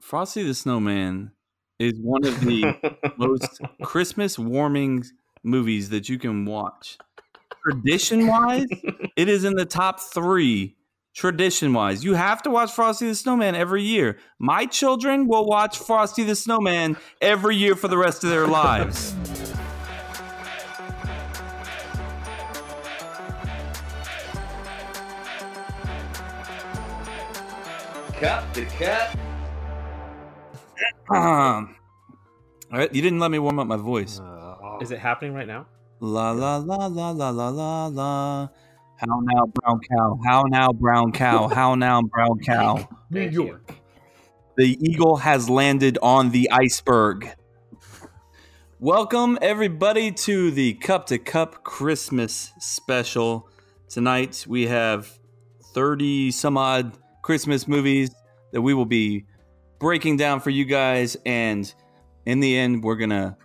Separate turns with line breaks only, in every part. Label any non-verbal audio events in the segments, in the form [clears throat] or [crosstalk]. Frosty the Snowman is one of the most Christmas warming movies that you can watch. Tradition wise, it is in the top three. Tradition wise, you have to watch Frosty the Snowman every year. My children will watch Frosty the Snowman every year for the rest of their lives.
Cut the cut.
Um, all right, you didn't let me warm up my voice.
Is it happening right now?
La la la la la la la la. How now, brown cow? How now, brown cow? How now, brown cow?
New
Thank
York.
The eagle has landed on the iceberg. Welcome, everybody, to the Cup to Cup Christmas special. Tonight, we have 30 some odd Christmas movies that we will be breaking down for you guys. And in the end, we're going to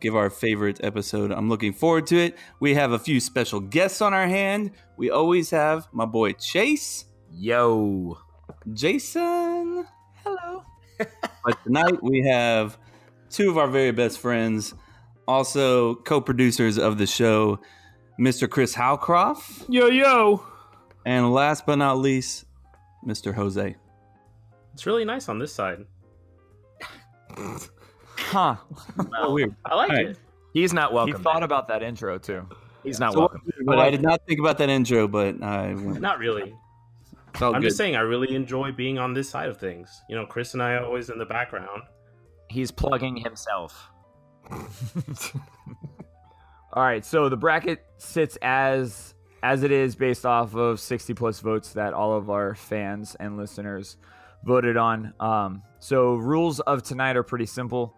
give our favorite episode. I'm looking forward to it. We have a few special guests on our hand. We always have my boy Chase,
Yo.
Jason. Hello. but tonight we have two of our very best friends, also co producers of the show, Mr. Chris Howcroft,
Yo, yo.
and last but not least, Mr. Jose.
It's really nice on this side.
Huh. Oh, weird.
I like
All right.
it.
He's not
He
welcome.
thought about that intro too.
He's not
So-
welcome.
But I did not think about that intro, but I went,
Not really.
felt
I'm
Oh, good.
just saying I really enjoy being on this side of things. You know, Chris and I are always in the background.
He's plugging himself.
All right, so the bracket sits as as it is based off of 60 plus votes that all of our fans and listeners voted on. Um, so rules of tonight are pretty simple.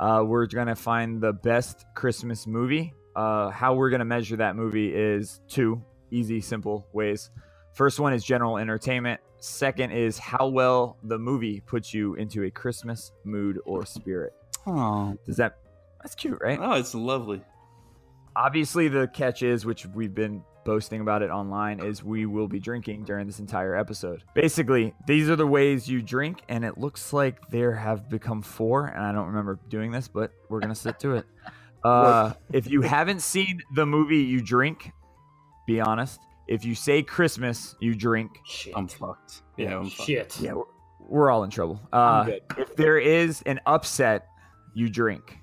Uh, we're gonna find the best Christmas movie. Uh, how we're gonna measure that movie is two easy, simple ways. First one is general entertainment. Second is how well the movie puts you into a Christmas mood or spirit.
oh,
Does that? That's cute, right?
oh, it's lovely.
Obviously, the catch is, which we've been boasting about it online, is we will be drinking during this entire episode. Basically, these are the ways you drink, and it looks like there have become four, and I don't remember doing this, but we're going to sit
[laughs]
to it. Uh, if you haven't seen the movie you drink, be honest. If you say Christmas, you drink.
Shit.
I'm fucked. Yeah, I'm fucked.
Shit.
Yeah, we're, we're all in trouble. Uh,
good.
if there is an upset, you drink.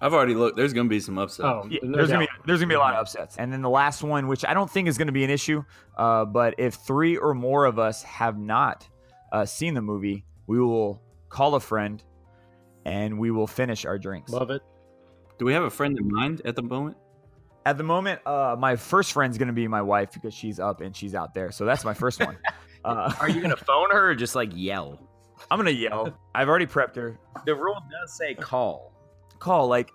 I've already looked. There's going to be some upset.
Oh,
Yeah,
no
there's
doubt.
gonna be Um, there's gonna be a lot of upsets, and then the last one, which I don't think is gonna be an issue, uh, but if three or more of us have not uh, seen the movie, we will call a friend, and we will finish our drinks.
Love it.
Do we have a friend in mind at the moment?
At the moment, uh, my first friend's gonna be my wife because she's up and she's out there, so that's my first [laughs] one. Uh,
Are you going to phone her or just like yell?
I'm gonna yell. I've already prepped her.
The rule does say call.
Call like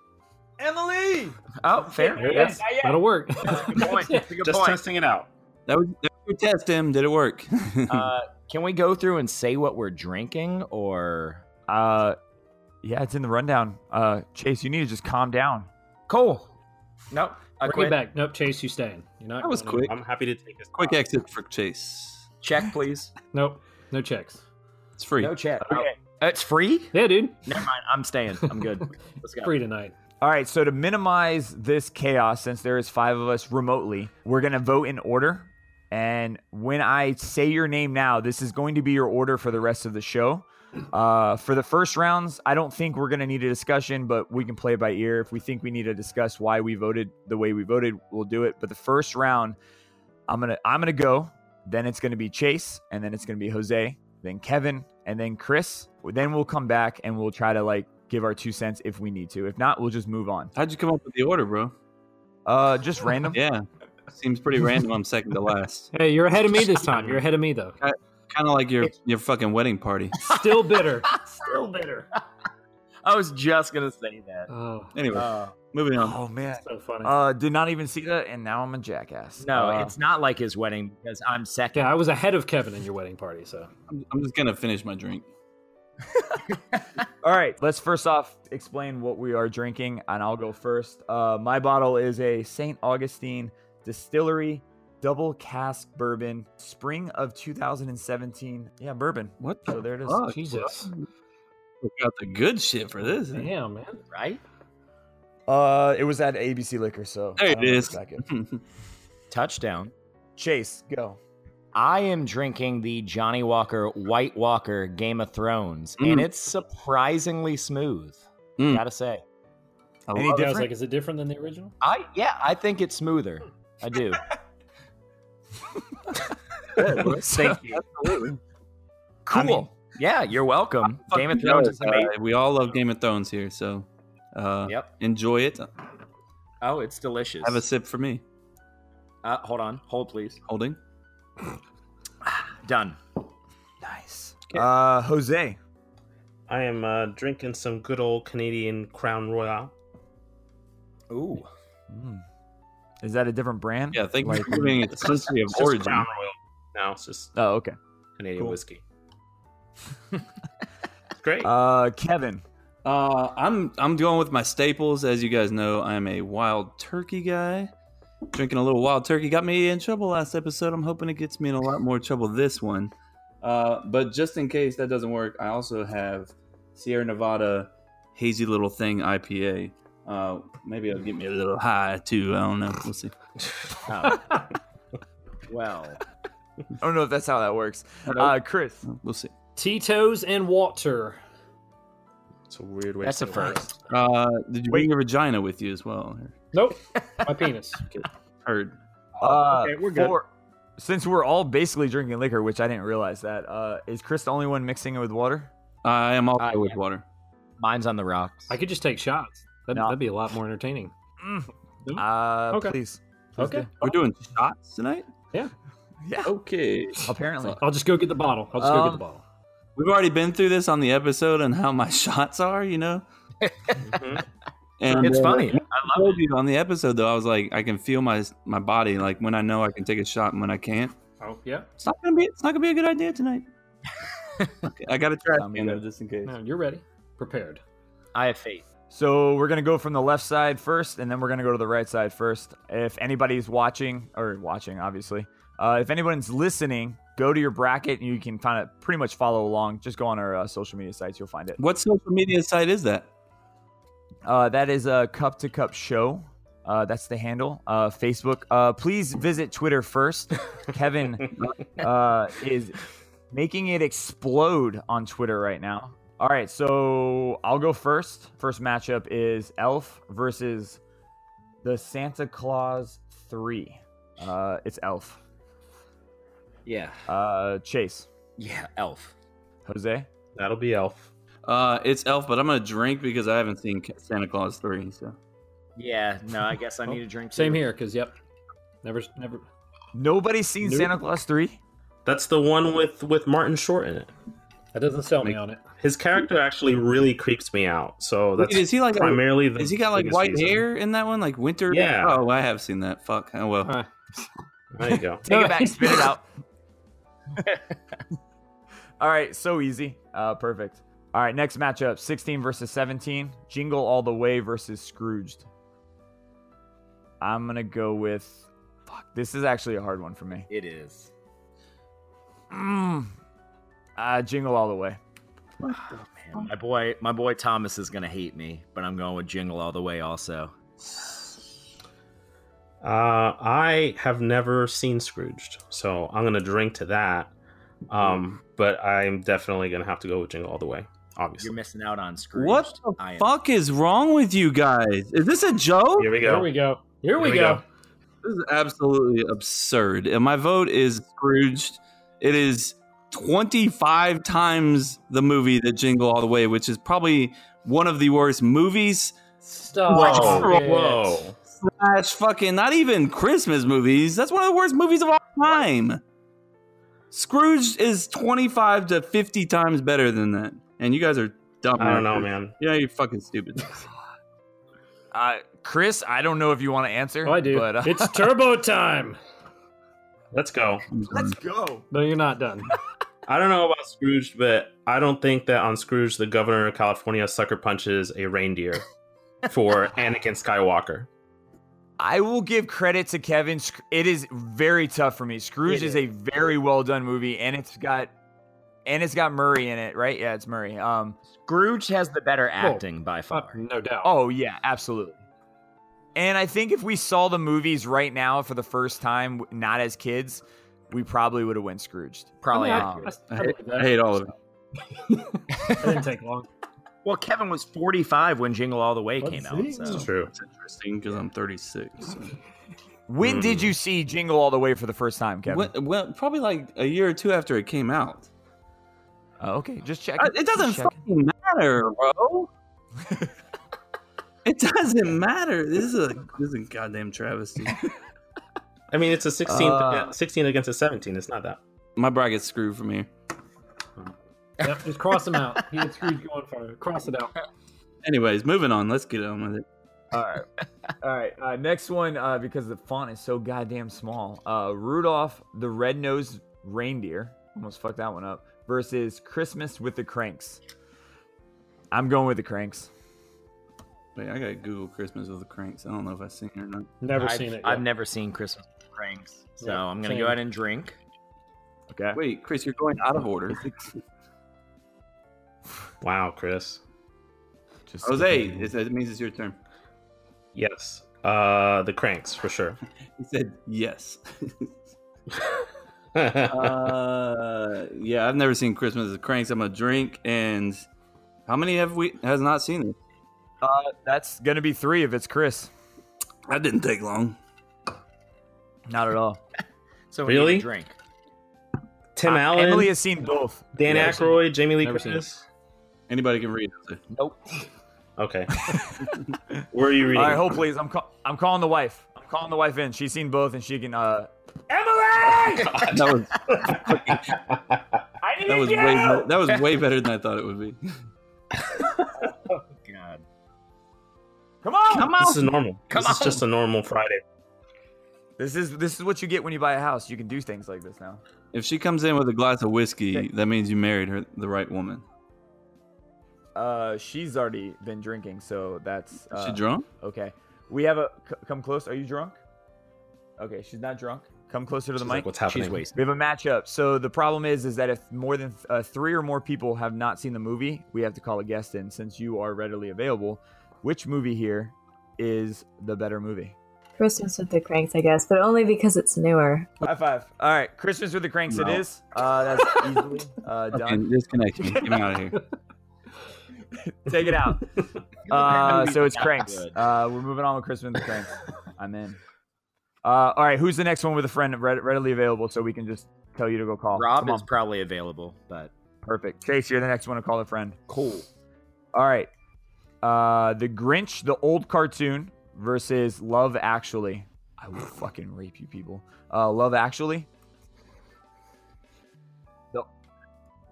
Emily.
Oh, fair.
There it
Yeah,
is.
yeah, yeah.
That'll work.
Good point. That's a good
Just
point.
testing it out.
That was, that was your test, him. Did it work?
Uh, can we go through and say what we're drinking or.
Uh, yeah, it's in the rundown. Uh, Chase, you need to just calm down.
Cool. Nope. I
Bring it
quit.
back. Nope, Chase, you staying. You're not
that was
going
quick.
I'm happy to take this.
Quick exit for Chase.
Check, please.
in. Nope. No checks.
It's free.
No check.
Okay.
Oh, it's free?
Yeah, dude.
Never mind. I'm staying. I'm good. Let's go.
Free tonight.
All right, so to minimize this chaos, since there is five of us remotely, we're gonna vote in order. And when I say your name now, this is going to be your order for the rest of the show. Uh, for the first rounds, I don't think we're gonna need a discussion, but we can play by ear. If we think we need to discuss why we voted the way we voted, we'll do it. But the first round, I'm gonna I'm gonna go. Then it's gonna be Chase, and then it's gonna be Jose, then Kevin, and then Chris. Then we'll come back and we'll try to like give our two cents if we need to. If not, we'll just move on.
How'd you come up with the order, bro?
Uh, just random.
Yeah. Seems pretty random. I'm second to last.
Hey, you're ahead of me this time. You're ahead of
[laughs]
me, though.
Kind of like your your fucking wedding party.
Still bitter.
Still bitter. [laughs] I was just going to say that.
Oh,
[laughs]
Anyway,
Uh,
Oh.
moving on.
Oh man.
so funny.
Uh, did not even see that, and now I'm a jackass.
No,
Uh,
it's not like his wedding because I'm second.
yeah, I was ahead of Kevin in your wedding party, so.
I'm, I'm just gonna finish my drink.
all right. Let's first off explain what we are drinking, and I'll go first. Uh, my bottle is a St. Augustine Distillery double cask bourbon, spring of 2017. Yeah, bourbon.
What?
So there it is.
fuck?
Jesus.
got the good shit for this. [laughs]
Damn, man.
right?
Uh, it was at ABC Liquor, so
There
I
it
don't know
is.
exactly.
Touchdown.
Chase, go.
I am drinking the Johnny Walker White Walker Game of Thrones, and
Mm.
it's surprisingly smooth.
Mm.
Gotta say,
I love
Any
I was
different?
like, is it different than the original?
I yeah, I think it's smoother. I do.
[laughs]
Thank you.
cool.
[laughs]
I mean, yeah, you're welcome. Game of Thrones is
Uh,
amazing.
we all love Game of Thrones here, so uh,
Yep.
enjoy it.
Oh, it's delicious.
Have a sip for me.
uh, hold on, hold please.
Holding.
Done.
Nice. Uh, Jose,
I am uh, drinking some good old Canadian Crown Royal.
Ooh,
[laughs]
Hmm. is that a different brand?
Yeah, thank you
Like-
for giving it the country of
It's just
origin.
Crown Royal. No, it's just
Oh, okay.
Canadian
Cool.
whiskey. it's great.
Uh, Kevin.
Uh, I'm I'm going with my staples. As you guys know, I'm a wild turkey guy. Drinking a little wild turkey got me in trouble last episode. I'm hoping it gets me in a lot more trouble this one. Uh, but just in case that doesn't work, I also have Sierra Nevada hazy little thing IPA. Uh, maybe it'll get me a little high too. I don't know. We'll see.
Oh. well,
I don't know if that's how that works. Uh, Chris.
We'll see.
Tito's and water.
It's a weird way.
that's
to
a
say it.
first.
Uh, did you bring
Wait.
your vagina with you as well?
Nope, my penis.
Heard.
Oh,
Uh,
okay, we're good.
for- since we're all basically drinking liquor, which I didn't realize that, uh, is Chris the only one mixing it with water?
I am also
Uh,
with
yeah.
water.
Mine's on the rocks.
I could just take shots. That'd,
No.
that'd be a lot more entertaining.
Uh,
Hmm? Okay.
Please.
Okay.
We're doing shots tonight.
Yeah.
Yeah.
Okay.
Apparently.
I'll just go get the bottle. I'll just go
Um,
get the bottle.
We've already been through this on the episode and how my [laughs] shots are, you know.
Mhm.
And
it's
uh,
funny.
I told you on the episode though, I was like, I can feel my my body like when I know I can take a shot and when I can't.
Oh yeah.
It's not gonna be. It's not gonna be a good idea tonight. okay, I got to try
Sounds
it though,
good.
just in case.
No, you're ready. Prepared.
I have faith.
So we're gonna go from the left side first, and then we're gonna go to the right side first. If anybody's watching or watching, obviously, uh, if anyone's listening, go to your bracket and you can kind of pretty much follow along. Just go on our uh, social media sites, you'll find it.
What social media site is that?
Uh, that is a cup to cup show. Uh, that's the handle. Uh, Facebook. Uh, please visit Twitter first. Kevin uh, is making it explode on Twitter right now. All right, so I'll go first. First matchup is Elf versus the Santa Claus Three. Uh, it's Elf.
Yeah,
Uh, Chase,
yeah. Elf.
Jose,
That'll be Elf.
Uh, it's Elf, but I'm gonna drink because I haven't seen Santa Claus three. So
Yeah. No, I guess I
Oh.
need a drink.
Same
too.
here, because yep. Never, never.
nobody's seen
Nope.
Santa Claus Three.
That's the one with with Martin Short in it.
That doesn't sell me on it.
His character actually really creeps me out. So that's
Wait, is he like? A,
primarily the.
is he got like
biggest
white
reason.
hair in that one? Like winter?
Yeah.
Oh, I have seen that. Fuck. Oh well.
Alright.
There you go.
Take it back, spit it
[laughs]
out. All right, so easy. Uh, perfect. All right, next matchup 16 versus 17. Jingle All the Way versus Scrooged. I'm going to go with. Fuck, this is actually a hard one for me.
It is.
Mm. Uh, Jingle All the Way.
My boy, my boy Thomas is gonna hate me, but I'm going with Jingle all the way. Also,
Uh, I have never seen Scrooged, so I'm gonna drink to that. Um, but I'm definitely gonna have to go with Jingle All the Way.
you're
Obviously,
missing out on Scrooge.
What the
I am.
fuck is wrong with you guys? Is this a joke?
here we
Here
go.
we go. Here we
we
go.
go.
This is absolutely absurd. And my vote is Scrooged. It is 25 times the movie that Jingle All the Way, which is probably one of the worst movies
Stop.
Whoa,
it.
whoa!
slash fucking not even Christmas movies. That's one of the worst movies of all time. Scrooged is 25 to 50 times better than that. And you guys are dumb.
I don't know, man.
Yeah, you're fucking stupid.
Uh, Chris, I don't know if you want to answer.
Oh, I do.
But, uh,
it's turbo time.
Let's go.
let's go.
No, you're
[laughs]
not done.
I don't know about Scrooge, but I don't think that on Scrooge the governor of California sucker punches a reindeer for Anakin Skywalker.
I will give credit to Kevin. Sc- It is very tough for me. Scrooge
It
is a very well done movie, and it's got and it's got Murray in it, right? Yeah, it's Murray. Um,
Scrooge has the better acting by
Uh,
far.
no doubt.
oh yeah, absolutely. And I think if we saw the movies right now for the first time, w- not as kids, we probably would have went Scrooged.
Probably.
I,
accurate.
I- I believe that.
I hate all of it.
It didn't take long.
Well, Kevin was 45 when Jingle All the Way
Let's
came
see.
out. So.
That's true.
It's interesting because I'm 36.
When did
Mm.
you see Jingle All the Way for the first time, Kevin?
Well, well, probably like a year or two after it came out.
Oh, okay, just check.
I- Uh, It doesn't fucking matter, [laughs] bro. it doesn't matter. This is a this is a goddamn travesty.
I mean, it's a 16,
Uh.
16 against a 17. It's not that.
My bracket's screwed from here.
Yep, just cross him out. He and Scrooge going for it. Cross it out.
Anyways, moving on. Let's get on with it.
All right. All right. Uh, next one, uh, because the font is so goddamn small. Uh, Rudolph the Red-Nosed Reindeer. Almost fucked that one up. Versus Christmas with the Cranks. I'm going with the Cranks.
Wait, I gotta Google Christmas with the Cranks. I don't know if I've seen it or not.
Never
I've,
seen it.
I've
yet.
never seen Christmas with Cranks. So
Yeah,
I'm going to
same.
go ahead and drink.
Okay.
Wait, Chris, you're going out of order.
Wow, Chris.
Just
[laughs] Jose, it, it means it's your turn.
Yes. Uh, the cranks for sure.
He said yes. [laughs]
I
uh, yeah, I've never seen Christmas with the Cranks. I'm a drink, and how many have we has not seen it?
Uh, that's gonna be three if it's Chris.
That didn't take long.
Not at all.
So we need a
Really?
drink.
[laughs] Tim
Uh,
Allen,
Emily has seen both.
Dan
Never seen
Aykroyd, Jamie Lee
Never seen
Curtis.
Anybody can read. Jose.
[laughs]
Okay. Where are you reading?
All right. Hold please. I'm call- I'm calling the wife. I'm calling the wife in. She's seen both, and she can. Uh,
That was that was way be- that was way better than I thought it would be.
God.
come on.
This is normal.
Come
this is
on.
just a normal Friday.
This is this is what you get when you buy a house. You can do things like this now.
If she comes in with a glass of whiskey, that means you married her, the right woman.
Uh, she's already been drinking, so that's
Is
uh,
she drunk?
Okay, we have a c- come close. Are you drunk? Okay, she's not drunk. Come closer to the
She's
mic.
like, what's happening?
She's wasted.
we have a matchup. So the problem is, is that if more than uh, three or more people have not seen the movie, we have to call a guest in. Since you are readily available, which movie here is the better movie?
Christmas with the Cranks, I guess, but only because it's newer.
High five! All right, Christmas with the Cranks.
No.
It is. Uh, that's easily
[laughs]
uh, done.
Okay, disconnect me. Get me out of
[laughs]
here.
Take it out. Uh,
movie's
so it's
not
cranks.
good.
Uh, we're moving on with Christmas and
[laughs]
the cranks. I'm in. Uh, all right, who's the next one with a friend read- readily available so we can just tell you to go call?
Rob
Oh, Come
is
on.
probably available, but
perfect. Chase, you're the next one to call a friend.
cool.
All right. Uh, the Grinch, the old cartoon versus Love Actually. I will fucking rape you people. Uh, Love Actually. The,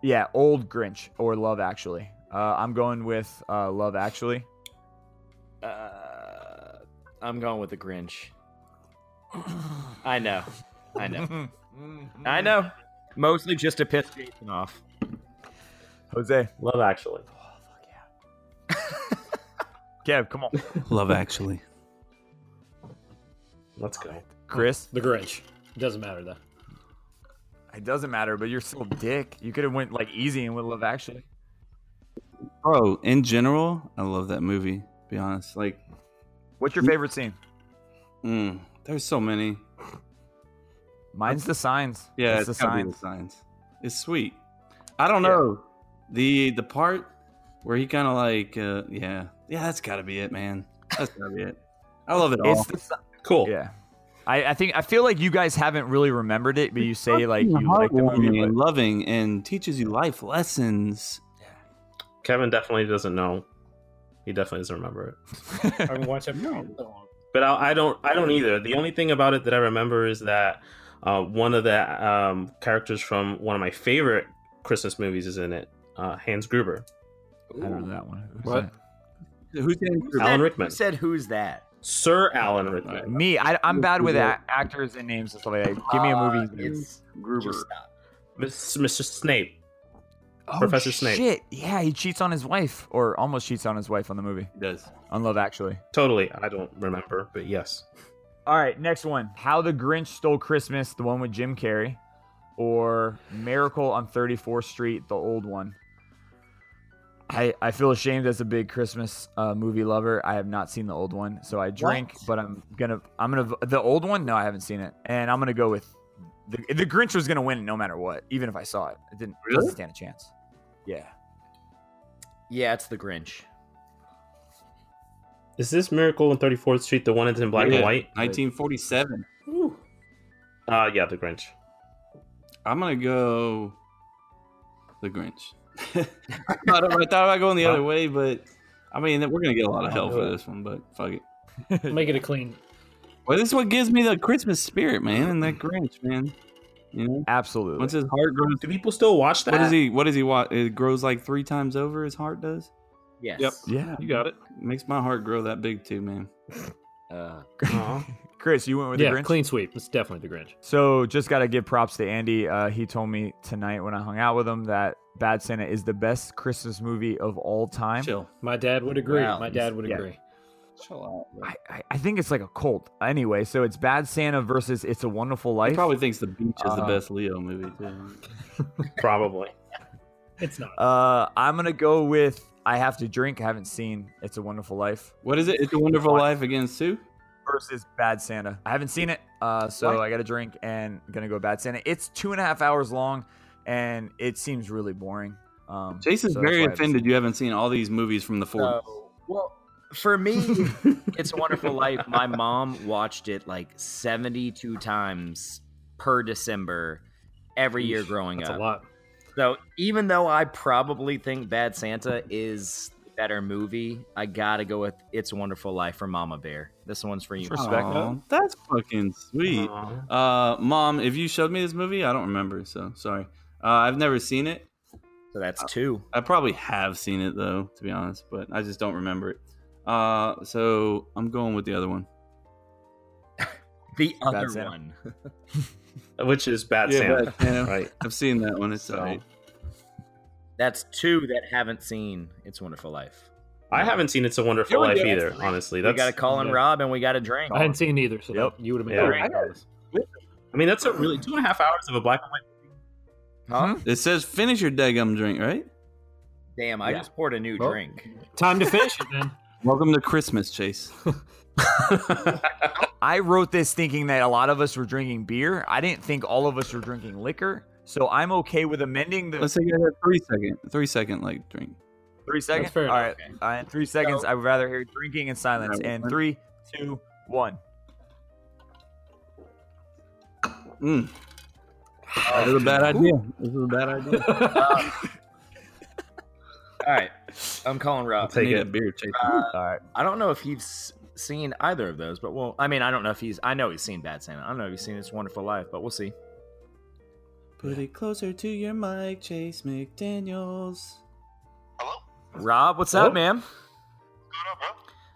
yeah, old Grinch or Love Actually. Uh, I'm going with uh, Love Actually.
Uh, I'm going with the Grinch. I know. I know. I know. Mostly just to piss Jason off.
Jose,
Love Actually.
Kev,
[laughs]
come on.
Love Actually.
Let's go.
Chris,
The Grinch. It doesn't matter though.
it doesn't matter, but you're still a dick. You could have went like easy and would love actually.
Bro, in general, I love that movie. to Be honest, like,
What's your favorite scene?
mm, there's so many.
Mine's the signs.
Yeah,
it's the
gotta be
signs.
the signs. It's sweet. I don't know the the part where he kind of like, uh, yeah, yeah, that's gotta be it, man. That's gotta be it. I love it all.
It's the, si-
Cool.
yeah. I, I think I feel like you guys haven't really remembered it, but you say like
fucking
you like the movie.
heartwarming
but-
and loving and teaches you life lessons.
Kevin definitely doesn't know. He definitely doesn't remember it.
I can watch every no.
But I, I don't. I don't either. The only thing about it that I remember is that uh, one of the um, characters from one of my favorite Christmas movivies is in it. Uh, Hans Gruber,
I don't know that one. Who's
What?
Who's
Alan
Who
Rickman,
said who's that?
Sir Alan
that?
Rickman.
Me, I, I'm bad with
Who's
a- actors and names and stuff like that. Give me a movie.
Uh, It's
Gruber?
just stop.
Miss- Mr. Snape.
Oh,
Professor Snape.
Shit, yeah, he cheats on his wife, or almost cheats on his wife on the movie
does.
on Love Actually.
Totally. I don't remember, but yes.
All right, next one. How the Grinch Stole Christmas, the one with Jim Carrey, or Miracle on 34th Street, the old one. I, I feel ashamed as a big Christmas uh, movie lover. I have not seen the old one, so I drink. But I'm gonna I'm gonna v- the old one. No, I haven't seen it, and I'm gonna go with the, the Grinch was gonna win no matter what, even if I saw it. It didn't doesn't stand a chance. Yeah,
Yeah, it's the Grinch.
Is this Miracle on 34th Street the one that's in black
Yeah,
and white?
1947.
Uh, yeah, The Grinch.
I'm gonna go the Grinch. [laughs] I, thought, I thought about going the other way, but I mean we're gonna get a lot of hell for this one, but fuck it.
Make it a clean.
Well, this is what gives me the Christmas spirit, man, and that Grinch, man. You know,
absolutely.
once his heart grows,
Do people still watch that?
what does he? What does he want? It grows like three times over. His heart does.
Yes.
yeah,
You got it. Makes my heart grow that big too, man.
Uh,
Aw.
Chris, you went with
yeah,
the Grinch.
clean sweep. It's definitely the Grinch.
So just gotta give props to Andy. Uh, he told me tonight when I hung out with him that Bad Santa is the best Christmas movie of all time.
Chill,
My dad would agree.
Wow.
My dad would
Yeah.
agree.
chill out. bro.
I, I, I think it's like a cult. Anyway, so it's Bad Santa versus It's a Wonderful
He
Life.
probably thinks the beach is the
Uh,
best Leo movie too.
[laughs] Probably.
It's not.
Uh, I'm gonna go with I Have to Drink. I haven't seen It's a Wonderful Life
What is it? It's a Wonderful Life against Sue.
versus Bad Santa. I haven't seen it, uh, so I got to drink and gonna go Bad Santa. It's two and a half hours long, and it seems really boring. Um,
Jason's
so that's
very
why I haven't
offended you haven't seen all these movies from the 40s.
so- well, for
[laughs]
me, It's a Wonderful Life. My mom watched it like 72 times per December every year growing
That's a
up.
lot.
So even though I probably think Bad Santa is the better movie, I gotta go with It's a Wonderful Life for Mama Bear. This one's for you.
Respect.
Aw, that's fucking sweet.
Aw.
Uh, Mom, if you showed me this movie, I don't remember, so sorry. Uh, I've never seen it.
So that's two.
I probably have seen it though, to be honest, but I just don't remember it. Uh, so I'm going with the other one.
The other
Santa.
one.
Which is Bad Santa. Right.
[laughs] I've seen that one. It's alright.
That's two that haven't seen It's a Wonderful Life.
I haven't seen It's a Wonderful Life either, honestly.
We
That's
gotta call in
yeah.
Rob and we gotta drink.
I hadn't seen either, so
Yep.
that- you would have been
Yeah.
right regardless.
I mean, that's a really two and a half hours of a black and white.
Huh?
It says finish your daggum drink, right?
Damn, I
Yeah.
just poured a new
Well,
drink.
Time to finish it [laughs] then.
Welcome to Christmas, Chase.
I wrote this thinking that a lot of us were drinking beer. I didn't think all of us were drinking liquor. So I'm okay with amending the
Let's take a three second, three second like drink.
three seconds.
fair
All right. Uh, in three seconds, I would rather hear drinking in silence.
Alright,
And
one.
three, two, one.
Mm. That was a bad idea. This is a bad idea. [laughs]
All right, I'm calling Rob.
I
Take
need
it.
a beer, Chase.
All right.
I don't know if he's seen either of those, but well, I mean, I don't know if he's. I know he's seen Bad Santa. I don't know if he's seen It's a Wonderful Life, but we'll see.
Put it closer to your mic, Chase McDaniels.
Rob, what's up, man?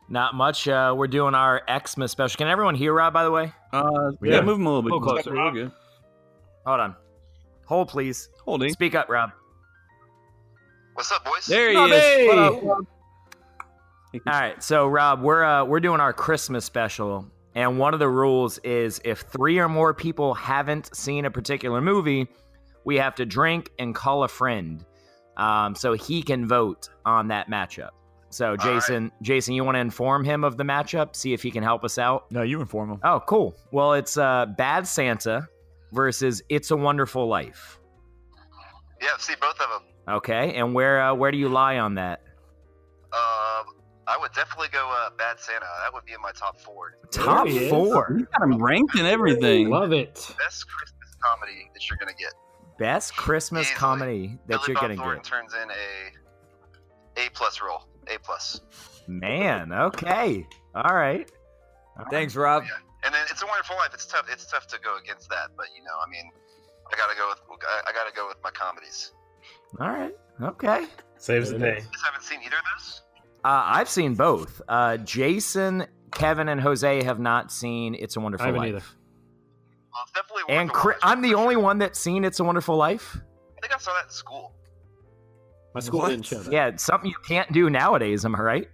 Not much. Uh, we're doing our Xmas special. Can everyone hear Rob? By the way,
Uh,
We
yeah,
are.
move him a little bit
Oh,
closer.
closer.
We're good.
hold on. Hold please.
Holding.
Speak up, Rob.
What's up, boys?
There he is. What up?
All right, so Rob, we're uh, we're doing our Christmas special, and one of the rules is if three or more people haven't seen a particular movie, we have to drink and call a friend, um, so he can vote on that matchup. So
right.
Jason, Jason, you want to inform him of the matchup, see if he can help us out.
No, you inform them.
Oh, cool. Well, it's uh, Bad Santa versus It's a Wonderful Life.
Yeah, I've seen both of them.
Okay, and where uh, where do you lie on that?
Um, I would definitely go uh, Bad Santa. That would be in my top four.
Top
he is.
four.
You got him ranked and everything.
Love it.
Best Christmas comedy that you're gonna get.
Best Christmas
Easily.
comedy that
Billy
you're
Bob
gonna
Thornton
get.
turns in a A plus role. A plus.
Man, okay. All right.
Thanks, Rob.
Yeah. And then it's a Wonderful Life. It's tough. It's tough to go against that, but you know, I mean, I gotta go with I, I gotta go with my comedies.
All right. Okay. Uh,
Saves the day.
You guys haven't seen either of those?
I've seen both. Uh, Jason, Kevin, and Jose have not seen It's a Wonderful
I haven't
Life.
either.
Well, it's definitely.
And
Wonderful
Chri-
Life,
I'm the
for
only
sure.
one that's seen It's a Wonderful Life.
I think I saw that in school.
My school
What?
didn't show that.
Yeah, it's something you can't do nowadays. Am I right?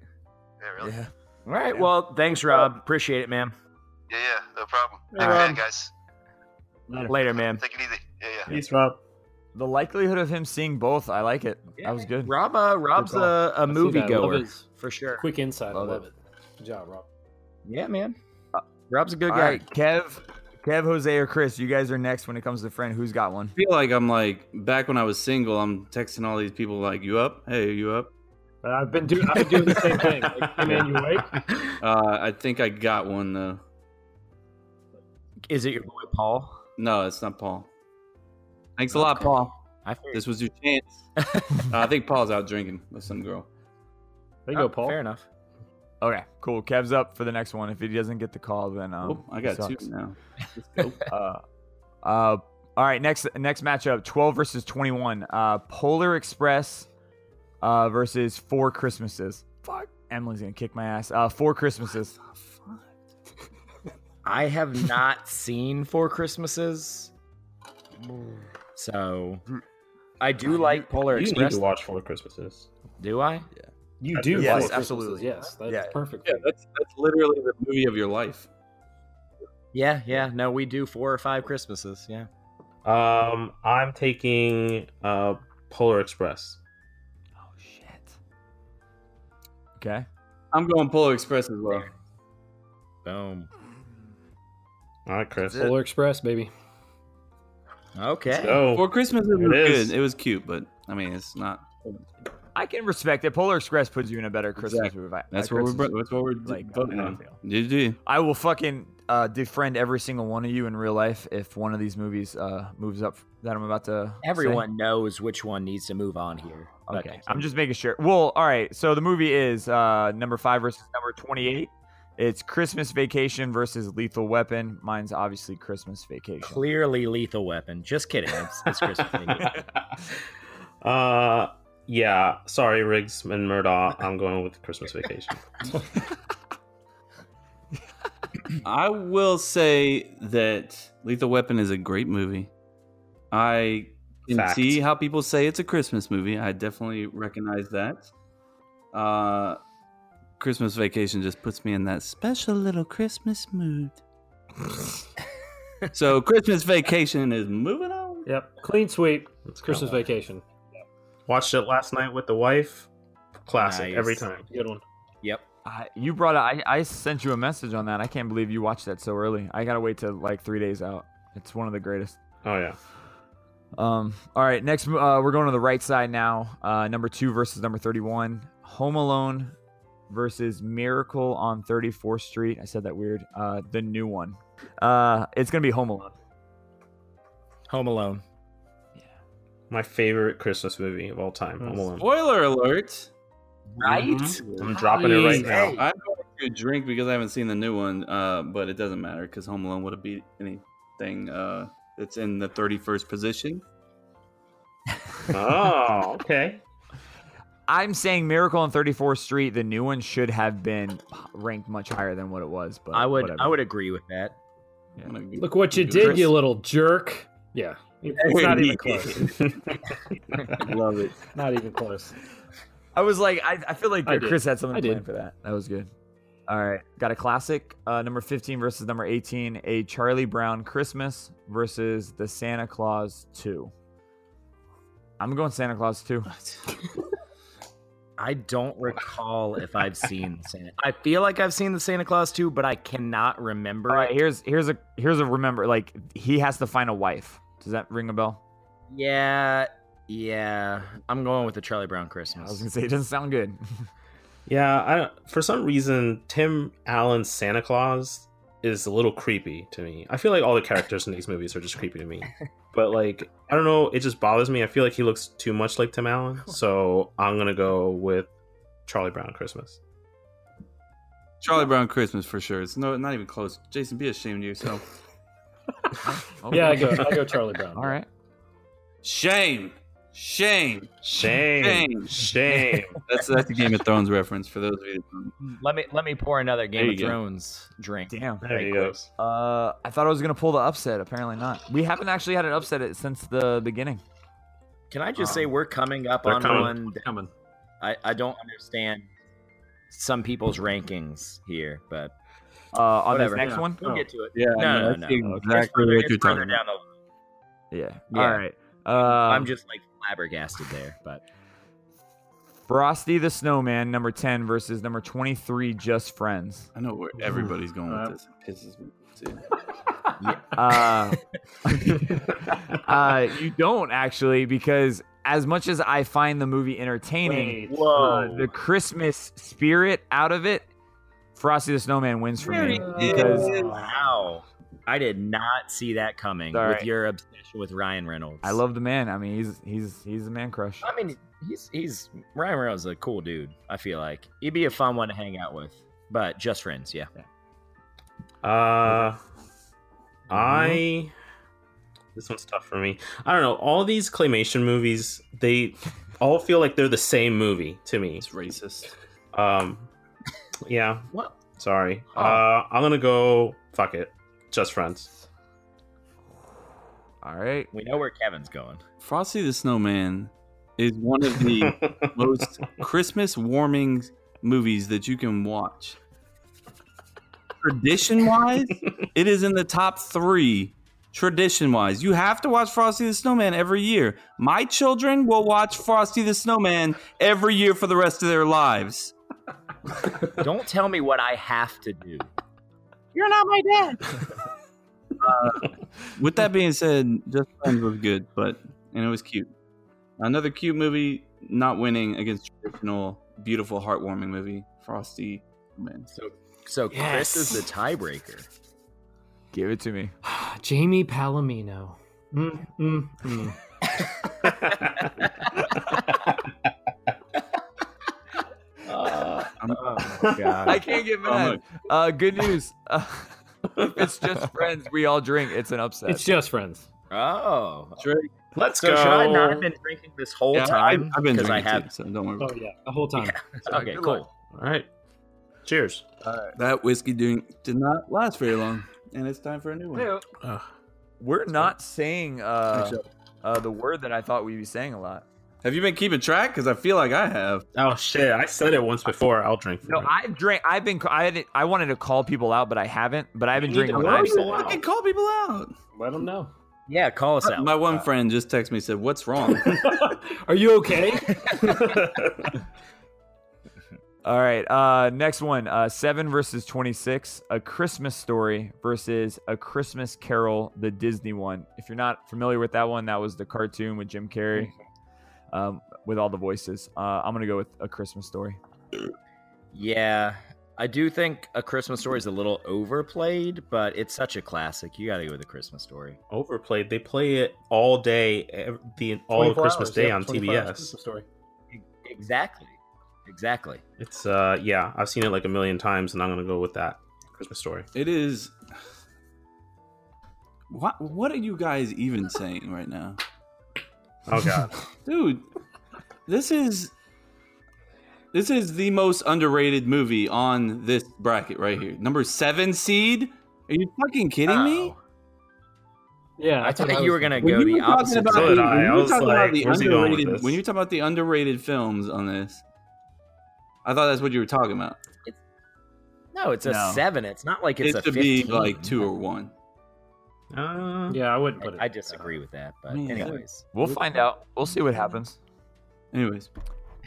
Yeah, really. Yeah,
Yeah.
All right. Well, thanks, Rob. Appreciate it, man.
yeah, no problem.
Hey,
Take care,
Rob.
guys.
Later, man.
Take it easy. Yeah, yeah.
Peace, Rob.
The likelihood of him seeing both, I like it. That was good.
Rob, uh, Rob's
call.
a, a
I see
movie
that. I love
goer
his
for sure.
Quick insight.
Love
I love it. Good job, Rob.
Yeah, man. Rob's a good
All
guy.
right, Kev, Kev, Jose, or Chris, you guys are next when it comes to friend. Who's got one?
feel like I'm like back when I was single. I'm texting all these people like, "You up? Hey, you up?"
But I've been doing. I've been doing the same thing. Like, [laughs] hey man, you awake?
Uh, I think I got one though.
Is it your boy Paul?
No, it's not Paul. Thanks a lot, Paul.
I figured.
This was your chance. [laughs] uh, I think Paul's out drinking with some girl.
There you go,
Oh,
Paul.
Fair enough.
Okay, cool. Kev's up for the next one. If he doesn't get the call, then um,
oh, I got two
sucks.
now. [laughs]
Uh, uh, all right, next next matchup: twelve versus twenty-one. Uh, Polar Express uh, versus Four Christmases. Fuck, Emily's gonna kick my ass. Uh, four Christmases.
I
[laughs]
have not seen Four Christmases, so I do like Polar
Mm. You need
Express.
to watch Four Christmases.
Do I?
You
That's
do.
the
Yes,
Yes, absolutely.
Yes, that's
Yeah.
perfect.
Yeah, that's that's literally the movie of your life.
Yeah, yeah. No, we do four or five Christmases. Yeah.
Um, I'm taking uh Polar Express.
Oh shit. Okay.
I'm going Polar Express as well.
Boom.
All right, Chris.
Polar Express, baby.
Okay.
For
Oh,
Christmas, it
It
was
is.
good. It was cute, but I mean, it's not.
I can respect it. Polar Express puts you in a better Christmas
Exactly.
movie.
That's what we're. That's what we're
like.
like.
I
Voting on.
feel.
Did you?
I will fucking uh, defriend every single one of you in real life if one of these movies uh, moves up that I'm about to. say.
Everyone knows which one needs to move on here. but-
Okay, I'm just making sure. Well, all right. So the movie is uh, number five versus number twenty-eight. It's Christmas Vacation versus Lethal Weapon. Mine's obviously Christmas Vacation.
clearly lethal weapon. Just kidding. It's, it's Christmas.
[laughs] uh, yeah. Sorry, Riggs and Murdaugh. I'm going with Christmas Vacation.
I will say that Lethal Weapon is a great movie. I can
Fact.
see how people say it's a Christmas movie. I definitely recognize that. Uh, Christmas Vacation just puts me in that special little Christmas [laughs] mood. so Christmas Vacation is moving on.
Yep. Clean sweep.
Let's
It's Christmas
go.
vacation.
Watched it last night with the wife. Classic
Nice.
every time.
Good one.
I, you brought. A, I, I sent you a message on that. I can't believe you watched that so early. I gotta wait till like three days out. It's one of the greatest.
Oh yeah.
Um. All right. Next, uh, we're going to the right side now. Uh, number two versus number thirty-one. Home Alone versus Miracle on Thirty-fourth Street. I said that weird. Uh, the new one. Uh, it's gonna be Home Alone.
Home Alone.
My favorite Christmas movie of all time.
Mm.
Home Alone.
Spoiler alert!
Right?
I'm dropping it Mm-hmm. right now.
I'm going to drink because I haven't seen the new one, uh, but it doesn't matter because Home Alone would have beat anything uh, that's in the 31st position.
Oh, okay.
I'm saying Miracle on Thirty-fourth Street. The new one should have been ranked much higher than what it was. But
I would
whatever.
I would agree with that.
I'm gonna be-
Look what you did, you little jerk. Yeah. It's
[laughs]
not even close. [laughs]
Love it.
Not even close.
I was like, I, I feel like
I did.
Chris had something
I
planned
did.
for that. That was good. All right, got a classic. Uh, number fifteen versus number eighteen. A Charlie Brown Christmas versus the Santa Claus Two. I'm going Santa Claus Two.
I don't recall if I've seen Santa. I feel like I've seen the Santa Claus too, but I cannot remember.
All right,
it.
here's here's a here's a remember. Like he has to find a wife. Does that ring a bell?
Yeah, yeah. I'm going with the Charlie Brown
I was
Christmas.
gonna say it doesn't sound good. [laughs]
Yeah, I for some reason Tim Allen's Santa Claus is a little creepy to me. I feel like all the characters in these movies are just creepy to me. But like, I don't know, it just bothers me. I feel like he looks too much like Tim Allen, so I'm gonna go with Charlie Brown Christmas.
Charlie Brown Christmas for sure. It's no, not even close. Jason, be ashamed of yourself.
Yeah, I go. I go Charlie Brown.
All right.
Shame, shame.
Shame,
Shame.
shame.
That's that's a Game of Thrones reference for those of you. That don't.
Mm, Let me let me pour another
There
Game of
you go.
Thrones drink.
Damn.
There he goes.
Uh, I thought I was gonna pull the upset. Apparently not. We haven't actually had an upset since the beginning.
Can I just say we're coming up
They're
on
coming.
one that
Coming.
I, I don't understand some people's rankings here, but
Uh, on
Whatever.
this next
Yeah.
one.
we'll
Oh.
get to it.
Yeah, I
no,
know.
no,
That's
no.
exactly what
It's
you're
further
talking about.
down the
Yeah.
Yeah.
All right. Uh,
I'm just like flabbergasted there, but
Frosty the Snowman, number 10 versus number 23, Just Friends.
I know where everybody's going
Uh,
with this. It pisses me off, too.
[laughs]
Uh, [laughs] uh, you don't actually, because as much as I find the movie entertaining,
Wait.
Whoa.
the Christmas spirit out of it, Frosty the Snowman wins for me. Because
wow, I did not see that coming
All
with
right.
your obsession with Ryan Reynolds.
I love the man. I mean, he's he's he's a man crush.
I mean, he's he's Ryan Reynolds is a cool dude. I feel like he'd be a fun one to hang out with, but just friends, yeah.
Uh, I. This one's tough for me. I don't know. All these claymation movies, they all feel like they're the same movie to me.
It's racist.
Um, yeah.
What?
Sorry.
Oh.
Uh, I'm gonna go. Fuck it. Just friends.
All right.
We know where Kevin's going.
Frosty the Snowman is one of the most Christmas warming movies that you can watch. Tradition wise, it is in the top three. Tradition wise, you have to watch Frosty the Snowman every year. My children will watch Frosty the Snowman every year for the rest of their lives.
Don't tell me what I have to do.
With that being said, Just Friends was good, but and it was cute. Another cute movie, not winning against traditional, beautiful, heartwarming movie, Frosty. Man,
So Chris
Yes.
is the tiebreaker.
[laughs]
Give it to me.
Ah, Jamie Palomino. Mm, mm, mm.
[laughs] I can't get mad. Uh, good news. [laughs] Uh, if it's just friends, we all drink. It's an upset.
It's just friends.
Oh,
Let's
so
go.
should I not have been drinking this whole
Yeah,
time?
I, have been
'Cause I
drinking
have.
too, so don't worry.
Oh yeah, the whole time.
Okay,
Good
cool.
luck.
All right. Cheers.
That whiskey drink did not last very long, and it's time for a new one.
We're not saying uh, uh, the word that I thought we'd be saying a lot.
Have you been keeping track? Because I feel like I have.
Oh shit! I said it once before. I'll drink. For
No,
it.
I've drank. I've been. I didn't, I wanted to call people out, but I haven't. But I've been
You need
drinking
to
what
know
I've
you
said.
are.
Fucking call people out.
Let them know.
Yeah, call us out.
My one friend just texted me said, "What's wrong?"
Are you okay?
All right. Uh, next one. Uh, seven versus twenty-six. A Christmas Story versus A Christmas Carol, the Disney one. If you're not familiar with that one, that was the cartoon with Jim Carrey, um, with all the voices. Uh, I'm gonna go with A Christmas Story.
Yeah, I do think A Christmas Story is a little overplayed, but it's such a classic. You got to go with A Christmas Story.
Overplayed. They play it all day, ev- the all of
24
Christmas
hours,
Day
yeah,
on
24 hours
TBS.
Christmas story.
E-, Exactly. Exactly.
It's uh, yeah. I've seen it like a million times, and I'm gonna go with that Christmas story.
it is. What What are you guys even saying right now,
Oh god.
dude? This is. This is the most underrated movie on this bracket right here. Number seven seed. Are you fucking kidding me?
Oh.
Yeah,
I
that's
thought
what
you
was
were gonna
When
go
you
the
were talking
opposite.
about
So
the-
did I.
when you
I
were
was
talking
like,
about the
where's he going with
underrated,
this?
when you talk about the underrated films on this, I thought that's what you were talking about.
no, it's a
No.
seven. It's not like it's
It
a
should
15.
be like two or one.
Uh,
Yeah, I wouldn't put it.
I, I disagree with that, but
Yeah.
anyways,
We'll find out. We'll see what happens.
Anyways,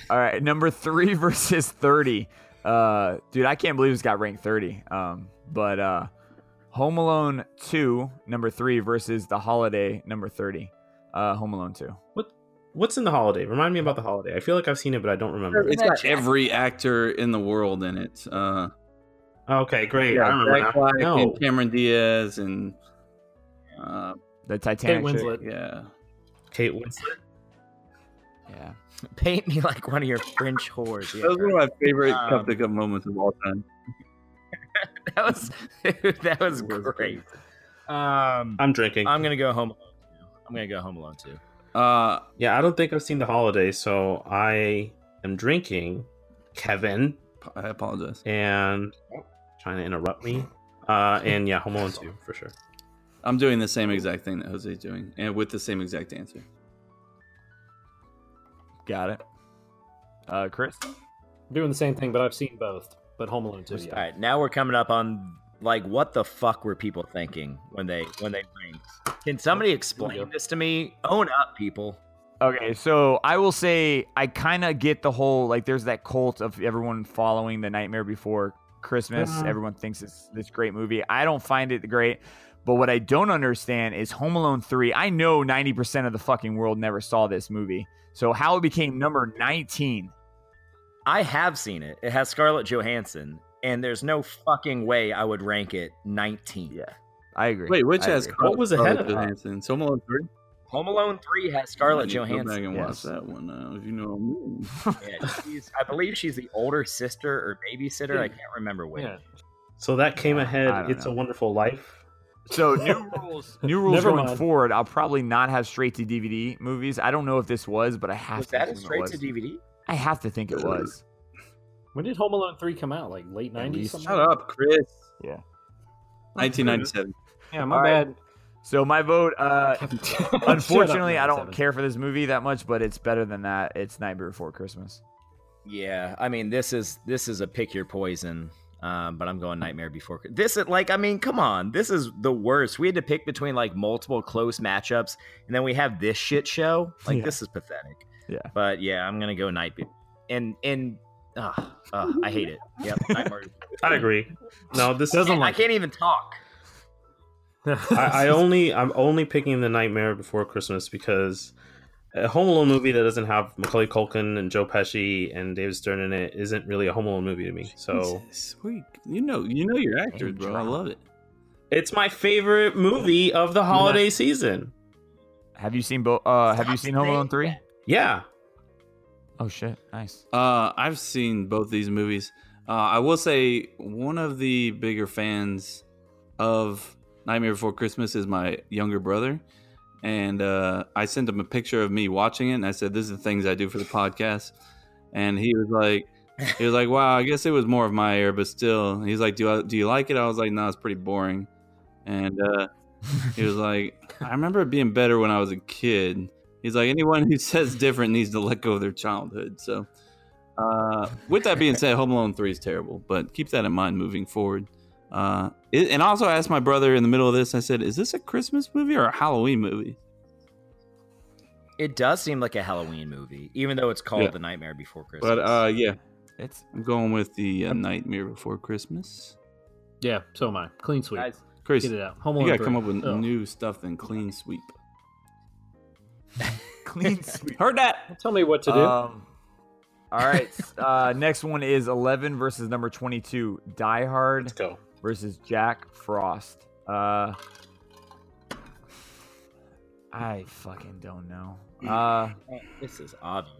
All right, number three [laughs] versus thirty. Uh, dude, I can't believe it's got ranked thirty. Um, but uh, Home Alone two, number three versus The Holiday, number thirty. Uh, Home Alone two.
What's in the holiday? Remind me about the holiday. I feel like I've seen it, but I don't remember.
it's got every actor in the world in it. Uh,
Oh, Okay, great. I remember
Jack
now.
Black
No.
and Cameron Diaz and uh,
The
Kate
Titanic. chick.
Winslet.
yeah,
Kate Winslet.
Yeah.
[laughs] paint me like one of your French whores. Yeah,
that was one of my favorite
Um,
cup to cup moments of all time.
[laughs] that was that was great. Um,
I'm drinking.
I'm gonna go home alone. Too. I'm gonna go home alone too.
Uh,
yeah, I don't think I've seen the holiday, so I am drinking. Kevin
I apologize.
and trying to interrupt me. Uh, and yeah, Home Alone two for sure.
I'm doing the same exact thing that Jose's doing, and with the same exact answer.
Got it. Uh, Chris.
I'm doing the same thing, but I've seen both. But Home Alone too.
All
Yeah.
right, now we're coming up on Like, what the fuck were people thinking when they when they ranked? Can somebody explain this to me? Own up, people.
Okay, so I will say I kind of get the whole like there's that cult of everyone following the Nightmare Before Christmas.
Mhm.
Everyone thinks it's this great movie. I don't find it great, but what I don't understand is Home Alone 3. I know 90% of the fucking world never saw this movie. So how it became number 19.
I have seen it. It has Scarlett Johansson, and there's no fucking way I would rank it 19.
Yeah. I agree.
Wait, which
I
has
agree.
What was ahead of that?
Johansson? Home Alone three.
Home Alone 3 has Scarlett
You need to Go
[laughs]
back
Johansson.
and
yes.
watch that one now. If you know. what I mean.
Yeah, she's, I believe she's the older sister or babysitter. I can't remember which.
Yeah.
So that came
I
ahead.
don't
It's
know.
a Wonderful Life.
[laughs]
So new rules, new rules
Never
going
mind.
forward. I'll probably not have straight to DVD movies. I don't know if this was, but I have
Was
to
that a
assume it
straight to
was.
DVD?
I have to think it was.
When did Home Alone three come out? Like late nineties.
Shut up, Chris.
Yeah.
1997.
Yeah, my
All right.
bad.
So my vote, uh,
Shut up,
unfortunately, I don't
97. [laughs]
care for this movie that much, but it's better than that. It's Nightmare Before Christmas.
Yeah, I mean this is this is a pick your poison. Um, but I'm going Nightmare Before Chris- This is like I mean, come on, this is the worst. We had to pick between like multiple close matchups, and then we have this shit show. Like
Yeah.
this is pathetic.
Yeah.
But yeah, I'm gonna go Night. Be- and and uh, I hate it. [laughs] Yep. Nightmare.
I agree. No, this
Doesn't
I
like.
can't even talk.
I, I
[laughs]
only I'm only picking the Nightmare Before Christmas because a Home Alone movie that doesn't have Macaulay Culkin and Joe Pesci and David Stern in it isn't really a Home Alone movie to me. So
Jesus, we- you know, you know your actors,
Name
bro. I
drop.
love it.
it's my favorite movie of the holiday season.
Have you seen Bo- uh Have you seen Home Alone three?
Yeah,
Oh shit! Nice.
Uh, I've seen both these movies. Uh, I will say one of the bigger fans of Nightmare Before Christmas is my younger brother, and uh, I sent him a picture of me watching it, and I said, "This is the things I do for the podcast," and he was like. He was like, "Wow, I guess it was more of my era, but still." He's like, "Do I, do you like it?" I was like, "No, it's pretty boring." And uh, he was like, "I remember it being better when I was a kid." He's like, "Anyone who says different needs to let go of their childhood." So, uh, with that being said, Home Alone Three is terrible, but keep that in mind moving forward. Uh, it, and also, I asked my brother in the middle of this. I said, "Is this a Christmas movie or a Halloween movie?"
It does seem like a Halloween movie, even though it's called
Yeah.
The Nightmare Before Christmas.
But uh, yeah,
[laughs]
It's
I'm going with the uh, Nightmare Before Christmas.
Yeah, so am I. Clean sweep.
Guys,
Chris,
Get it
you
out. Home Alone.
gotta
three.
come up with
Oh.
new stuff than clean sweep.
clean sweep.
Heard that?
Tell me what to do.
Uh,
Um, all right. uh, [laughs] next one is eleven versus number twenty-two. Die Hard
let's
uh,
go.
versus Jack Frost. Uh, I fucking don't know. Uh,
this is obvious.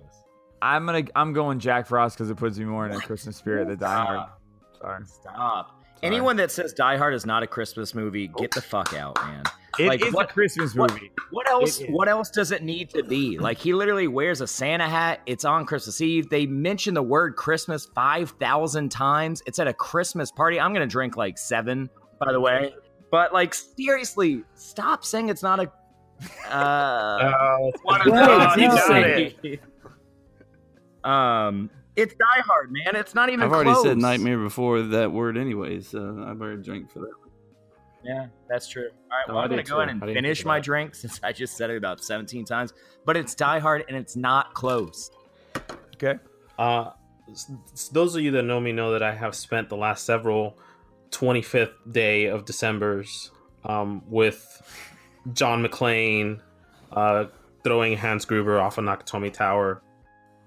I'm gonna I'm going Jack Frost because it puts me more in a Christmas spirit than Die Hard.
Ah.
Sorry.
Stop. Anyone that says Die Hard is not a Christmas movie, get the fuck out, man.
It is
Like, what-
a Christmas
what-
movie.
What else?
It is.
What else does it need to be? Like he literally wears a Santa hat. It's on Christmas Eve. They mention the word Christmas five thousand times. It's at a Christmas party. I'm gonna drink like seven, by the way. But like seriously, stop saying it's not a.
[laughs]
Uh, what a-
Right,
you
no.
got it. Um, it's Die Hard, man. It's not even.
I've already
close.
said nightmare before that word, anyways. So I've already drank for that.
Yeah, that's true. All right,
No,
well,
I
I'm going
did
to go
too.
ahead
I
and
didn't think
finish
of
my
that.
drink since I just said it about 17 times, but it's Die Hard and it's not close.
Uh, s- s- those of you that know me know that I have spent the last several 25th day of December's um, with John McClane uh, throwing Hans Gruber off a Nakatomi Tower.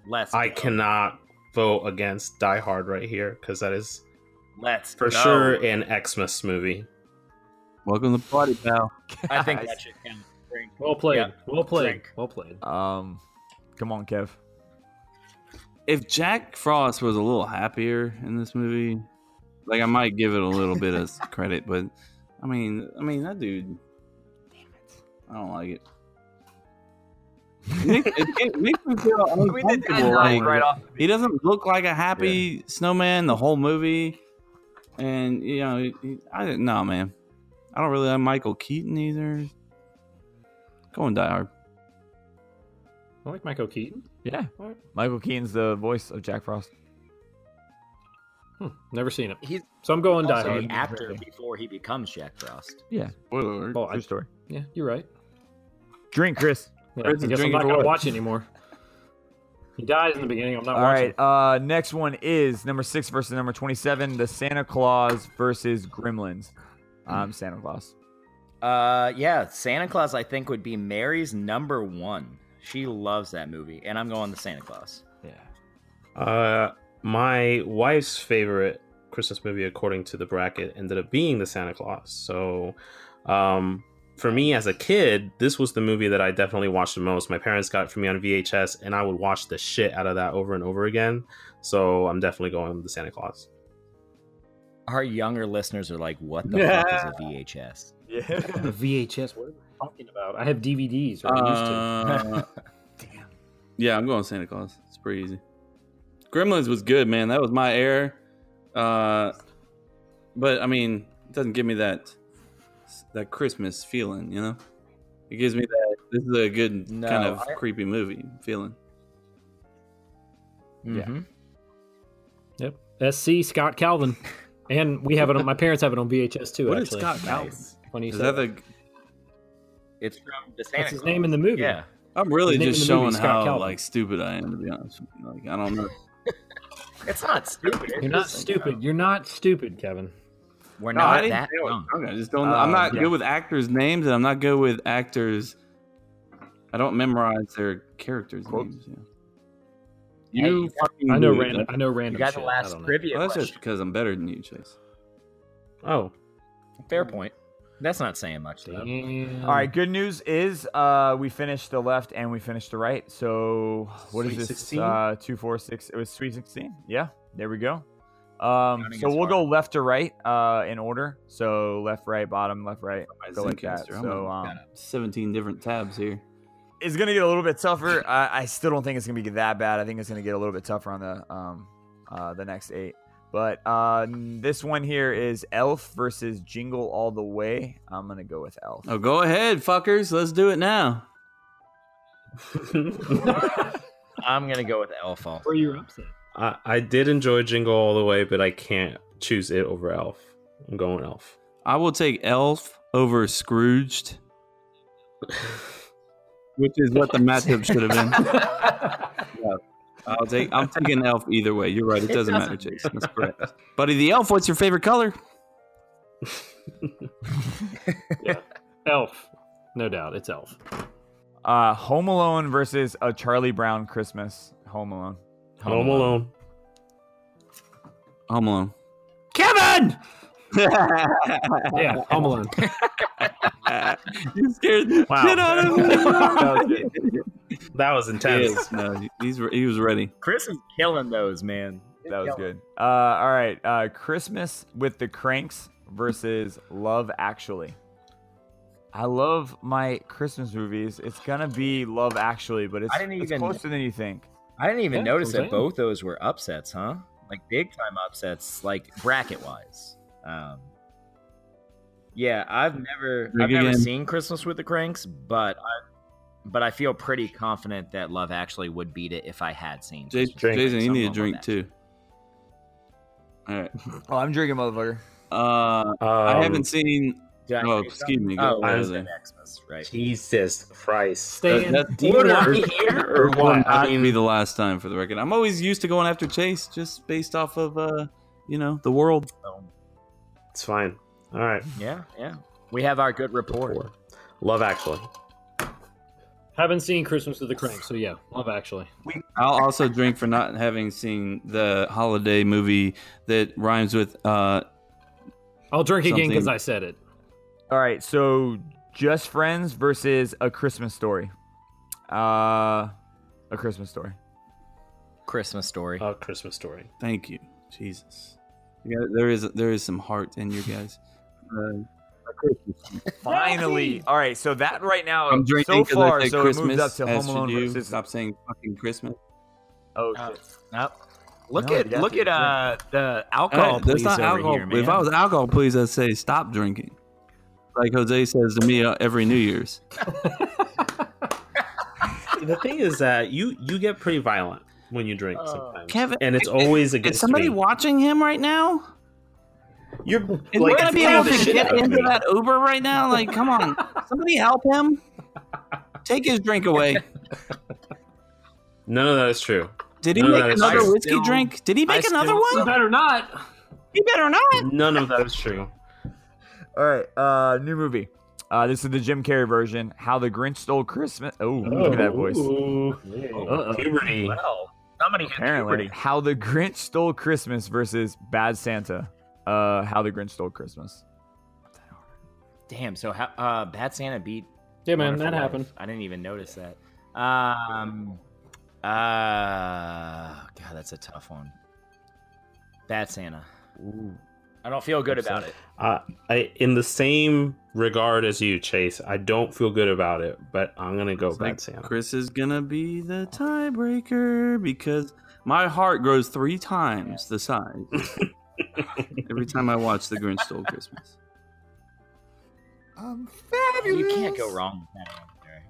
Let's
I
go.
cannot vote against Die Hard right here because that is
Let's
for
go.
sure an Xmas movie.
Welcome to the party, pal.
I think that should count. Drink.
well played.
yeah.
Well played.
Drink.
Well played.
[laughs] Um, come on, Kev.
if Jack Frost was a little happier in this movie, like I might give it a little bit of credit, but I mean, I mean that dude. Damn it! I don't like it. Nick, it, it makes me feel uncomfortable. Like, he doesn't look like a happy snowman the whole movie, and you know, he- I didn't. Nah, man, I don't really like Michael Keaton either. Go and die hard.
I like Michael Keaton.
Yeah. Michael Keaton's the voice of Jack Frost.
Hmm, never seen it.
He's
So I'm going Die
also an
Hard.
actor before he becomes Jack Frost.
Oh, I,
True story.
yeah, you're right.
Drink, Chris.
Yeah, I
Chris is
guess I'm
drinking for
not going to
what? [laughs]
watch anymore. He dies in the beginning. I'm not
All
watching.
right. Uh, next one is number six versus number twenty-seven. The Santa Claus versus Gremlins. I'm Santa Claus.
Uh, yeah, Santa Claus I think would be Mary's number one. She loves that movie, and I'm going the Santa Claus.
Uh, my wife's favorite Christmas movie, according to the bracket, ended up being The Santa Claus. So, um, for me as a kid, this was the movie that I definitely watched the most. My parents got it for me on VHS, and I would watch the shit out of that over and over again. So, I'm definitely going with The Santa Claus.
Our younger listeners are like, "What the fuck is a VHS?"
The VHS. What are we talking about? I have DVDs. Or I used to. [laughs]
Uh, Damn. Yeah, I'm going Santa Claus. It's pretty easy. Gremlins was good, man. That was my air. Uh, but I mean, it doesn't give me that that Christmas feeling, you know. It gives me that this is a good
No,
kind of
I-
creepy movie feeling.
Mhm.
Yep. SC Scott Calvin. And we have it on my parents have it on VHS too,
What is
actually.
Scott Calvin?
Funny you
Is
said
that the?
It's from the Santa
That's his
Claus.
name in the movie.
Yeah,
I'm really
His name
just
in the movie
showing
is Scott
how
Calvin.
like stupid I am, to be honest. With you. Like I don't know.
it's not stupid.
You're not stupid. You're not stupid, Kevin.
We're
I
not
didn't
that
say I was
young.
drunk. I just don't. I'm not good with actors' names, and I'm not good with actors. I don't memorize their characters' names. Yeah. You fucking.
I know
knew it.
random. I know random.
You got the
shit. I
last
don't know.
trivia
Well, that's just
question.
because I'm better than you, Chase.
Oh, [laughs]
Fair point. That's not saying much. Though.
Mm-hmm. Damn.
All right. Good news is uh, we finished the left and we finished the right. So what is
Sweet
this?
16?
Uh, two, four, six. It was sweet sixteen. Yeah. There we go. Um,
Counting
so
as
we'll go
far.
left to right uh, in order. So left, right, bottom, left, right.
My
Go like that.
Zencastr, I'm
So
on
um,
17 different tabs here.
it's gonna get a little bit tougher. I, I still don't think it's gonna be that bad. I think it's gonna get a little bit tougher on the um, uh, the next eight. But uh, this one here is Elf versus Jingle All the Way. I'm gonna go with Elf.
Oh, go ahead, fuckers. Let's do it now.
I'm gonna go with Elfo.
Where you're upset.
I, I did enjoy Jingle All the Way, but I can't choose it over Elf. I'm going Elf.
I will take Elf over Scrooged, which is what the matchup should have been. Yeah. I'll take. I'm taking Elf either way. You're right. It
It
doesn't matter,
doesn't
Chase. That's correct. Buddy the Elf. What's your favorite color?
Elf. No doubt,
[laughs]
it's Elf.
Uh, Home Alone versus a Charlie Brown Christmas. Home Alone.
Home Alone.
Home Alone. Kevin!
Yeah, Home Alone.
[laughs] you scared the
Wow.
shit out of me. [laughs]
That
That was
was intense.
Yes, no, he- he's re- he was ready.
Chris is killing those, man.
That was good. Uh, all right. Uh, Christmas with the Cranks versus Love Actually. I love my Christmas movies. It's gonna be Love Actually, but it's,
I didn't
it's
even-
closer than you think.
I didn't even
Yeah,
notice
that's what
that
I'm saying.
both those were upsets, huh? Like big time upsets, like bracket wise. Um, yeah, I've never,
Drink
I've never
again.
seen Christmas with the Cranks, but I, but I feel pretty confident that Love Actually would beat it if I had seen.
Jas-
Christmas with the
Jason,
Cranks.
you
I'm
need a
going
drink
with that.
too. All right.
Oh, I'm drinking, motherfucker.
Uh, I
Um,
haven't seen.
Did I
Oh,
say
excuse me.
something?
Go
Oh,
ahead,
it was
Jose.
in Xmas, right?
Jesus Christ.
Stay in.
That- that- do you [laughs] want
Order
it
here or
will
what?
not be the last time for the record. I'm always used to going after Chase just based off of uh, you know, the world.
It's fine. All right.
Yeah, yeah. We have our good rapport.
Four. Love Actually.
Haven't seen Christmas with the Cranks, so yeah, Love Actually.
I'll also drink for not having seen the holiday movie that rhymes with uh
I'll drink again because
Something-
I said it.
All right, so Just Friends versus A Christmas Story. Uh, A Christmas Story.
Christmas story.
A Christmas Story.
Thank you, Jesus. Yeah, there is there is some heart in you guys. Uh,
Finally. All right, so that right now,
I'm
so
drinking because
far,
I said
so it
Christmas.
moves up to
as
Home Alone
you do.
versus.
Stop saying fucking Christmas.
Oh, shit.
Nope. Look
No,
at
you have
look
to
at uh the alcohol
Alright,
police
that's not
over
alcohol.
here, man.
If I was alcohol, please, I'd say stop drinking. Like Jose says to me uh, every New Year's.
The thing is that you you get pretty violent. when you
Uh,
drink sometimes.
Kevin,
and it's always
is
against
somebody
me.
watching him right now?
You're
Is
like,
we're gonna be
scaring
able
the
to
shit
get
out of
into
me.
that Uber right [laughs] now? Like, come on, somebody help him. Take his drink away.
None of that is true.
Did he
No,
make
that is
another
true.
whiskey
Still-
drink? Did he make
I
another
still-
You
one?
better not.
He better not.
None of that is true.
All right, uh, new movie. Uh, this is the Jim Carrey version. How the Grinch Stole Christmas. Oh, look at that voice.
Oh, Puberty.
Somebody hit
Apparently, How the Grinch Stole Christmas versus Bad Santa. Uh, How the Grinch Stole Christmas.
Damn. So how, uh, Bad Santa beat.
Yeah, man,
Wonderful
that
Life.
happened.
I didn't even notice that. Um. Uh. God, that's a tough one. Bad Santa. I don't feel good about it.
Uh, I, in the same regard as you, Chase, I don't feel good about it, but I'm gonna go Bad Santa.
Chris is gonna be the tiebreaker because my heart grows three times the
[laughs]
size every time I watch The Grinch Stole Christmas.
I'm
You
fabulous.
can't go wrong with that answer.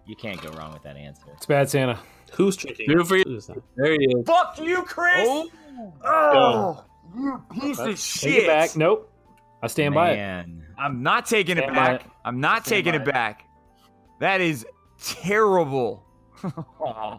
You can't go wrong with that answer.
It's bad Santa.
Who's drinking?
Good for you.
Who's that?
There he is.
Fuck you, Chris. Oh, you piece of
Take it back.
shit.
Nope. I stand by it.
Man.
I'm not taking it
Stand by
back. I'm not
Stand
taking
by
it back. That is terrible.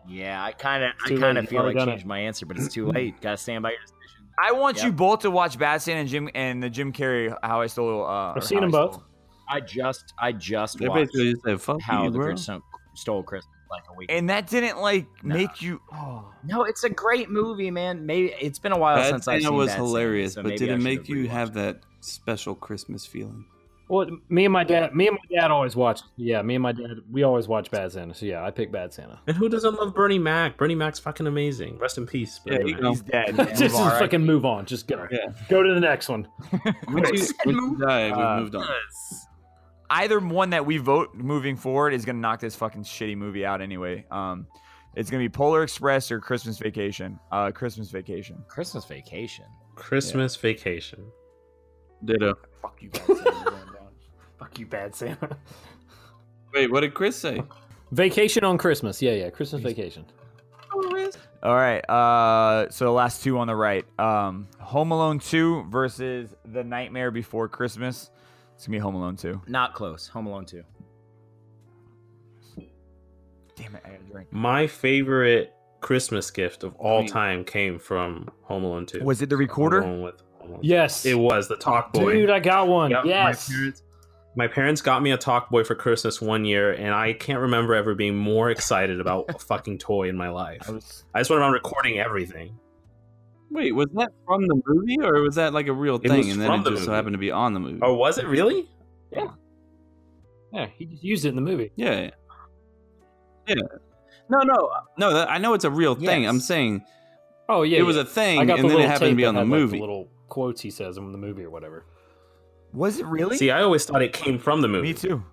Yeah, I kind of, I
too
kind
late.
of
You've
feel
already
like
done it.
changed my answer, but
[clears throat]
it's too late. Gotta stand by your decision.
I want
Yep.
you both to watch Bad Santa and Jim and the Jim Carrey How I Stole. Uh, or
I've seen
How
them
I
both.
Stole.
I just, I just
They
watched
basically just said, "Fuck
how
you,
the
bro."
Grinch Stole- stole Christmas like a week.
and that didn't like
Nah.
make you. Oh,
no, it's a great movie, man. Maybe it's been a while
Bad
since I've
Santa
seen
was
Bad Santa,
hilarious,
so
but
maybe
did
I
it
should
make you
rewatched
have
it.
that special Christmas feeling?
Well, me and my dad, me and my dad always watch. Yeah, me and my dad, we always watch Bad Santa. So yeah, I pick Bad Santa.
And who doesn't love Bernie Mac? Bernie Mac's fucking amazing. Rest in peace.
Yeah,
Bernie
you
Mac.
know,
he's dead.
just just
All right.
fucking move on. Just go.
Yeah.
Go to the next one.
[laughs] once you, once you die, we've
Uh,
moved on.
[laughs] Either one that we vote moving forward is gonna knock this fucking shitty movie out anyway. Um, it's gonna be Polar Express or Christmas Vacation. Uh, Christmas Vacation.
Christmas Vacation.
Christmas Vacation.
Ditto.
Fuck you guys.
[laughs] Fuck you, Bad Santa.
Wait, what did Chris say?
Vacation on Christmas. Yeah, yeah. Christmas vacation.
All right. Uh, so the last two on the right. Um, Home Alone Two versus The Nightmare Before Christmas. It's gonna be Home Alone Two.
Not close. Home Alone Two.
Damn it, I gotta drink.
My favorite Christmas gift of all
Wait.
time came from Home Alone 2.
Was it the
I'm
recorder?
going with Home Alone.
Yes.
It was the Talk Boy.
Dude, I got one.
Yep,
yes.
My parents, my parents got me a Talk Boy for Christmas one year, and I can't remember ever being more excited about a fucking toy in my life.
I was
I just went around recording everything.
Wait, was that from the movie or was that like a real
It
thing
was
and then
from
it
the
just so
movie.
happened to be on the movie?
Oh, was it really?
Yeah, he just used it in the movie.
Yeah. Yeah. No, no, no. That, I know it's a real thing. I'm
Yes.
saying
Oh yeah,
it was
yeah.
a thing,
I
and
got the
then it
little
happened to
tape
be
that
on the
had, like,
movie.
little quotes he says in the movie or whatever.
was it really?
See, I always thought it came from the movie.
[laughs]
Me too.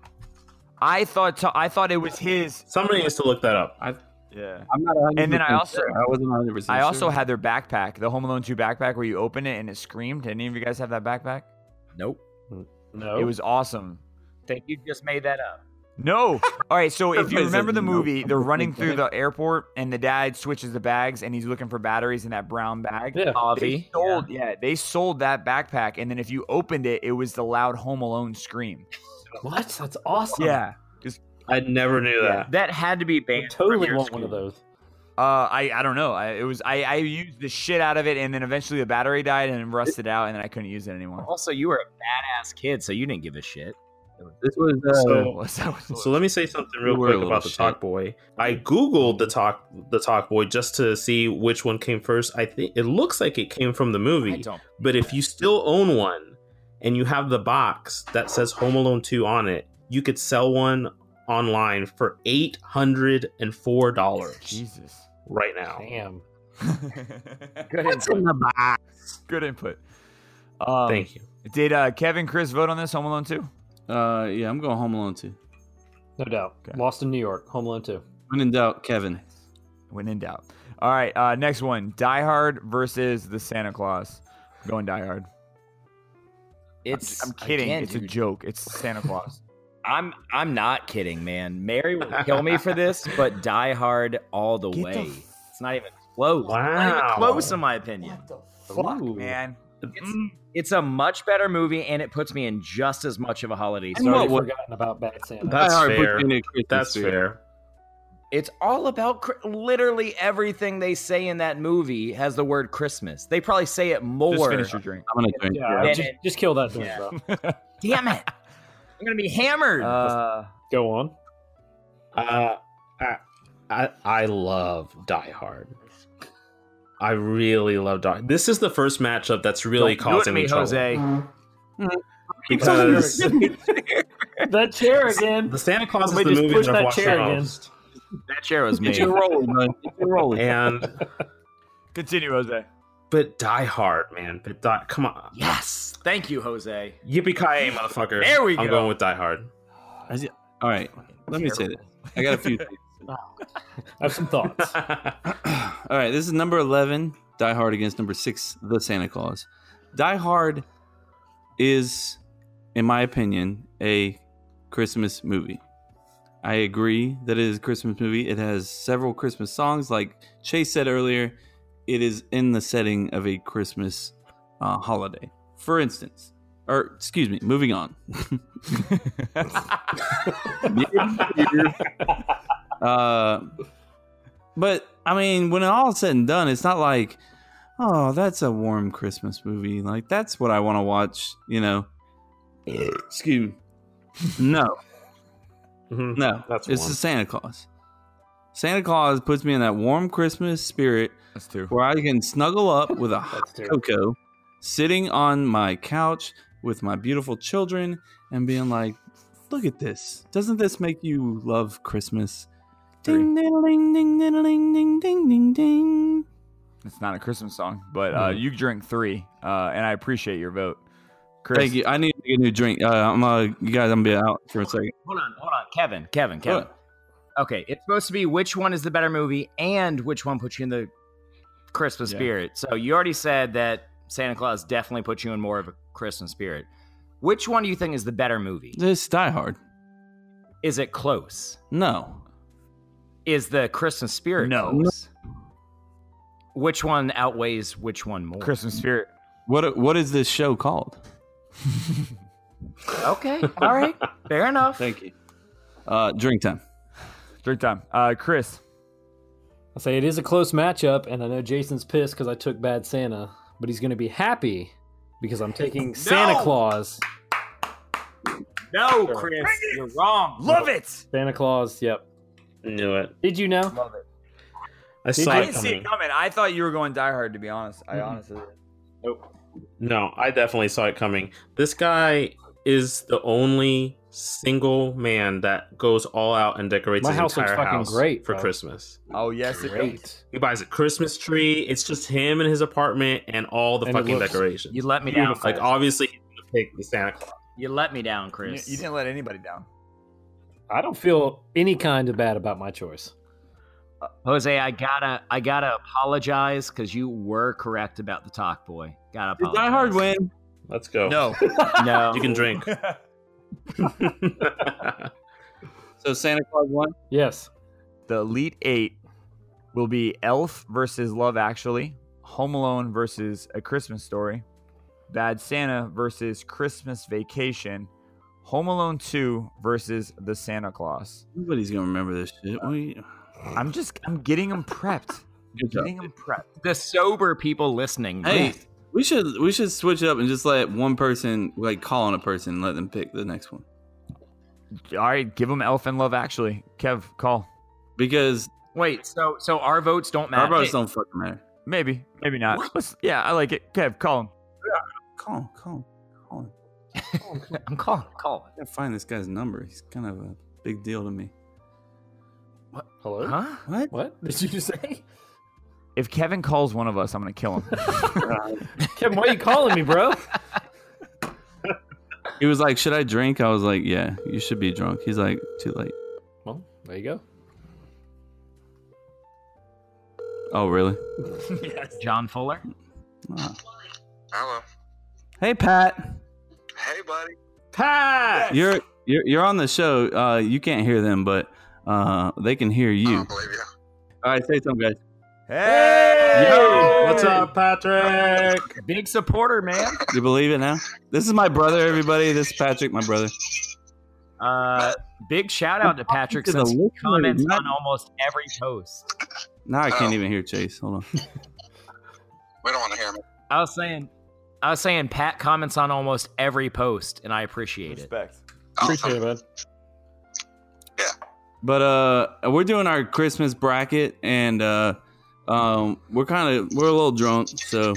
I thought to, I thought it was his.
Somebody needs to look that up. I,
Yeah.
I'm not. 100%
And then I also-
sure. I wasn't 100. percent
I also had their backpack, the Home Alone 2 backpack where you open it and it screamed. Any of you guys have that backpack?
Nope.
No,
It was awesome.
Think you just made that up.
[laughs]
No. All right, so if you
Everybody said
remember the
no.
movie, they're running through the airport and the dad switches the bags and he's looking for batteries in that brown bag.
yeah.
Avi.
Sold, yeah. they sold that backpack and then if you opened it, it was the loud Home Alone scream.
What? That's awesome.
Yeah.
I never knew
Yeah.
that.
That had to be
I
banned.
totally
from your
want one of
school.
those.
Uh, I, I don't know. I, it was I, I used the shit out of it and then eventually the battery died and rusted out and then I couldn't use it anymore.
Also, you were a badass kid, so you didn't give a shit.
This was uh,
So-
[laughs] Was that-
So let me say something real
You were a
quick
little
about the
shit.
Talk Boy. I googled the Talk the Talk Boy just to see which one came first. I think it looks like it came from the
I
movie,
don't.
but if you still own one and you have the box that says Home Alone 2 on it, you could sell one online for $804
Jesus.
right now.
Damn.
Good input. Good input. Um,
Thank you.
Did uh, Kevin Chris vote on this Home Alone too?
[laughs] uh, yeah, I'm going Home Alone too.
No doubt.
Okay.
Lost in New York. Home Alone two.
When in doubt, Kevin.
When in doubt. All right, uh, next one: Die Hard versus the Santa Claus. I'm going Die Hard.
It's.
I'm kidding.
again,
it's a
dude,
joke. It's Santa Claus.
I'm. I'm not kidding, man. Mary will kill me for this, but Die Hard all the
Get the
way.
f-
it's not even Close. Not even
Wow.
close, in my opinion.
What the fuck,
Ooh.
man?
It's, it's a much better movie, and it puts me in just as much of a holiday.
what
I've
spirit.
already
would-
forgotten about Bad Santa.
That's
I already put
fair.
you in a Christmas
That's
spirit.
fair.
It's all about cr- literally everything they say in that movie has the word Christmas. They probably say it
Just
more.
finish your drink.
I'm gonna drink.
yeah,
Yeah.
Just, just kill that thing,
Yeah.
bro.
[laughs] Damn it! I'm gonna be hammered.
Uh,
Go on.
Uh, I, I I love Die Hard. I really love Die. This is the first matchup that's really
Don't do it to
causing
me,
me trouble
Jose.
because [laughs]
That chair again.
the Santa Claus is the
Somebody just
movie
push
that I've
that
watched the
chair again.
most.
that chair was me.
Get your roll, man. Get your
[laughs]
roll.
And
continue, Jose.
but Die Hard, man, but die, come on,
Yes, [laughs] thank you, Jose.
yippee ki motherfucker!
There we
I'm
go.
going with Die Hard.
All right, let me say this. I got a few. things.
I have
[laughs]
some thoughts.
[clears throat] All right, this is number 11, Die Hard against number 6, The Santa Claus. Die Hard is in my opinion a Christmas movie. I agree that it is a Christmas movie. It has several Christmas songs like Chase said earlier, it is in the setting of a Christmas uh, holiday. For instance, or excuse me, moving on. [laughs] Uh, but I mean, when it all said and done, it's not like, oh, that's a warm Christmas movie. Like that's what I want to watch. You know, excuse me. No,
Mhm.
no,
That's
it's
warm.
the Santa Claus. Santa Claus puts me in that warm Christmas spirit
That's two.
where I can snuggle up with a hot cocoa, sitting on my couch with my beautiful children, and being like, "Look at this! Doesn't this make you love Christmas?" Ding, ding, ding, ding, ding, ding, ding, ding, ding.
It's not a Christmas song, but uh, you drink three, uh, and I appreciate your vote. Chris,
Thank you. I need to get a new drink. Uh, I'm uh, you guys, I'm gonna be out for a second.
Hold on, hold on, Kevin, Kevin, Kevin. Okay, it's supposed to be which one is the better movie and which one puts you in the Christmas
Yeah.
spirit. So you already said that Santa Claus definitely puts you in more of a Christmas spirit. Which one do you think is the better movie?
This is Die Hard.
Is it close?
No,
Is the Christmas spirit
No.
close? Which one outweighs which one more?
Christmas spirit.
what what is this show called?
Okay, all
[laughs]
right, fair enough.
Thank you. Uh, drink time.
Drink time. Uh, Chris,
I say it is a close matchup, and I know Jason's pissed because I took Bad Santa, but he's going to be happy because I'm taking Santa Claus.
No, Chris, you're wrong.
love it.
Santa Claus. Yep.
Knew it.
Did you know?
I saw
I
it
didn't see
coming.
it coming. I thought you were going Die Hard. To be honest, I honestly.
No, I definitely saw it coming. This guy is the only single man that goes all out and decorates
My
his
house looks
entire
fucking
house
great,
for
bro.
Christmas.
Oh yes, it is.
Great.
He buys a Christmas tree. It's just him and his apartment and all the
And it
fucking
looks-
decorations.
You let me down.
like
Chris.
obviously he's gonna pick the Santa Claus.
You let me down,
You,
Chris.
you didn't let anybody down.
I don't feel any kind of bad about my choice.
Jose, I gotta, I gotta apologize because you were correct about the talk boy. Gotta
Did
apologize.
Die Hard win?
Let's go.
No.
No,
You can drink.
[laughs]
[laughs]
So Santa Claus won.
Yes.
the Elite Eight will be Elf versus Love Actually, Home Alone versus A Christmas Story, Bad Santa versus Christmas Vacation, Home Alone 2 versus The Santa Claus.
Nobody's gonna remember this shit. What are you-
I'm just, I'm getting them prepped.
Good job.
Getting them prepped.
the sober people listening.
Hey, we should we should switch it up and just let one person like call on a person and let them pick the next one
All right, give them Elf and Love Actually. Kev, call.
because
wait. So, so our votes don't
our
matter.
votes don't fucking matter.
Maybe, maybe not. Let's- yeah, I like it. Kev, call him.
Call him, call him, call him.
I'm calling. Call.
[laughs] I gotta find this guy's number. He's kind of a big deal to me.
Hello.
Huh?
What?
What did you just say?
If Kevin calls one of us, I'm going to kill [laughs] him.
[laughs] Kevin, why are you calling me, bro?
He was like, "Should I drink?" I was like, "Yeah, you should be drunk." He's like, "Too late."
[laughs] Well, there you go.
Oh, really?
John Fuller.
Ah.
Hello.
Hey, Pat,
Hey, buddy.
Pat.
[laughs] you're you're you're on the show. Uh, you can't hear them, but uh, they can hear
I
you.
don't believe you.
All right, say something, guys.
Hey!
Yo, what's up, Patrick?
Big supporter, man.
Do you believe it now? This is my brother, everybody. This is Patrick, my brother.
Uh, big shout out to Patrick
To the
since he
listeners,
comments
not-
on almost every post.
Now I can't
Oh.
even hear Chase. Hold on.
We don't want to hear him.
I was saying, I was saying, Pat comments on almost every post, and I appreciate it.
Respect.
Appreciate it, bud.
But uh we're doing our Christmas bracket and uh um we're kind of we're a little drunk, so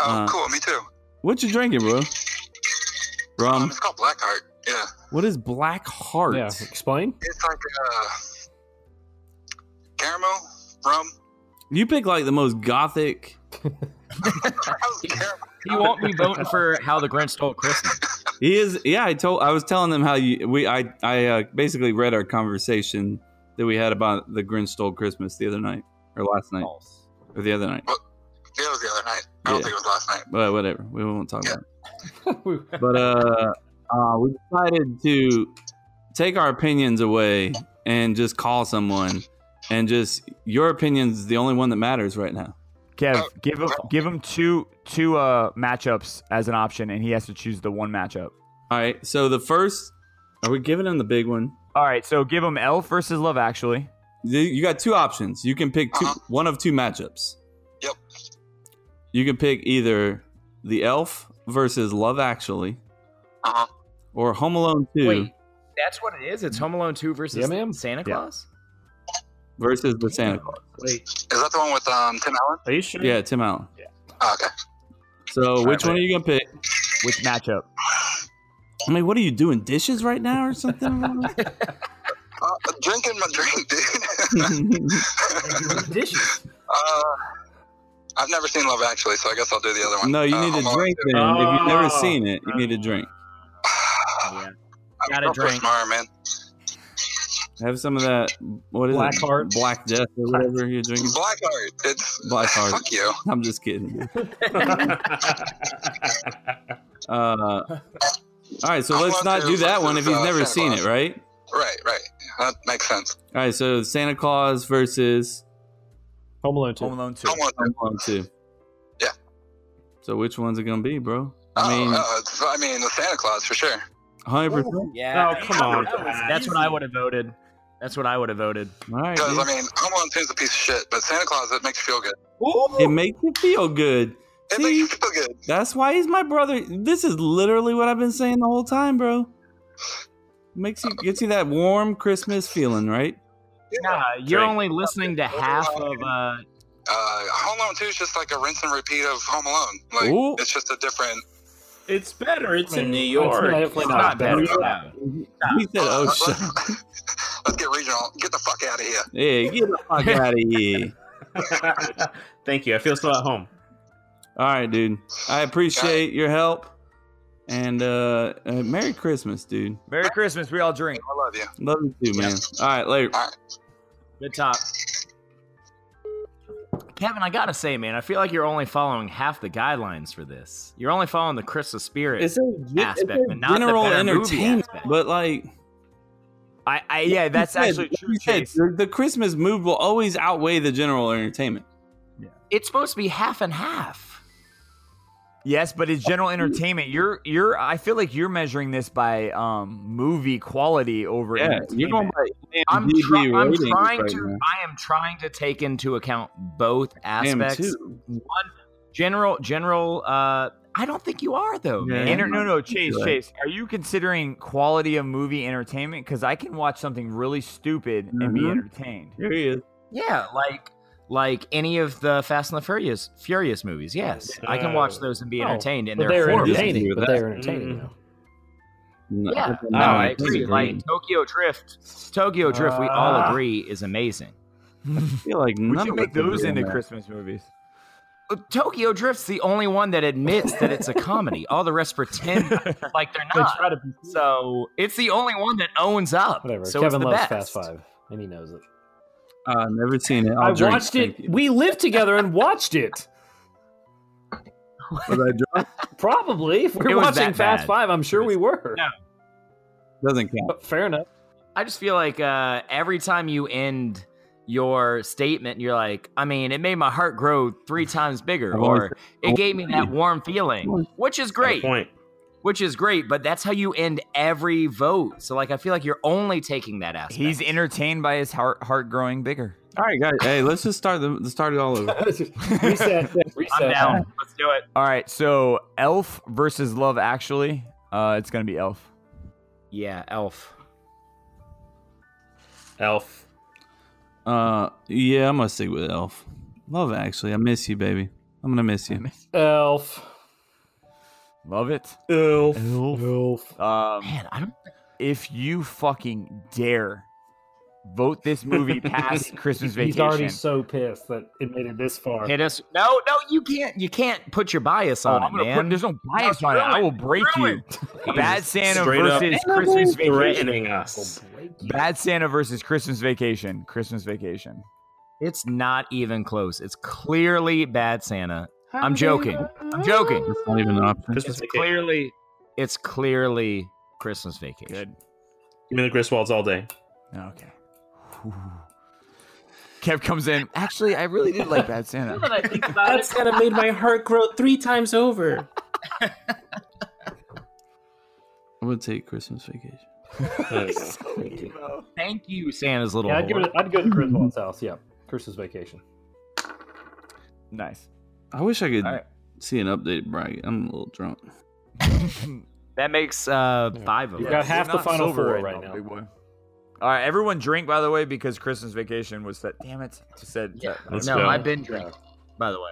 Oh,
Uh,
cool. Me too.
what you drinking, bro?
Um,
Rum.
it's called Blackheart. Yeah,
What is Black Heart?
Yeah, [laughs] explain.
it's like uh, caramel rum.
You pick like the most gothic. [laughs]
How's caramel?
He won't be voting for how the Grinch stole Christmas.
He is yeah, I told I was telling them how you we I I uh, basically read our conversation that we had about the Grinch stole Christmas the other night or last night or the other night.
Yeah, it was the other night. I don't
Yeah.
think it was last night.
But whatever. We won't talk about it.
We-
but uh, uh, we decided to take our opinions away and just call someone and just your opinion's the only one that matters right now
Kev, give him give him two two uh matchups as an option, and he has to choose the one matchup.
all right so the first are we giving him the big one
All right, so give him Elf versus Love Actually.
you you got two options you can pick two
Uh-huh.
one of two matchups
Yep.
you can pick either the elf versus love actually
Uh
Uh-huh.
huh.
or home alone 2
Wait, that's what it is. It's Home Alone Two versus
Yeah, ma'am.
Santa
Yeah.
Claus.
versus the santa claus
Wait,
Is that the one with um Tim Allen?
are you sure?
yeah tim allen
Oh, okay.
so which one are you gonna pick
Which matchup?
i mean what are you doing dishes right now or
[laughs]
something
Uh, drinking my drink,
[laughs]
dude. [laughs]
Dishes.
uh, I've never seen Love Actually, so I guess I'll do the other one.
No, you
Uh,
need
Home
to
Alone
drink
two.
then. if you've never
Oh.
Ah.
seen it, you need to drink.
I'm
Gotta
real
drink.
Smart, man.
Have some of that. What is
Black
it?
Heart.
Black Death or whatever you're drinking.
Blackheart. It's [laughs]
Blackheart.
Fuck you.
I'm just kidding.
[laughs]
yeah,
Uh, all right, so
I
let's
want
not
to-
do that one if you've
uh,
never
Santa
seen it,
Claus.
right?
Right, right. That makes sense.
All right, so Santa Claus versus
Home Alone 2.
Home Alone Two.
Don't want
Home Alone 2.
Yeah.
So which one's it going to be, bro?
Oh,
I mean,
uh, it's- I mean, the Santa Claus for sure.
100%. All
Yeah.
Oh, come on,
That was-
Pat.
That's what I would have voted. That's what I would have voted.
right.
Because I
dude.
mean, Home Alone Two is a piece of shit, but Santa Claus it makes you feel good.
It makes you feel good.
It
See?
makes you feel good.
That's why he's my brother. This is literally what I've been saying the whole time, bro. Makes you gets you that warm Christmas feeling, right?
Nah, you're only listening to half of. Uh,
Uh, Home Alone Two is just like a rinse and repeat of Home Alone. Like
Ooh.
it's just a different.
it's better. It's in New
It's
York.
definitely
it's
not
not
better.
better. No.
He said, "Oh
let's,
shit,
[laughs]
let's get regional. Get the fuck out of here.
hey, get the fuck out of here!"
[laughs] Thank you. I feel so at home.
All right, dude. I appreciate your help, and uh, uh Merry Christmas, dude.
Merry Christmas. We all drink.
I love you.
Love you too, man. All right, later.
Good top. Kevin, I gotta say, man, I feel like you're only following half the guidelines for this. You're only following the Christmas spirit
It's a
aspect, but not
general
the better Movie
entertainment,
aspect.
but like
I, I yeah, that's
you said-
actually
like
true.
you said,
Chase.
the- the Christmas mood will always outweigh the general entertainment.
it's supposed to be half and half.
Yes, but it's general entertainment. You're you're. I feel like you're measuring this by um movie quality over.
Yeah, you're
entertainment.
going by
I'm,
IMDb
try- I'm
ratings
trying
right
to.
now.
I am trying to take into account both
Damn,
aspects.
too.
One general, general. Uh, I don't think you are though.
Yeah.
man.
Inter- no, no, Chase,
Good.
Chase. Are you considering quality of movie entertainment? Because I can watch something really stupid and be
Mhm.
entertained.
Here he is.
Yeah, like like any of the Fast and the Furious Furious movies. Yes, I can watch those and be
Oh,
entertained, and
But
they're,
they're
horrible.
entertaining.
entertaining. But
That-
they're entertaining,
Mm.
though.
No,
Yeah,
no,
no, Oh, I agree.
disagree.
Like Tokyo Drift, Tokyo Drift, we all
Ah.
agree is amazing.
I feel like
We
none
should
of
make
us agree
those
on
into
that.
Christmas movies.
Uh, Tokyo Drift's the only one that admits that it's a comedy. All the rest
[laughs]
pretend like they're
They
not.
try to be
So it's the only one that owns up.
Whatever.
So
Kevin
it's the
loves
best.
Fast Five, and he knows it.
Uh, never seen it. I'll
i
drink,
watched
thank
it.
you.
We lived together and watched it.
Was I drunk?
Probably. If we
It
were
was
watching
that
Fast
bad.
Five, I'm sure
It
we were.
No.
Doesn't count.
But fair enough.
I just feel like uh, every time you end your statement, you're like, I mean, it made my heart grow three times bigger,
I've always
or it gave me that warm feeling, which is
Great
great,
point.
which is great. But that's how you end every vote. So, like, I feel like you're only taking that aspect.
He's entertained by his heart heart growing bigger.
All right, guys. Hey, let's just start the start it all
[laughs]
over.
[laughs]
reset. Reset.
I'm down. Let's do it.
All right, so Elf versus Love Actually. Uh, it's gonna be Elf.
Yeah, Elf.
Elf.
Uh, yeah, I'm gonna stick with Elf. Love, actually, I miss you, baby. I'm gonna miss you.
Elf.
Love it.
Elf.
Elf.
Um,
Man, I don't.
if you fucking dare vote this
[laughs]
movie past Christmas
He's
Vacation,
already so pissed that it made it this far.
Hit us. No, no, you can't. You can't put your bias
Oh,
on
I'm
it,
gonna
man.
put, there's no bias on it. I will break you. [laughs] Bad Santa
Straight up
versus Christmas Vacation.
threatening us.
Bad Santa versus Christmas Vacation. Christmas Vacation.
It's not even close. It's clearly Bad Santa. I'm joking. I'm joking.
That's not even an option.
Christmas
It's
Vacation.
clearly, it's clearly Christmas vacation.
Good.
Give me the Griswolds all day.
Okay. Whew. Kev comes in. Actually, I really did like
[laughs]
Bad Santa.
That's gonna made my heart grow three times over.
I would take Christmas vacation.
Uh,
Thank you, Santa's little.
Yeah, I'd, give
whore.
it, I'd go to Griswold's house. Yeah. Christmas vacation. [laughs]
nice.
I wish I could
All right.
see an updated brag. I'm a little drunk.
that makes uh, five of
You
us.
got half the
Not
final
silver
four right now.
big boy. All right, everyone drink by the way because Christmas Vacation was that. Damn it! I said
Yeah.
Let's
no,
go.
I've been drinking. By the way,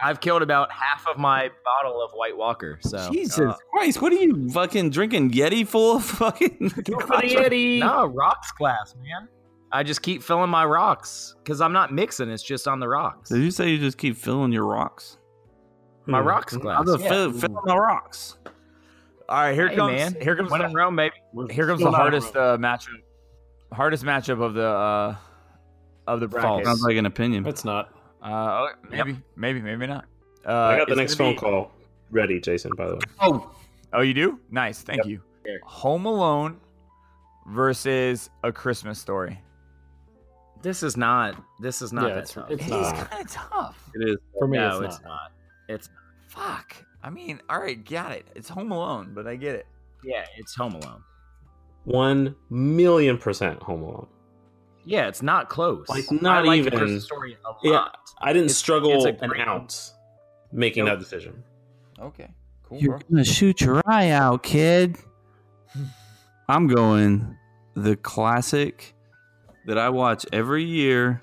I've killed about half of my bottle of White Walker. So uh,
Jesus Christ, what are you fucking drinking? Yeti full of [laughs] fucking. [laughs]
no rocks glass, man. I just keep filling my rocks because I'm not mixing. It's just on the rocks.
Did you say you just keep filling your rocks?
My
hmm.
rocks glass.
I'm the
Yeah.
fill, filling my rocks.
All right, here
Hey,
comes
man.
here comes
When
the
in Rome, baby.
Here comes the hardest uh, matchup. Hardest matchup of the uh, of the bracket.
Sounds like an opinion.
It's not.
Uh,
oh,
okay, maybe, maybe, maybe not. Uh,
I got the
it's
next
gonna
phone
be-
call ready, Jason. By the way,
Oh, you do? Nice, thank you. Home Alone versus A Christmas Story.
This is not. This is not.
yeah,
that
it's,
tough.
it's
It is
not.
kind of tough.
It is.
For me,
no,
it's,
it's
not.
not. It's
Fuck. I mean, all right, got it. It's Home Alone, but I get it.
yeah. It's Home Alone.
one million percent Home Alone.
Yeah, it's not close.
Like, not
I like
even-
The Christmas story a lot.
Yeah. I didn't
It's-
struggle
it's a
an
great-
ounce making that decision.
Okay, cool.
You're gonna shoot your eye out, kid. I'm going the classic that I watch every year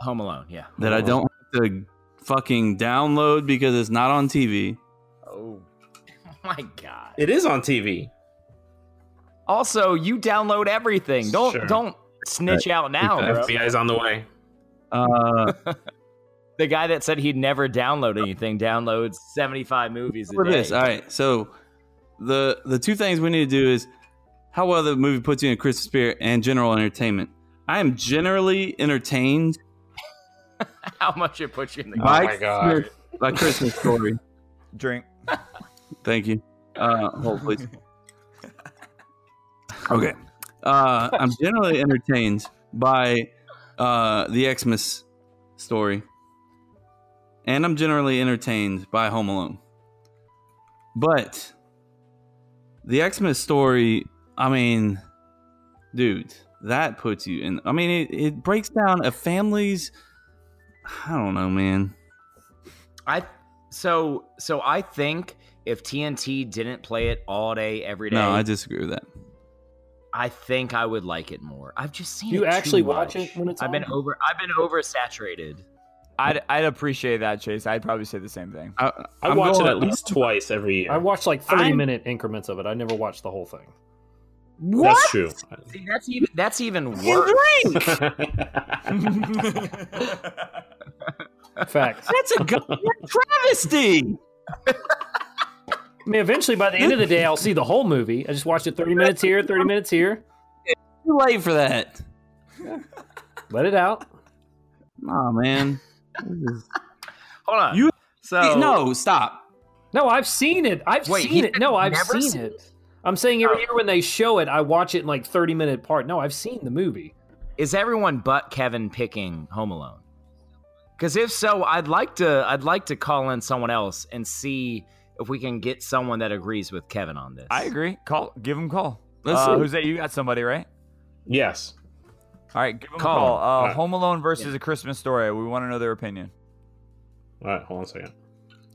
Home Alone. Yeah.
that I don't have to fucking download because it's not on TV.
Oh
Oh,
my god.
It is on TV.
Also, you download everything. Don't
Sure.
don't snitch out now, Oh, bro.
FBI is on the way.
Uh,
The guy that said he'd never download anything downloads seventy five movies a
for
day.
this, all right. So the the two things we need to do is how well the movie puts you in Christmas spirit and general entertainment. I am generally entertained
[laughs] How much it puts you in the
by,
my God.
Christmas- by Christmas story.
drink.
Thank you. Uh, hold, please. okay. Uh, I'm generally entertained by uh, the Xmas story, and I'm generally entertained by Home Alone. But the Xmas story, I mean, dude, that puts you in. I mean, it, it breaks down a family's. I don't know, man.
I so so I think if TNT didn't play it all day every day,
No, I
I,
disagree with that.
think I would like it more. I've just seen
You
it too
actually watch
much.
it when it's
I've been
on?
over I've been oversaturated.
I'd I'd appreciate that, Chase. I'd probably say the same thing.
I,
I
I'm
watch
going-
it at least twice every year.
I watched like 30
I'm-
minute increments of it. I never watched the whole thing.
[laughs]
That's true. [laughs]
See, that's even that's even worse.
Facts.
That's a [laughs] go- travesty.
I mean, eventually, by the end of the day, I'll see the whole movie. I just watched it 30 minutes here, 30 minutes here.
Too late for that.
Let it out.
Oh man.
Hold on.
You-
so
no, stop.
No, I've seen it. I've
Wait,
seen
he
it. No, I've
never
seen,
seen Oh.
it. I'm saying every year when they show it, I watch it in like 30 minute part. No, I've seen the movie.
is everyone but Kevin picking Home Alone? Because if so, I'd like to I'd like to call in someone else and see if we can get someone that agrees with Kevin on this.
I agree. Call, give him a call.
Let's
uh,
see.
Jose, you got somebody right?
Yes.
All right, give him
Call
a call.
him.
Uh,
right.
Home Alone versus A Christmas Story. We want to know their opinion.
All right, hold on a second.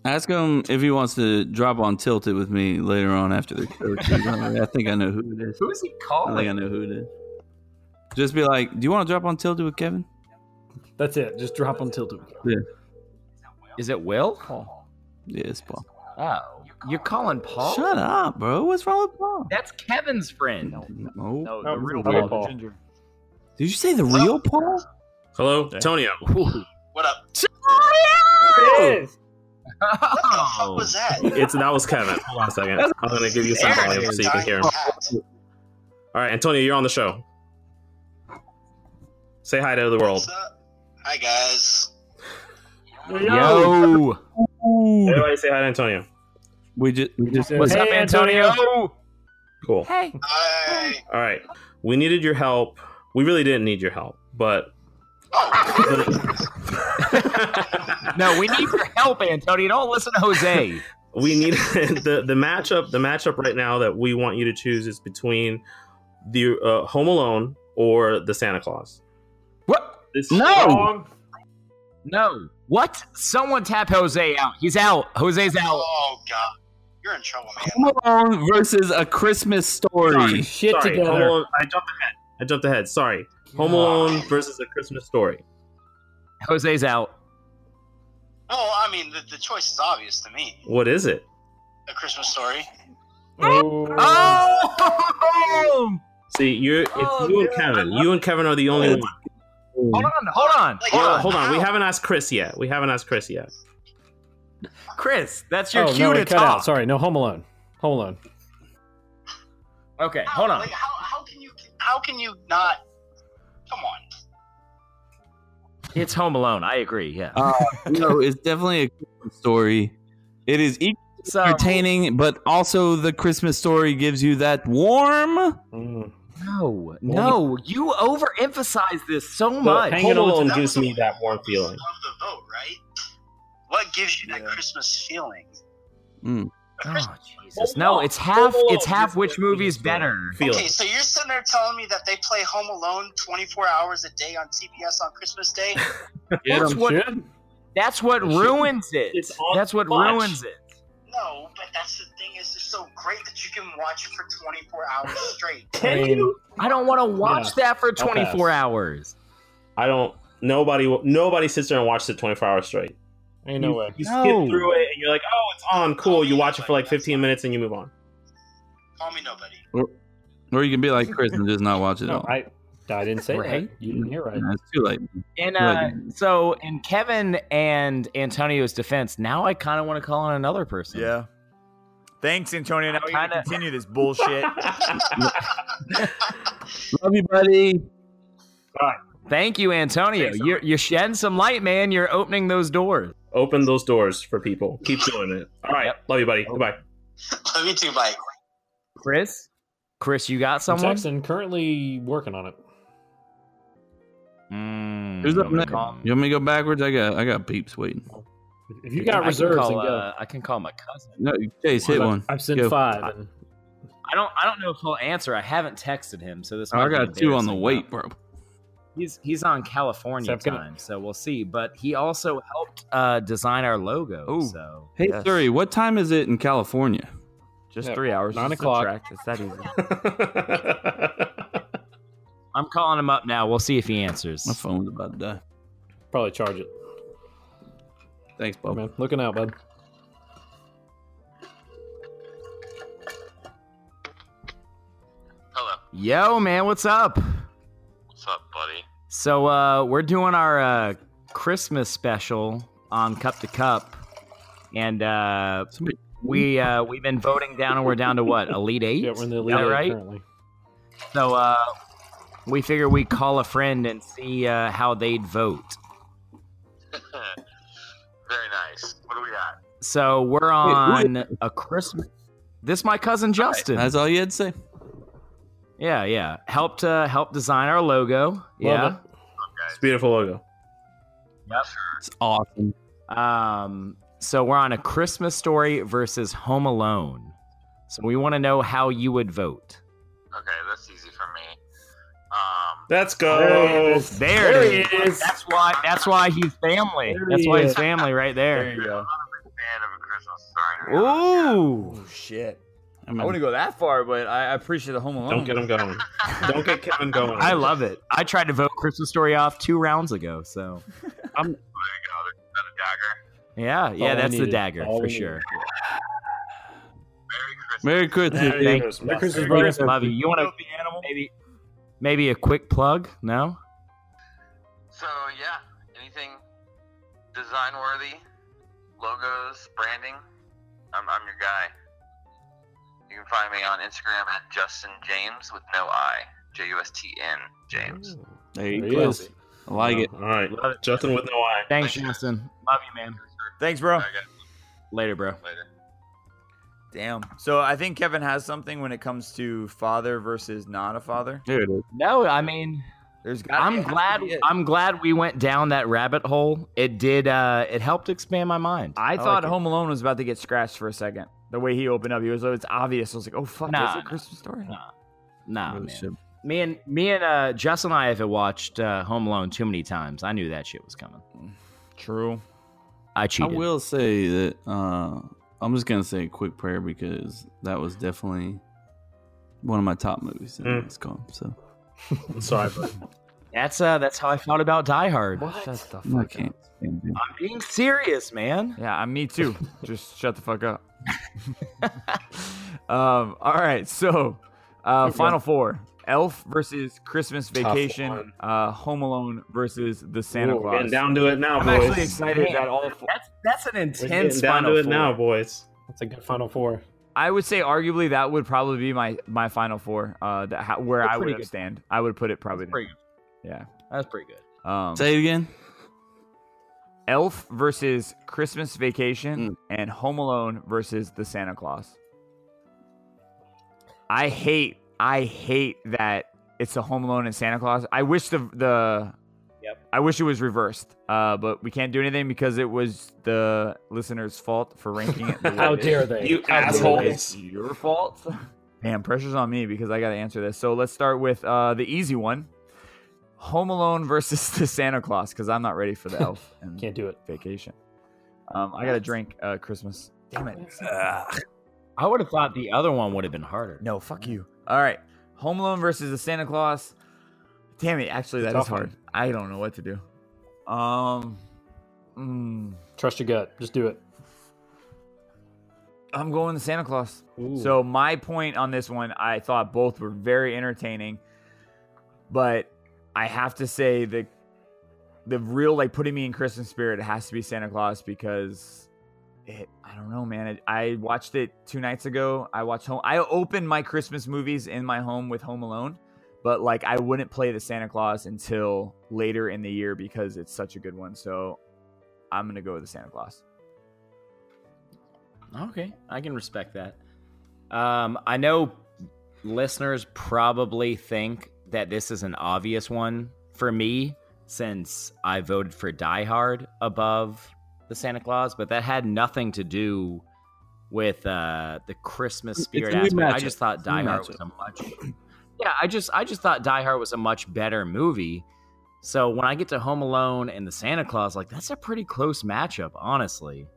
Ask him if he wants to drop on tilted with me later on after the show. I think I know who it is.
Who is he
I think I
calling?
know who it is. Just be like, do you want to drop on tilted with Kevin?
That's it. Just drop on tilted.
Is it Will?
Yes, Paul.
Oh, you're calling Paul?
Shut up, bro. What's wrong with Paul?
That's Kevin's friend.
No.
Oh, the real
Okay,
Paul.
Paul.
Ginger.
Did you say the real Paul?
Hello, Tonio.
What up? What the fuck was that?
It's that was Kevin. Hold on a second. I'm gonna give you some
Eric
volume
is
so you can
dying
hear him.
cat.
All right, Antonio, you're on the show. Say hi to the world.
What's up? Hi guys.
Yo,
Everybody say hi to Antonio.
We just, we just
what's up,
Hey,
Antonio?
Cool. [laughs]
Hi.
All right. We needed your help. We really didn't need your help, but
Oh,
No, we need your help, Antonio. Don't listen to Jose.
we need [laughs] the the matchup. The matchup right now that we want you to choose is between the uh, Home Alone or the Santa Claus.
what?
This
No!
strong-
No. What? Someone tap Jose out. He's out. Jose's out.
oh god. You're in trouble,
Home
man.
Alone versus a Christmas story.
Shit
Sorry, Home
together.
Alone. I jumped ahead. I jumped ahead. Sorry. Home Alone versus A Christmas Story.
Jose's out.
No, I mean the, the choice is obvious to me.
What is it?
A Christmas story.
Oh!
See, you're it's you and Kevin. You and Kevin are the only one.
Hold on, hold on,
Like,
hold
Well,
on.
hold on. We haven't asked Chris yet. We haven't asked Chris yet.
Chris, that's your
oh,
cue
no,
to
it cut
talk.
out. Sorry, no, Home Alone. Home Alone.
Okay,
How-
hold on.
Like, how, how can you how can you not? Come on.
It's Home Alone. I agree. Yeah.
Uh, no, it's definitely a Christmas story. It is equally
So,
entertaining, but also the Christmas story gives you that warm.
no, no, you overemphasize this so
But
much.
Home Alone
That was
gives
the
me that warm
purpose
feeling.
Of the vote, right? What gives you that Christmas feeling?
Mm.
A Christmas
Oh, Jesus. No, it's half. It's half. Which movie is better?
Feeling.
Okay, so you're sitting there telling me that they play Home Alone 24 hours a day on TBS on Christmas Day?
[laughs]
That's what. That's what ruins it.
It's all
That's what
much.
ruins it.
No, but that's the thing is it's so great that you can watch it for 24 hours straight.
I mean,
I don't want to watch that for 24 hours.
I don't. Nobody. Nobody sits there and watches it 24 hours straight.
ain't no
you,
way.
You
No.
skip through it and you're like, oh, it's on. Cool. You watch it for like 15 minutes and you move on.
Call me nobody.
Or you can be like Chris and just not watch it at
No,
all.
I, I didn't say
Right.
that. You didn't hear right.
Yeah, it's too late.
And uh,
Right.
so, in Kevin and Antonio's defense, now I kind of want to call in another person.
Yeah. Thanks, Antonio. Now we gotta
Kinda-
continue this [laughs] bullshit.
Love you, buddy.
Thank you, Antonio.
Thanks,
You're, you're shedding some light, man. You're opening those doors.
Open those doors for people. Keep doing it. All right. Love you, buddy. Goodbye. [laughs]
Love you too, Mike.
Chris? Chris, you got
I'm
someone?
texting, currently working on it.
Mm,
Who's up
I'm gonna
next?
call-
You want me to go backwards? I got I got peeps waiting.
If you
I
got
can
reserves,
call,
then go.
uh, I can call my cousin.
No, Chase, hit
I've-
one.
I've sent
Go.
five. and-
I don't. I don't know if he'll answer. I haven't texted him, so this. might
Oh, I
be
got two on the
embarrassing.
wait, bro.
He's he's on California
Sounds good.
time, so we'll see. But he also helped uh, design our logo.
Ooh.
So
Hey,
Yes.
Siri, what time is it in California?
Just
Yeah,
three hours.
nine
just
o'clock.
subtract. It's that easy.
I'm calling him up now. We'll see if he answers.
My phone's about to die.
Probably charge it.
Thanks,
Oh,
Bob.
man, looking out, bud.
Hello.
Yo, man, what's up?
What's up, buddy?
So uh, we're doing our uh, Christmas special on Cup to Cup, and uh,
Somebody-
we uh, we've been voting down, and we're down to what elite eight.
Yeah, we're in the
Is
lead
that right?
currently.
So uh, we figure we call a friend and see uh, how they'd vote.
Very nice. What do we got?
So we're
who
on a Christmas. This my cousin Justin.
That's all you had to say.
Yeah, yeah. Helped uh, help design our logo. yeah.
It's a beautiful logo.
It's awesome.
Um, so we're on a Christmas story versus Home Alone. So we want to know how you would vote.
Okay, that's easy for me. Um,
Let's go.
There,
There
it
he
is.
is.
That's why. That's why he's family.
There
That's
he
why he's
is.
family right there.
you go.
fan of a Christmas story.
Ooh.
Oh shit!
I'm
I
a-
wouldn't go that far, but I I appreciate the Home Alone.
Don't get him going. Don't get Kevin going.
I love it. I tried to vote Christmas Story off two rounds ago. So
There you go. There's another dagger.
yeah, yeah,
all we
that's the
needed.
dagger
All
for
we needed.
sure.
Merry Christmas.
Merry Christmas.
Thank-
Merry Christmas,
Merry
brother.
Christmas, Love you. You want to maybe maybe a quick plug? No.
So yeah, anything design worthy, logos, branding, I'm, I'm your guy. You can find me on Instagram at Justin James with no I, J U S T N James.
There you
There he
go.
is.
I like it.
Oh, All right.
Love it.
Justin with no eye.
Thanks, Justin. Love you, man.
Thanks, bro.
Okay,
Later, bro.
later.
Damn. So I think Kevin has something when it comes to father versus not a father.
There it is.
No, I mean,
There's got.
I'm glad. I'm glad we went down that rabbit hole. It did. Uh, it helped expand my mind.
I,
like
thought
it.
Home Alone was about to get scratched for a second. The way he opened up, he was like, it's obvious. I was like, oh fuck,
Nah,
that's a
nah,
Christmas story.
nah. Nah,
Really
man.
should.
Me and me and uh, Jess and I haven't watched uh, Home Alone too many times. I knew that shit was coming.
True.
I
I
cheated.
will say that uh, I'm just gonna say a quick prayer because that was definitely one of my top movies. in
Mm.
It's gone. So
I'm sorry, bud.
That's uh, that's how I felt about Die Hard.
Shut the
I
fuck up.
can't. stand it.
I'm being serious, man.
Yeah, I'm me
[laughs]
too. Just shut the fuck up. [laughs] um, all right, so uh, final four: Elf versus Christmas Vacation,
one.
uh, Home Alone versus The Santa
Ooh, we're
Claus.
Getting down to it now,
I'm
boys.
actually excited
Man.
that all. Four,
That's that's an
We're getting
intense
down
final
to it
four.
now, boys.
That's a good final four.
I would say, arguably, that would probably be my my final four. Uh, that how, where
That's
I
pretty
would
good.
stand, I would put it probably.
That's pretty good.
Yeah.
That's pretty good.
Um,
Say it again.
Elf versus Christmas Vacation and Home Alone versus The Santa Claus. I hate I hate that it's a Home Alone and Santa Claus. I wish the the
Yep.
I wish it was reversed. Uh, but we can't do anything because it was the listener's fault for ranking
[laughs]
it. the way
How
it is.
dare they?
You
How dare
assholes.
they. It's your fault. [laughs] Damn, pressure's on me because I got to answer this. So let's start with uh, the easy one. Home Alone versus [laughs] the Santa Claus because I'm not ready for the elf. And
Can't do it.
vacation. Um, I gotta drink uh, Christmas. Damn it!
I would have thought the other one would have been harder.
No, fuck you. All right, Home Alone versus the Santa Claus. Damn it! Actually, that is
Tough one.
hard. I don't know what to do. Um, mm,
Trust your gut. Just do it.
I'm going the Santa Claus.
Ooh.
So my point on this one, I thought both were very entertaining, but I have to say the the real like putting me in Christmas spirit has to be Santa Claus because it, I don't know, man. It, I watched it two nights ago. I watched home. I opened my Christmas movies in my home with Home Alone, but like I wouldn't play the Santa Claus until later in the year because it's such a good one. So I'm gonna go with the Santa Claus.
Okay, I can respect that. Um, I know listeners probably think that this is an obvious one for me since I voted for Die Hard above the Santa Claus, but that had nothing to do with uh, the Christmas
It's a
spirit
new
aspect. I
matchup.
just thought
It's a new
Die Hard was a much [clears throat] yeah. I just I just thought Die Hard was a much better movie. So when I get to Home Alone and the Santa Claus, like that's a pretty close matchup, honestly.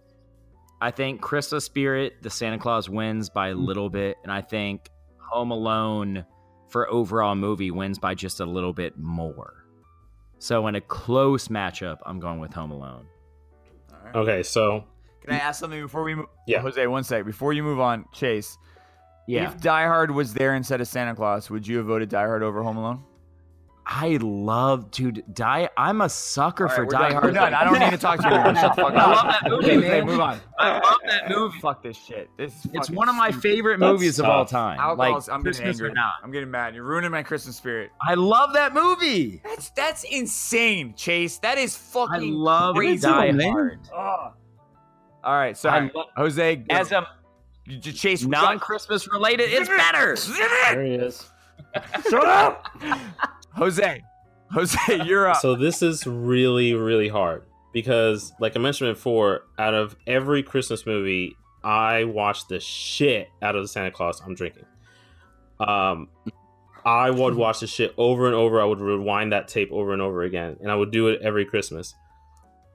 I think Christmas Spirit, the Santa Claus wins by a
Mm.
little bit, and I think Home Alone for overall movie wins by just a little bit more. So in a close matchup, I'm going with Home Alone.
Okay, so
Can I ask something before we move?
Yeah.
Jose, one sec. Before you move on, Chase,
Yeah.
if Die Hard was there instead of Santa Claus, would you have voted Die Hard over Home Alone?
I love dude die I'm a sucker for
we're
Die
done.
Hard.
We're done. I
[laughs]
don't need to talk to you anymore. Shut the fuck up.
I love that movie,
Okay,
man.
move on.
I love that movie.
Fuck this shit. This is
It's
fucking
one of my
stupid.
favorite
That's
movies of
tough.
all time.
Alcohol's, I'm getting
Christmas or
angry.
not.
I'm getting mad. You're ruining my Christmas spirit.
I love that movie.
That's that's insane, Chase. That is
I
fucking.
love
crazy,
Die
man.
Hard.
Ugh. All right, so
I love-
Jose,
As a
you- you- Chase,
non-Christmas related, it's better.
There he is.
Shut up, Jose. Jose, you're up.
So this is really, really hard because, like I mentioned before, out of every Christmas movie, I watch the shit out of the Santa Claus I'm drinking. Um, I would watch the shit over and over. I would rewind that tape over and over again, and I would do it every Christmas.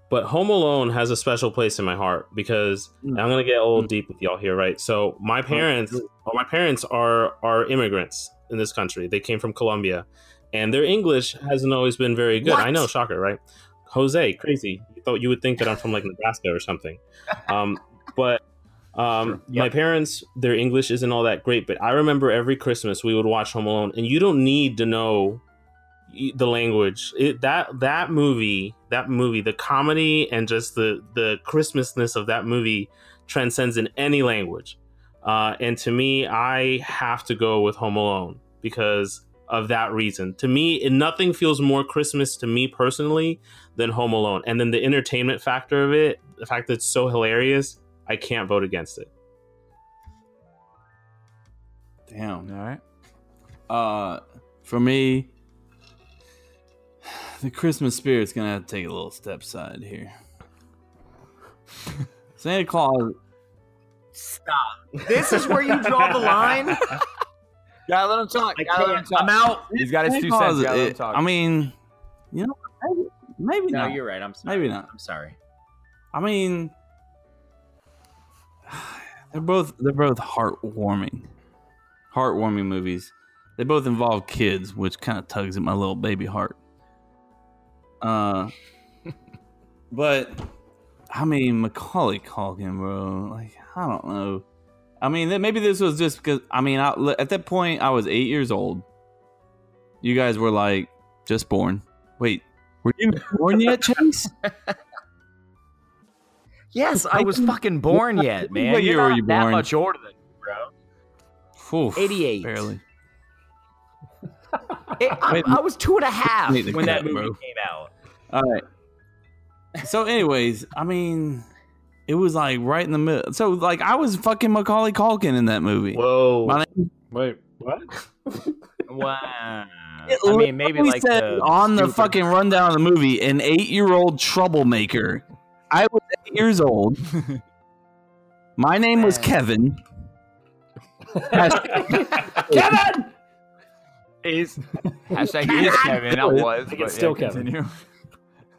But Home Alone has a special place in my heart because and I'm gonna get a little deep with y'all here, right? So my parents, well, my parents are are immigrants in this country. They came from Colombia, and their English hasn't always been very good. I know, shocker, right? Jose, crazy. You thought you would think that I'm from like Nebraska or something, um, but um, My parents, their English isn't all that great, but I remember every Christmas we would watch Home Alone, and you don't need to know y- the language. It, that that movie, that movie, the comedy and just the the Christmasness of that movie transcends in any language. Uh, and to me, I have to go with Home Alone because of that reason. To me, it- nothing feels more Christmas to me personally than Home Alone, and then the entertainment factor of it, the fact that it's so hilarious. I can't vote against it.
Damn.
All right.
Uh, for me, the Christmas spirit's gonna have to take a little step side here. Santa Claus,
Stop.
[laughs] This is where you draw
[laughs]
the line.
Gotta let him talk.
I
Gotta let him
can't.
talk.
I'm out. He's got his
Santa
two
Claus,
cents. Gotta let him
it-
talk.
eh, I
[laughs]
mean, you know, maybe, maybe
[laughs] No,
not.
you're right. I'm sorry.
Maybe not.
I'm sorry.
I mean, [sighs] they're both they're both heartwarming, heartwarming movies. They both involve kids, which kind of tugs at my little baby heart. Uh, but I mean, Macaulay Culkin, bro. Like, I don't know. I mean, that maybe this was just because I mean, I, at that point, I was eight years old. You guys were like just born. Wait, were you born yet, Chase?
[laughs] Yes, I was fucking born [laughs] yet, man.
What
You're
year were
not
you
That
born?
much older than me, bro.
Oof,
88.
barely.
[laughs] It- I,
Wait,
I was two and a half
wait, the
when that
cat,
movie
bro.
came out.
All right. So, anyways, I mean, it was like right in the middle. So, like, I was fucking Macaulay Culkin in that movie.
Whoa.
My name-
Wait, what?
[laughs]
[laughs]
Wow. I mean, maybe
literally
like
said
the
on the
stupid-
fucking rundown of the movie, an eight-year-old troublemaker. I was eight years
[laughs]
old. My name was Kevin. Kevin.
is [laughs] hashtag he is Kevin. I was.
think
but
it's still
yeah,
Kevin.
continue.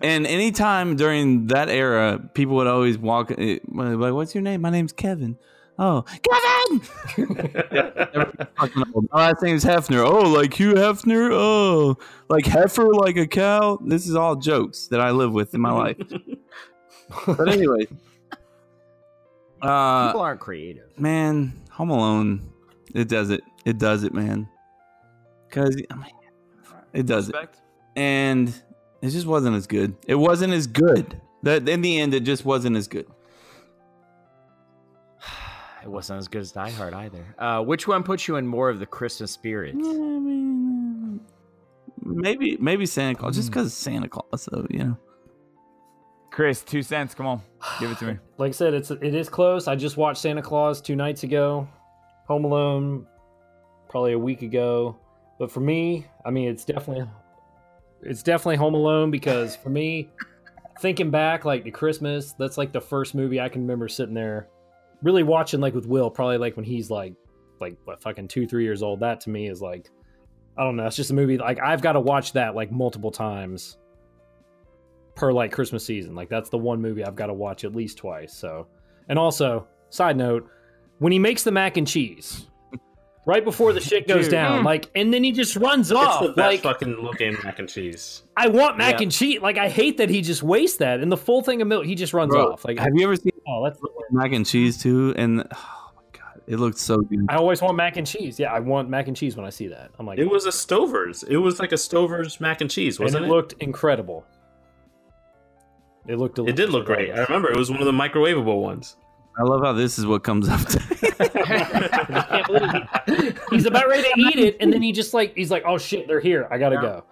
And anytime during that era, people would always walk eh, like, "What's your name?" My name's Kevin. Oh, Kevin. [laughs] fucking old. My last name's Hefner. Oh, like Hugh Hefner. Oh, like heifer, like a cow. This is all jokes that I live with in my life. but anyway, uh,
People aren't creative.
man, Home Alone, it does it. It does it, man. Cause I mean, it does it,
Respect.
and it just wasn't as good. It wasn't as good. That in the end, it just wasn't as good.
It wasn't as good as Die Hard either. Uh, which one puts you in more of the Christmas spirit?
Yeah, I mean, uh, maybe maybe Santa Claus, just because Santa Claus, though, you know.
[laughs] Chris, two cents. Come on, give it to me.
Like I said, it's it is close. I just watched Santa Claus two nights ago, Home Alone, probably a week ago. But for me, I mean, it's definitely it's definitely Home Alone because for me, thinking back like to Christmas, that's like the first movie I can remember sitting there, really watching like with Will, probably like when he's like like what fucking two three years old. That to me is like I don't know. It's just a movie like I've got to watch that like multiple times per like Christmas season. Like that's the one movie I've got to watch at least twice. So, and also, side note, when he makes the mac and cheese right before the shit goes
Dude.
down, like, and then he just runs
Mm. it's
off.
the best
like,
fucking looking mac and cheese.
I want mac
Yeah.
and cheese. Like, I hate that he just wastes that. And the full thing of milk, he just runs
Bro,
off. Like,
Have you ever seen
oh, that's.
mac and cheese too? And oh my god, it looked so good.
I always want mac and cheese. Yeah, I want mac and cheese when I see that. I'm like,
It was a Stover's. It was like a Stover's mac and cheese,
and it,
wasn't it?
looked incredible. It looked.
it did look great. I remember it was one of the microwavable ones.
I love how this is what comes up.
[laughs]
can't believe he- [laughs] he's about ready to eat it, and then he just like he's like, "Oh shit, they're here. I gotta go."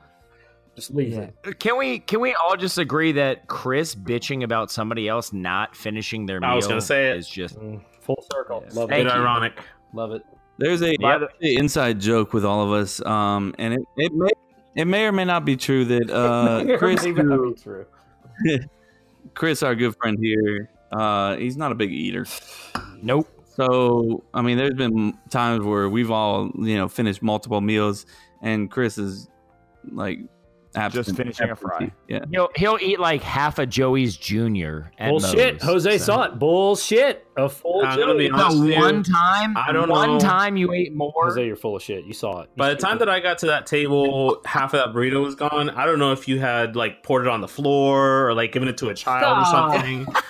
Just leave it.
Uh, Can we can we all just agree that Chris bitching about somebody else not finishing their meal
I was gonna say it.
is just
Mm, Full circle. Love
Bit
Thank
it.
you.
ironic.
Love it.
[laughs] There's a
By the-
the inside joke with all of us, um, and it, it may it may or may not be true that [laughs]
[laughs]
uh, Chris,
Maybe that'd
who-
be true.
Chris, our good friend here, uh, he's not a big eater.
Nope.
So I mean, there's been times where we've all you know finished multiple meals, and Chris is like absent,
finishing a fry.
Yeah,
He'll, he'll eat like half a Joey's Junior. at
Bullshit.
most,
Jose
so.
saw it. Bullshit. A full
I'm gonna be
Joey.
honest.
The
Honestly,
one time,
I don't
one
know.
time you ate more.
Jose, you're full of shit. You saw it.
By the time that I got to that table, half of that burrito was gone. I don't know if you had like poured it on the floor or like given it to a child
Stop.
or [laughs] something. I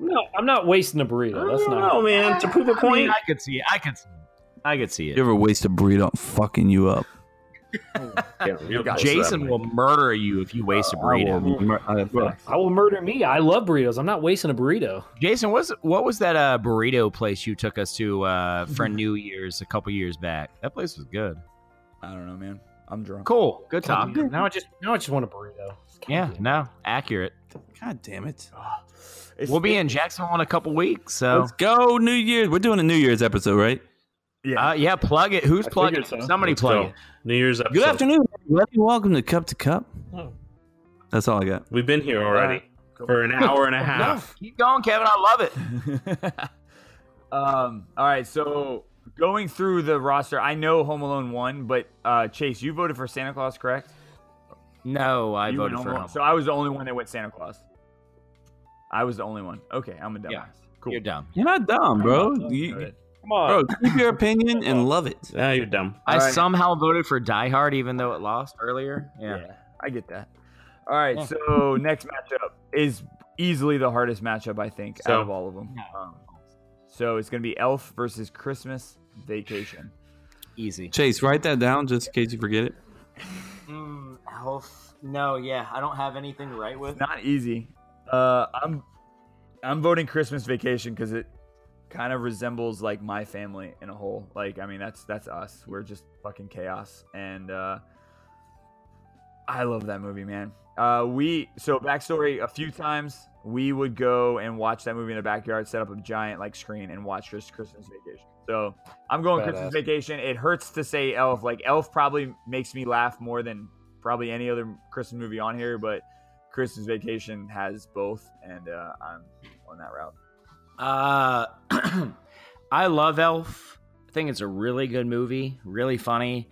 no, I'm not wasting a burrito. That's
don't
not.
know, man. To prove a
I, mean,
point,
I could see. I could. See, I could see
you
it.
ever waste a burrito fucking you [laughs] up?
Jason will murder you if you waste a burrito.
I will murder me. I love burritos. I'm not wasting a burrito.
Jason, what's what was that uh, burrito place you took us to [laughs] uh, for New Year's a couple years back? That place was good.
I don't know, man. I'm drunk.
Cool, good top.
Now I just now I just want a burrito.
Yeah, no, accurate.
God damn it!
Oh. It's-
We'll be in Jacksonville in a couple weeks, so
Let's go New Year's. We're doing a New Year's episode, right?
uh, yeah, plug it. Who's plugging?
figured so.
Somebody plug it.
New Year's episode.
Good afternoon, everybody. Welcome to Cup to Cup.
Oh.
That's all I got.
We've been here already for an hour and a half.
Keep going, Kevin. I love it.
[laughs] um, all right, so going through the roster, I know Home Alone won, but uh, Chase, you voted for Santa Claus, correct?
No, I
You
voted
went
for
Home
him.
Alone. So I was the only one that went Santa Claus. I was the only one. Okay, I'm a dumbass.
Yeah.
Cool.
You're dumb.
You're not dumb, bro. You,
Come on.
bro, keep your opinion and love it.
Now Ah, you're dumb.
I
Alright.
somehow voted for Die Hard, even though it lost earlier. Yeah.
I get that. All right, so next matchup is easily the hardest matchup I think
So-
out of all of them. Um, so it's gonna be Elf versus Christmas Vacation.
easy.
Chase, write that down just in case you forget it.
Mm, health. No, yeah, I don't have anything right with.
Not easy. Uh, I'm I'm voting Christmas Vacation because it kind of resembles like my family in a whole. Like I mean that's that's us. We're just fucking chaos, and uh, I love that movie, man. Uh, we so backstory a few times we would go and watch that movie in the backyard, set up a giant like screen, and watch just Christmas Vacation. So I'm going Christmas
Badass.
Vacation. It hurts to say Elf. Like Elf probably makes me laugh more than probably any other Christmas movie on here, but Christmas Vacation has both, and uh, I'm on that route.
Uh, [clears throat] I love Elf. I think it's a really good movie, really funny.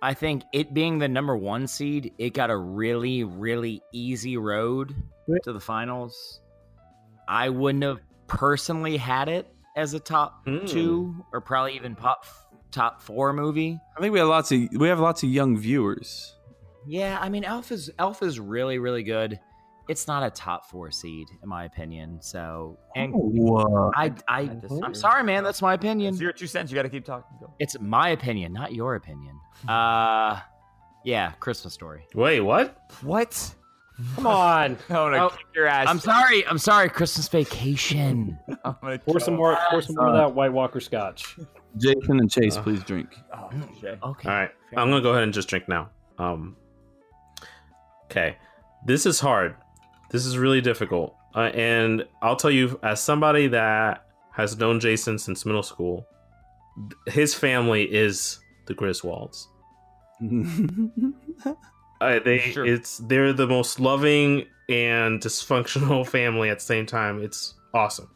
I think it being the number one seed, it got a really, really easy road to the finals. I wouldn't have personally had it as a top
Hmm.
two or probably even pop top four movie.
I think we have lots of we have lots of young viewers.
Yeah, I mean Elf is Elf is really, really good. It's not a top four seed, in my opinion. So and
Oh,
Whoa.
I, I,
disagree.
I'm sorry, man. That's my opinion.
It's your two cents. You got to keep talking. Bill.
It's my opinion, not
[laughs]
your opinion. Uh, yeah, Christmas story.
Wait, what?
[laughs] What?
Come on.
I'm gonna
Oh,
kick your ass.
I'm sorry. I'm sorry. Christmas vacation.
[laughs] I'm gonna
Pour
kill-
some more. Pour some more of that White Walker Scotch. [laughs]
Jason and Chase, please [laughs] drink.
Oh,
[laughs]
okay.
Okay.
[laughs] All right, I'm gonna go ahead and just drink now. Um, okay, this is hard. This is really difficult, uh, and I'll tell you as somebody that has known Jason since middle school, th- his family is the Griswolds. Uh, they
Sure.
it's they're the most loving and dysfunctional [laughs] family at the same time. It's awesome.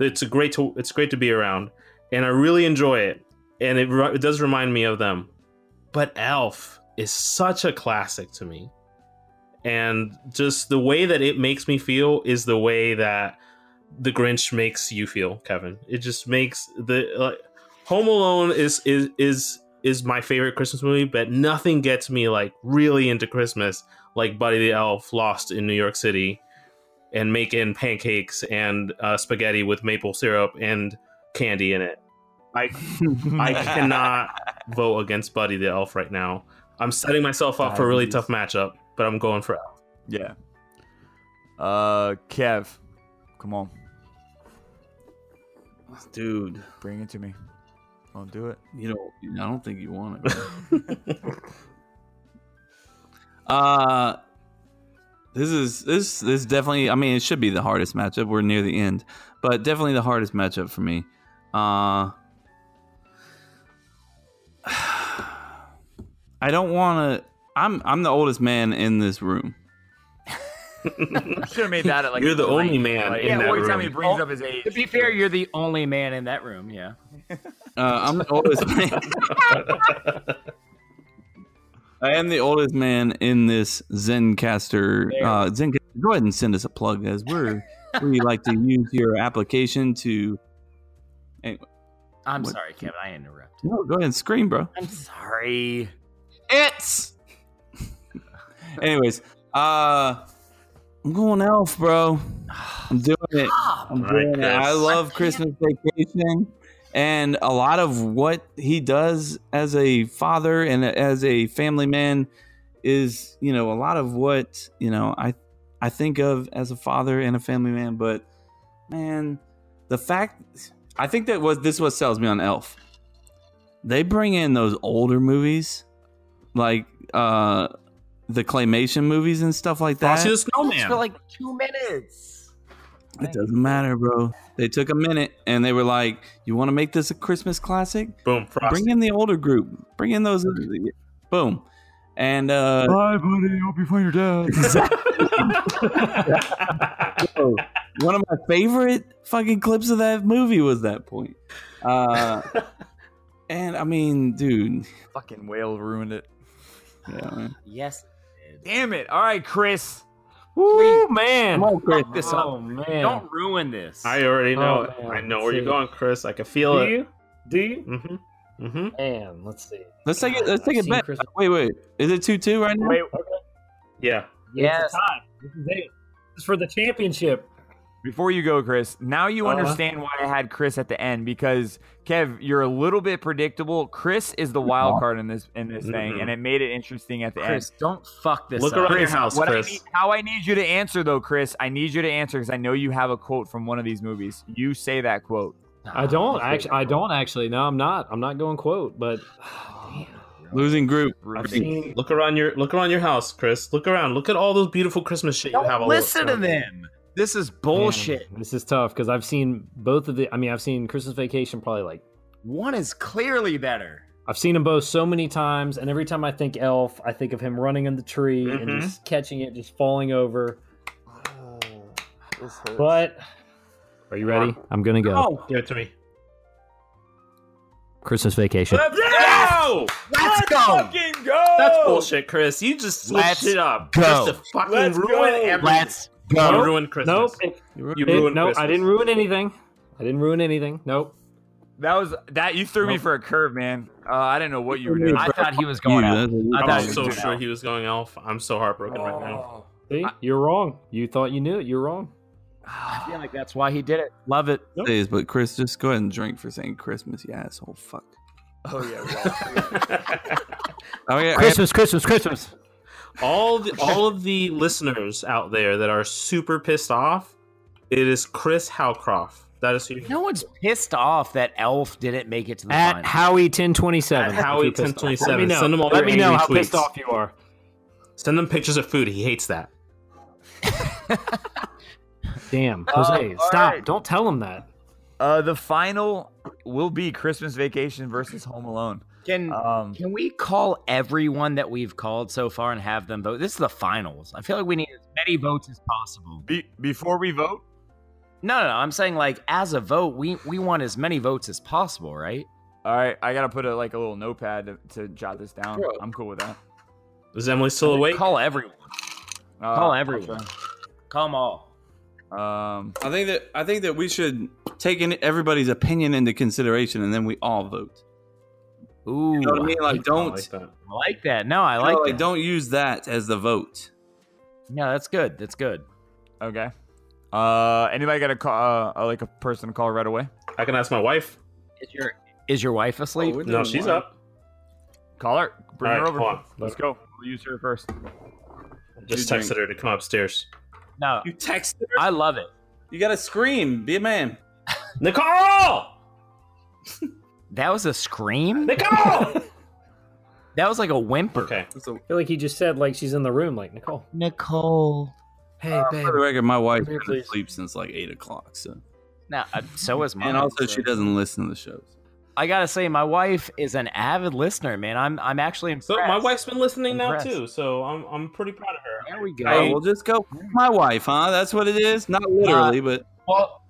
It's a great to it's great to be around, and I really enjoy it. And it, re- it does remind me of them. But Elf is such a classic to me, and just the way that it makes me feel is the way that the Grinch makes you feel, Kevin. It just makes the like, Home Alone is is is is my favorite Christmas movie, but nothing gets me like really into Christmas like Buddy the Elf lost in New York City and making pancakes and uh, spaghetti with maple syrup and candy in it. I
[laughs]
I cannot vote against Buddy the Elf right now. I'm setting myself up for a really tough matchup, but I'm going for Elf.
Yeah. Uh, Kev, come on,
Dude,
bring it to me. I'll do it.
you know, I don't think you want it. [laughs] uh this is this this definitely I mean it should be the hardest matchup. We're near the end, but definitely the hardest matchup for me. Uh [sighs] I don't want to. I'm I'm the oldest man in this room.
Should have made that at like
You're the
three.
only man
Like,
in
yeah,
that
every time
room.
he brings up his age.
To be fair, you're the only man in that room. Yeah.
Uh, I'm the oldest man. I am the oldest man in this Zencaster. Uh, Zencaster, go ahead and send us a plug, guys. We're we like to use your application to.
I'm
What?
sorry, Kevin. I interrupted.
No, go ahead and scream, bro.
I'm sorry.
It's. Anyways, uh, I'm going elf, bro. I'm doing it. I'm
All
doing
right,
it. I
Chris.
love Christmas vacation and a lot of what he does as a father and as a family man is, you know, a lot of what, you know, I I think of as a father and a family man, but man, the fact I think that was this is what sells me on Elf. They bring in those older movies like uh the claymation movies and stuff like that.
Frosty the Snowman.
like two minutes.
It doesn't matter, bro. They took a minute and they were like, "You want to make this a Christmas classic?
Boom, Frosty.
Bring in the older group. Bring in those." Boom, and uh,
Bye, buddy. Hope you find your dad.
yo, one of my favorite fucking clips of that movie was that point.
[laughs]
Uh, and I mean, dude,
Fucking whale ruined it.
yeah, man.
Yes.
Damn it. All right, Chris.
Woo, man.
Come on, Chris.
This up.
oh, man.
Don't ruin this.
I already know.
Oh,
it.
man,
I know
let's
where you're
see.
going, Chris. I can
Do
feel it.
you? Do you?
Mm-hmm. Mm-hmm.
Man, let's see.
Let's take it.
God,
Let's take
I've
it
seen
back.
Christmas-
Wait, wait. Is it two two right now?
Wait,
Yeah.
yes.
It's time. This is it. This is for the championship.
Before you go, Chris, now you
Uh-huh.
understand why I had Chris at the end because Kev, you're a little bit predictable. Chris is the wild card in this in this thing,
Mhm.
and it made it interesting at the end.
Chris, don't fuck this
Look
up.
around your
Chris,
house,
What I
Chris.
need, how I need you to answer though, Chris, I need you to answer because I know you have a quote from one of these movies. You say that quote.
Ah,
I don't actually. I don't actually. No, I'm not. I'm not going quote, but
Losing group. I
I've
think.
seen.
Look around your look around your house, Chris. Look around. Look at all those beautiful Christmas shit you have.
Don't
All
listen
over.
to them. This is bullshit.
Man, this is tough because I've seen both of the. I mean, I've seen Christmas Vacation probably like
One is clearly better.
I've seen them both so many times, and every time I think Elf, I think of him running in the tree and
Mhm.
just catching it, just falling over. But are you ready? I'm gonna go.
Oh, give it to me.
Christmas Vacation.
No!
Let's go.
Fucking go!
That's bullshit, Chris. You just switched
Let's
it up.
go.
Just to fucking
Let's
ruin
go.
everything.
Let's
You
go.
ruined Christmas.
Nope. It-
You
it-
ruined
nope.
Christmas.
I didn't ruin anything. I didn't ruin anything. Nope.
That was that you threw me
Nope.
for a curve, man. Uh, I didn't know what you were doing.
I thought he was going
You, uh,
out.
that's what-
I thought
I'm
he was
so
going
sure
out.
he was going elf. I'm so heartbroken right now.
See, you're wrong. You thought you knew it. You're wrong.
I
Oh.
feel like that's why he did it. Love it.
days, but Chris, just go ahead and drink for saying Christmas, you asshole. Fuck.
Oh yeah,
Oh yeah,
Christmas, Christmas, Christmas.
[laughs] all the, all of the listeners out there that are super pissed off, it is Chris Howcroft. That is who you
No one's pissed off that Elf didn't make it to the
At
final.
Howie ten twenty seven.
At Howie 1027. Send them all
Let
your
me know
angry
how pissed
tweets.
off you are.
send him pictures of food. He hates that.
Damn, Jose,
Uh, all
stop!
right.
Don't tell him that.
uh, the final will be Christmas Vacation versus Home Alone.
Can
Um,
can we call everyone that we've called so far and have them vote? This is the finals. I feel like we need as many votes as possible.
be, before we vote,
No, no, no. I'm saying like as a vote, we we want as many votes as possible, right?
all right, I gotta put a, like a little notepad to, to jot this down.
Sure.
I'm cool with that.
Is Emily still awake?
Call everyone.
Uh,
Call everyone. Call them all.
Um,
I think that I think that we should take in everybody's opinion into consideration, and then we all vote.
Ooh,
You know what I mean? Like,
I
don't
like that.
I like that. No, I
I
like
like,
that.
don't use that as the vote.
No, that's good. That's good.
okay. Uh, anybody got a call? Uh, like a person to call right away?
I can ask my wife.
Is your is your wife asleep?
No, she's up.
Call her. Bring
All
her
right,
over.
hold on.
Let's go. We'll use her first.
Just
You
texted her to come upstairs.
no,
You text her.
I love it.
You gotta scream. Be a man.
Nicole!
That was a scream.
Nicole!
That was like a whimper.
okay.
I feel like he just said like she's in the room, like Nicole.
Nicole.
Hey, babe.
For the record, my wife
Come here,
has been
please.
asleep since like eight o'clock. So,
No, uh, so was mine.
and also she
so-
doesn't listen to the shows.
I gotta say, my wife is an avid listener, man. I'm I'm actually
So
impressed.
my wife's been listening
Impressed.
now too, so I'm I'm pretty proud of her.
There we go.
Oh, we'll just go with my wife, huh? That's what it is. Not literally, but
well,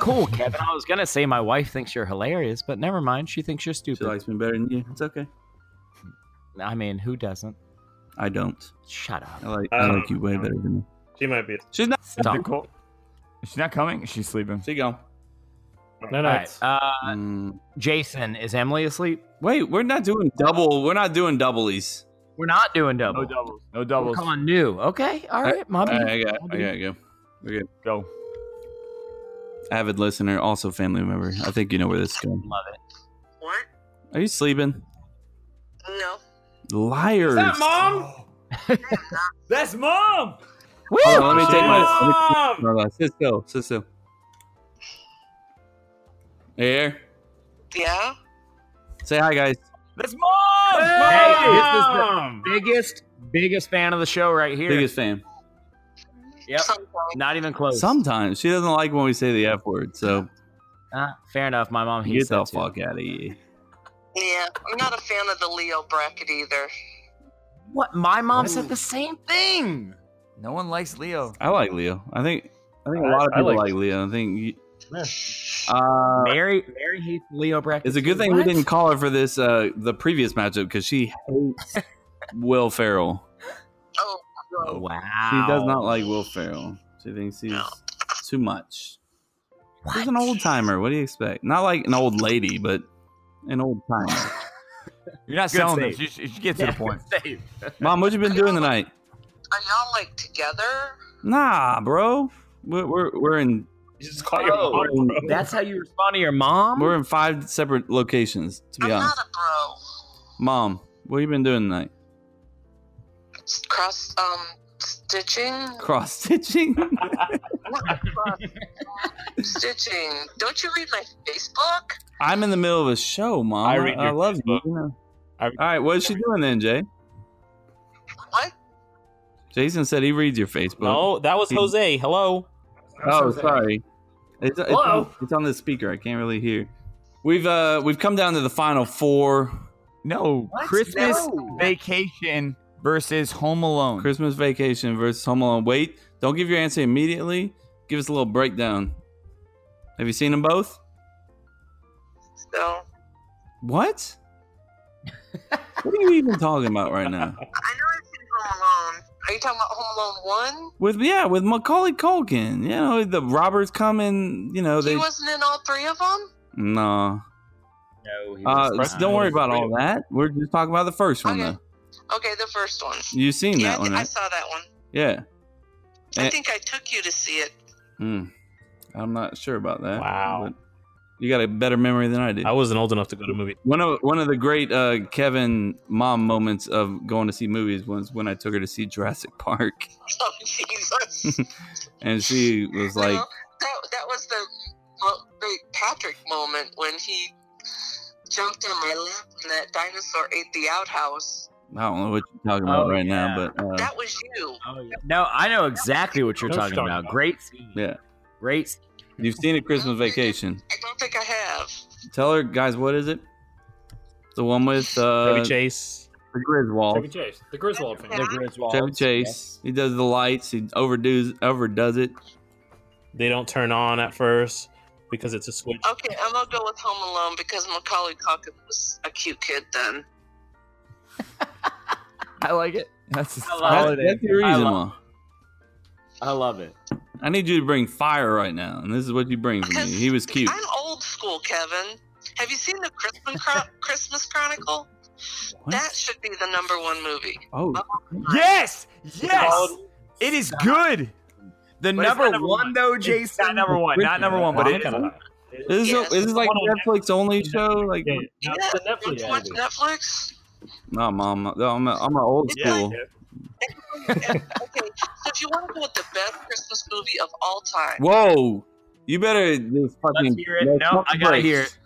cool, Kevin. I was gonna say my wife thinks you're hilarious, but never mind. She thinks you're
she
stupid.
likes me better than you. It's okay.
I mean, who doesn't?
I don't.
Shut up.
I like I
Um,
like you way better than me.
She might be.
She's not.
Stop.
Nicole- She's not coming. She's sleeping.
She gone.
No,
All
no.
right.
it's-
Uh,
Mm.
Jason, is Emily asleep?
Wait, we're not doing double. We're not doing doublies.
We're not doing double.
No doubles. No
We're
doubles.
calling new. Okay. All right. My
All right,
bad.
I got. I got to go. We're good.
Go.
Avid listener, also family member. I think you know where this is going.
Love it.
What?
Are you sleeping?
No.
Liars.
Is that mom?
That's mom.
Hold on, let me take my. Let me
Mom!
Hold on, sit still, sit still. Here,
Yeah.
say hi, guys.
That's mom.
Mom!
Biggest, biggest fan of the show right here.
Biggest fan.
Yep.
Sometimes.
Not even close.
Sometimes she doesn't like when we say the F word, so
Uh, fair enough. My mom
get
hates
the
that too.
fuck out of here.
Yeah. I'm not a fan of the Leo bracket either.
What? My mom said the same thing.
No one likes Leo.
I like Leo. I think I think a
I-
lot of
I
people like,
like-
Leo. I think. You, uh,
Mary, Mary hates Leo bracket.
it's a good
too.
thing
What?
we didn't call her for this uh, the previous matchup because she hates Will Ferrell.
Oh,
Oh, wow.
She does not like Will Ferrell. She thinks he's too much. He's an old timer. What do you expect? Not like an old lady, but an old timer.
You're not
Good
selling
save.
this. You should, you should get to
[laughs]
the point.
Save.
Mom, what you been doing tonight?
are y'all like together?
Nah, bro. We're we're, we're in
You just call your
Oh.
mom. bro.
That's how you respond to your mom.
we're in five separate locations. To be
I'm
honest,
not a bro.
Mom, what you been doing tonight?
Cross um stitching.
Cross stitching.
stitching. Don't you read my Facebook?
[laughs] I'm in the middle of a show, Mom.
I read your
love you.
Facebook.
you know.
I-
All right, what is she doing then, Jay?
What?
Jason said he reads your Facebook.
No, that was Jose. Hello.
Oh, sorry. It's, it's, on, it's on the speaker. I can't really hear. We've uh we've come down to the final four.
No, Christmas vacation versus Home Alone.
Christmas Vacation versus Home Alone. Wait, don't give your answer immediately. Give us a little breakdown. Have you seen them both?
So
What? [laughs] what are you even talking about right now?
I know I've seen Home Alone. Are you talking about Home Alone One?
With yeah, with Macaulay Culkin. You know the robbers come and you know they.
He wasn't in all three of them.
no.
No, he
Uh,
was
let's-
not.
don't worry about all that. We're just talking about the first one
Okay.
though.
Okay, the first one.
You've seen
yeah, I,
that one,
thi- I
right?
saw that one.
Yeah. Eh.
I think I took you to see it. [laughs]
Hmm. I'm not sure about that.
Wow.
but You got a better memory than I do.
I
Oh.
wasn't old enough to go to movie.
One of one of the great uh, Kevin mom moments of going to see movies was when I took her to see Jurassic Park, [laughs]
Oh Jesus!
and she was like,
No, that, that was the well, great Patrick moment when he jumped on my lap and that dinosaur ate the outhouse.
"I don't know what you're talking about
Oh,
right
yeah.
now," but uh,
That was you.
Oh, yeah. No, I know exactly what you're
No,
talking
stop.
about. Great scene.
Yeah.
Great. scene.
you've seen a Christmas Vacation.
I don't think I have.
Tell her, guys, what is it? The one with uh, oh.
Chevy Chase.
the Griswold,
Chevy Chase, the Griswold fan.
The
Chevy Chase. He does the lights. He overdoes overdoes it.
They don't turn on at first because it's a switch.
Okay, I'm gonna go with Home Alone because Macaulay Culkin was a cute kid then.
I like it. That's a
I love
solid.
That's, that's the reason
I
why.
I love it.
I need you to bring fire right now, and this is what you bring for me. Mm, He was cute.
I'm old school, Kevin. Have you seen the Christmas
[laughs]
Chron- Christmas Chronicle? That
What?
should be the number one movie.
Oh,
Yes, yes. It is good. The
But it's
number,
not number
one,
one.
though, Jason. Not number one. Not number one, but it
Is
is.
this,
Yes.
is this like a Netflix only show? Like,
Yeah, yeah.
Yeah,
That's the
Don't
Netflix
you watch
ad.
Netflix?
no, mom, no, I'm a, I'm an old
Yeah.
school.
Okay, so if you want to go with the best Christmas movie of all time,
Whoa, you better just fucking.
hear it.
let's
No,
pump
I
the
gotta
brakes.
hear it.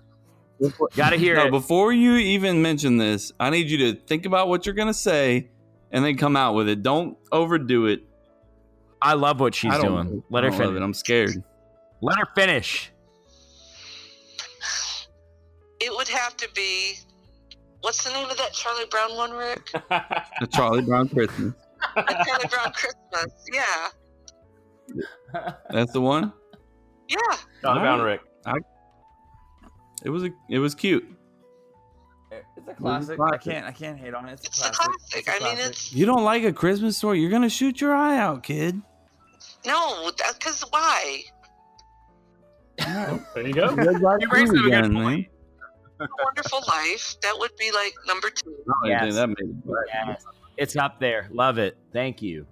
Before-
Gotta hear
No,
it.
before you even mention this, I need you to think about what you're gonna say, and then come out with it. Don't overdo it.
I love what she's
I don't-
doing. Let
I
her
don't love it.
finish.
I'm scared.
Let her finish.
it would have
have to be. What's the name of that Charlie Brown one, Rick?
A Charlie Brown Christmas.
A Charlie Brown Christmas. Yeah.
That's the one.
Yeah.
All right. I- it was a, it was cute.
It's a classic. I can't. I can't hate on it. It's, a classic. It's a
I mean,
classic.
it's
You don't like a Christmas story? You're gonna shoot your eye out, kid.
no, because why?
There you go.
[laughs] You raised a good
A Wonderful Life. That would be like number two.
Yes. Yes. It's up there. Love it. Thank you.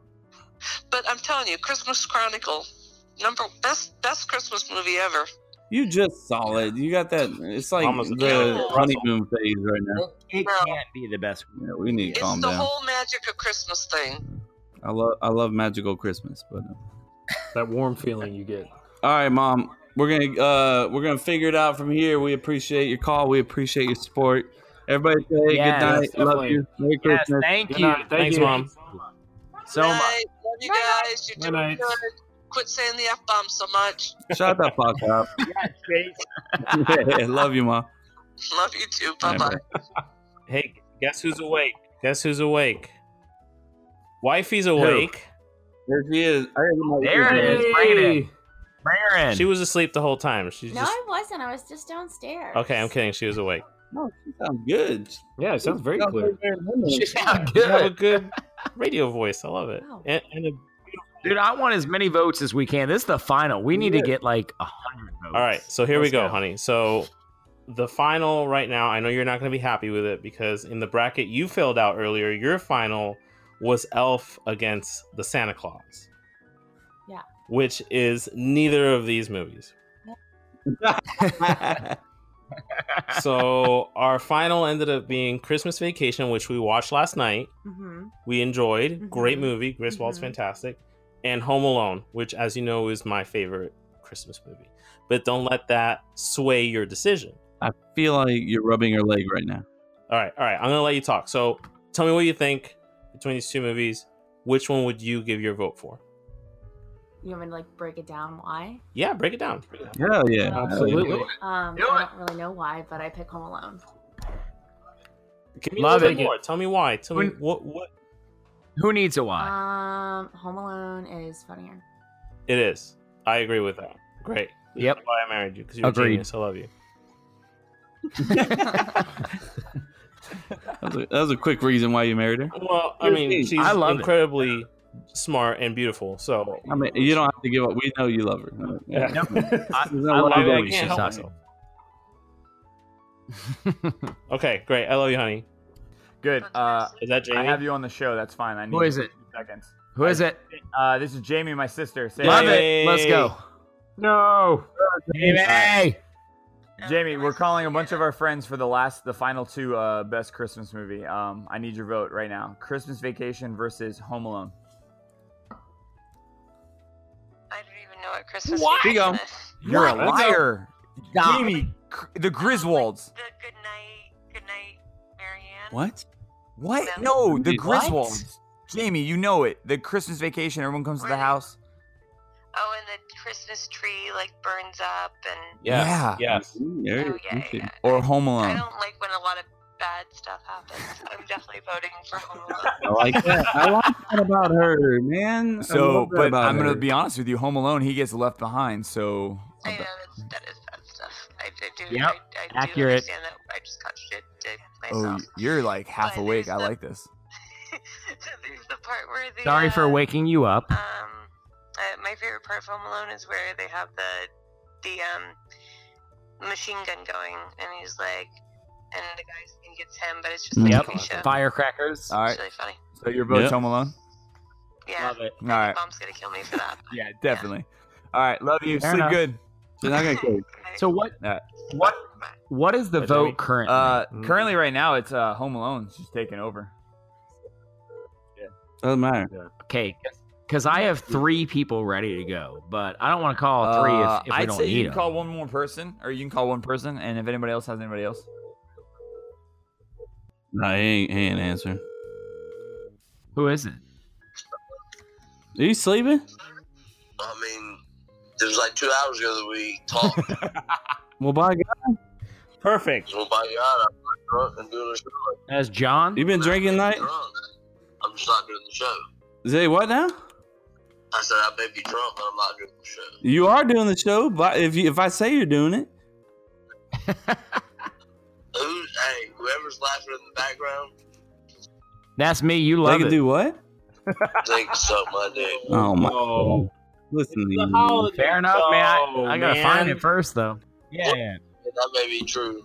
But I'm telling you, Christmas Chronicle, number best best Christmas movie ever.
You just solid. You got that. It's like
Almost
the
killed
honeymoon phase right now.
It can't be the best.
Yeah, we need to
It's
calm
the
down.
whole magic of Christmas thing.
I love I love magical Christmas, but uh,
that warm feeling you get.
all right, mom. We're gonna uh, we're gonna figure it out from here. We appreciate your call. We appreciate your support. Everybody say good
Yes,
night. Love
definitely.
you. Merry
Yes,
Christmas.
thank Good you. night. Thank Thanks, you. Mom. So
Good
much.
night. Love you guys. You're
Good
doing
night.
good. Quit saying the F bomb so much. [laughs]
Shut the fuck up. [laughs] love you, mom.
Love you too. Bye bye.
Hey, guess who's awake? Guess who's awake? Wifey's awake.
There she is.
There it is. Bring it in. Bring her in.
She was asleep the whole time. She's
No,
just
I wasn't. I was just downstairs.
okay. I'm kidding. She was
[laughs]
awake.
No, she sounds good.
Yeah, it sounds very clear.
[laughs] She sound
You have a
good.
good radio voice. I love it. And, and a,
Dude, I want as many votes as we can. This is the final. We need to get like a hundred votes.
all right, so here
Let's
we go, honey. So the final right now. I know you're not going to be happy with it because in the bracket you filled out earlier, your final was Elf against the Santa Claus,
Yeah.
which is neither of these movies.
[laughs]
so our final ended up being Christmas Vacation, which we watched last night.
Mm-hmm.
we enjoyed. Great
Mhm.
movie. Griswold's
Mhm.
fantastic. And Home Alone, which, as you know, is my favorite Christmas movie. But don't let that sway your decision.
I feel like you're rubbing her leg right now.
All right, all right. I'm going to let you talk. So tell me what you think between these two movies. Which one would you give your vote for?
You want me to like break it down why?
Yeah, break it down.
Hell yeah.
Absolutely.
Um, I don't really know why, but I pick Home Alone.
Give me
Love
a little
it.
bit more. Tell me why. Tell me
When-
what, what
Who needs a why?
Um, Home Alone is funnier.
it is. I agree with that. Great. This
Yep.
is why I married you because you're
Agreed.
a genius. I love you.
That was, a, that was a quick reason why you married her.
Well, I
You're
mean,
sweet.
she's
I love it.
incredibly smart and beautiful.
[laughs]
So
I mean, you don't have to give up. We know you love her.
Yeah.
I,
[laughs] There's no
I love
liability.
it.
She's
She's
help
awesome. [laughs]
Okay, great. I love you, honey.
Good. Uh,
Is that Jamie?
I have you on the show. That's fine. I need
Who is it?
15 Seconds.
Who is it?
Uh, this is Jamie, my sister. Say
Love
hi.
it. Let's go.
No.
Jamie.
Jamie, we're calling a bunch of our friends for the last, the final two uh, best Christmas movie. Um, I need your vote right now. Christmas Vacation versus Home Alone.
I don't even know what Christmas
What?
is.
Bingo. You're a
What?
liar,
Stop.
Jamie. Cr- The Griswolds.
Oh, The good night, good night, Marianne.
What?
What?
No.
No, the
What?
Griswolds. Jamie, you know it. The Christmas Vacation. Everyone comes to the
Right.
house.
Oh, and the Christmas tree like burns up, and
Yeah.
Yes.
There,
Oh, yeah, yeah.
Or Home
I
Alone.
don't like when a lot of bad stuff happens. I'm definitely voting for Home Alone.
I like that. I like that about her, man. I
So,
love that
but
about
I'm gonna
her.
be honest with you. Home Alone, he gets left behind. So
I know that's, that is bad stuff. I, I do.
Yep.
I, I
Accurate.
Do understand that. I just got shit to
Oh,
myself.
you're like half
But
awake. I
there's the-
like this.
[laughs] There's the part where the
Sorry for
uh,
waking you up.
Um, uh, my favorite part of Home Alone is where they have the the um machine gun going, and he's like, and the guy thinks it's him, but it's just like
Yep.
a show.
Firecrackers.
All
It's
right.
really funny.
So your vote's
Yep.
Home Alone.
Yeah.
Love it.
All right.
Mom's gonna kill me for that.
Yeah, definitely. All right. Love you.
Fair
Sleep
enough.
good.
She's not gonna kill you.
So what?
Alright.
What? What is the
Jamie?
vote currently?
Uh, currently right now it's uh Home Alone. She's taking over.
Doesn't matter.
okay, because I have three people ready to go, but I don't want to call all three
Uh,
if, if we
I'd
don't
say
need
you can
them.
call one more person, or you can call one person, and if anybody else has anybody else,
No, he ain't, he ain't answering.
Who is it?
Are you sleeping?
I
[laughs]
mean, it was like two hours ago that we talked.
Well, by God,
Perfect.
So by God, I'm not drunk and doing a show. Like,
As John,
you been drinking
I'm
night?
drunk. I'm just not doing the show.
Say what now?
I said I may be drunk, but I'm not doing the show.
You are doing the show, but if you, if I say you're doing it,
Who's hey? Whoever's laughing in the background
That's me. You
they
love
can
it.
do what?
thinks something I do.
[laughs] Oh my! Listen, to you.
Fair enough, man. I, I gotta
man.
find it first though.
Yeah, that may be true.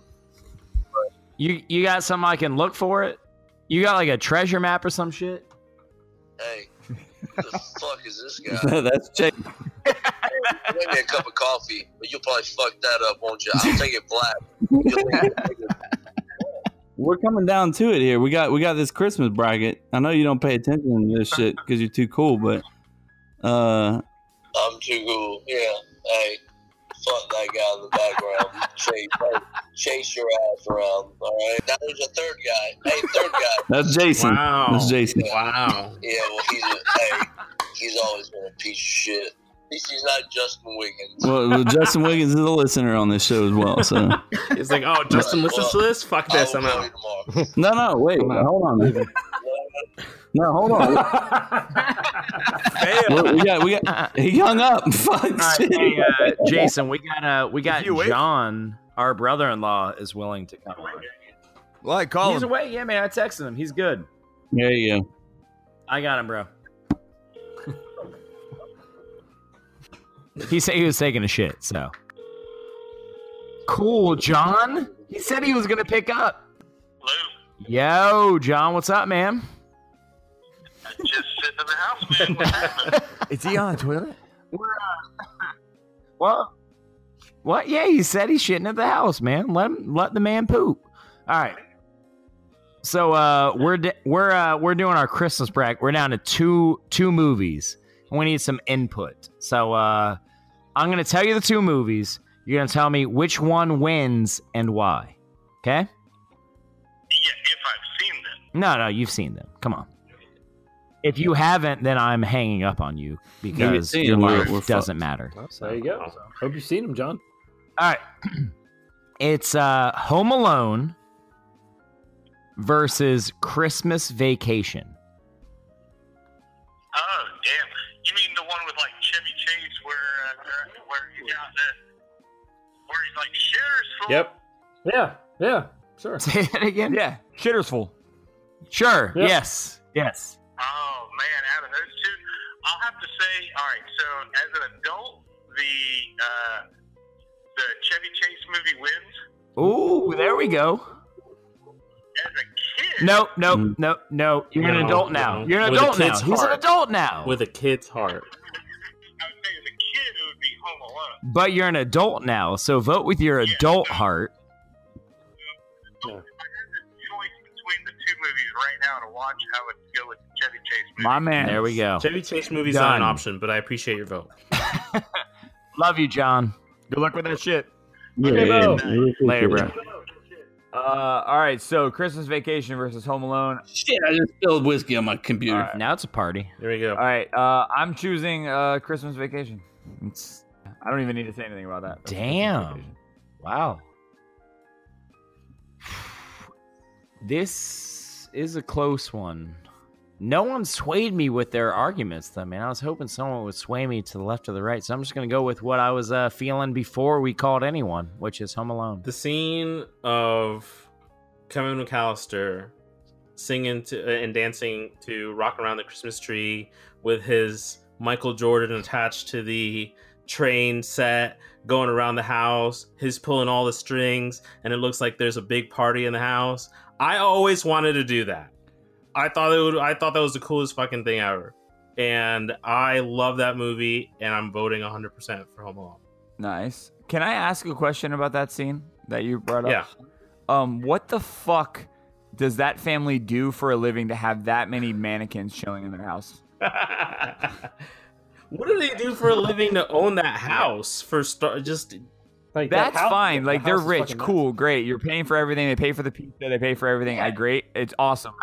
You you got something I can look for it? You got like a treasure map or some shit?
Hey,
[laughs]
the fuck is this guy?
That's Jake.
Give me a cup of coffee, but you'll probably fuck that up, won't you? I'll take it black. You'll take it
We're coming down to it here. We got we got this Christmas bracket. I know you don't pay attention to this shit because you're too cool, but uh,
I'm too cool. Yeah. Hey, fuck that guy in the background. chase, hey, chase your ass around. All right. Now there's a third guy. Hey, third guy.
that's Jason. That's Jason.
Wow.
Yeah. Well, he's a, hey, he's always been a piece of shit. At least he's not Justin Wiggins.
Well, well, Justin Wiggins is a listener on this show as well. So
It's like, oh, Justin listens to this. Fuck this. I'm out.
[laughs]
no, no, wait, hold on. No, hold on. Look, we got, we got. He hung up. [laughs] Fuck. shit.
Hey, uh, Jason, we got uh, we got
you wait-
John, our brother-in-law, is willing to come. on.
Like,
call
He's
him.
away. Yeah, man. I texted him. He's good.
There you go.
I got him, bro. he said he was taking a shit. So cool, John. He said he was gonna pick up. Yo, John, what's up, man?
Is he on the toilet?
Well, what? Yeah, he said he's shitting at the house, man. Let him, let the man poop. All right. So uh, we're d we're uh, we're doing our Christmas break. We're down to two two movies. and We need some input. So uh, I'm gonna tell you the two movies. You're gonna tell me which one wins and why. Okay? No, no, you've seen them. Come on. If you haven't, then I'm hanging up on you because
seen
your
them, we're-
life
we're fucked.
doesn't matter.
there you go. Hope you've seen him, John.
All right. It's uh Home Alone versus Christmas Vacation. [laughs]
Oh, damn. You mean the one with like Chevy Chase where uh, where- where you got the where he's like shares
Yep.
Yeah. Yeah. Sure.
Say it again.
Yeah. Shitter's full.
Sure.
Yeah.
Yes. Yes.
Oh man, out of those two, I'll have to say, all right. So as an adult, the uh, the Chevy Chase movie wins.
Ooh, there we go. Nope, nope, nope, nope. You're an
No,
adult now.
no.
You're an
With a
adult now.
kid's
He's an
heart.
adult now.
With a kid's heart.
But you're an adult now, so vote with your adult heart.
My man.
There we go.
Chevy Chase movies not an
Done.
option, but I appreciate your vote.
Love you, John.
Good luck with that shit.
Okay, bro. Later, bro.
Uh, all right, so Christmas Vacation versus Home Alone.
Shit, I just spilled whiskey on my computer.
Now it's a party.
There we go.
All right, uh, I'm choosing uh, Christmas Vacation. It's, I don't even need to say anything about that.
Damn. Wow. This is a close one. No one swayed me with their arguments, though, man. I was hoping someone would sway me to the left or the right. So I'm just going to go with what I was uh, feeling before we called anyone, which is Home Alone.
The scene of Kevin McAllister singing to, uh, and dancing to "Rock Around the Christmas Tree" with his Michael Jordan attached to the train set, going around the house. He's pulling all the strings, and it looks like there's a big party in the house. I always wanted to do that. I thought it would. I thought that was the coolest fucking thing ever. And I love that movie, and I'm voting 100% for Home Alone.
Nice. Can I ask a question about that scene that you brought up?
Yeah.
Um, what the fuck does that family do for a living to have that many mannequins chilling in their house?
[laughs] What do they do for a living to own that house? For start, just
Like
That's fine. Like they're rich, cool, great. You're paying for everything. They pay for the pizza. They pay for everything. I great. It's awesome.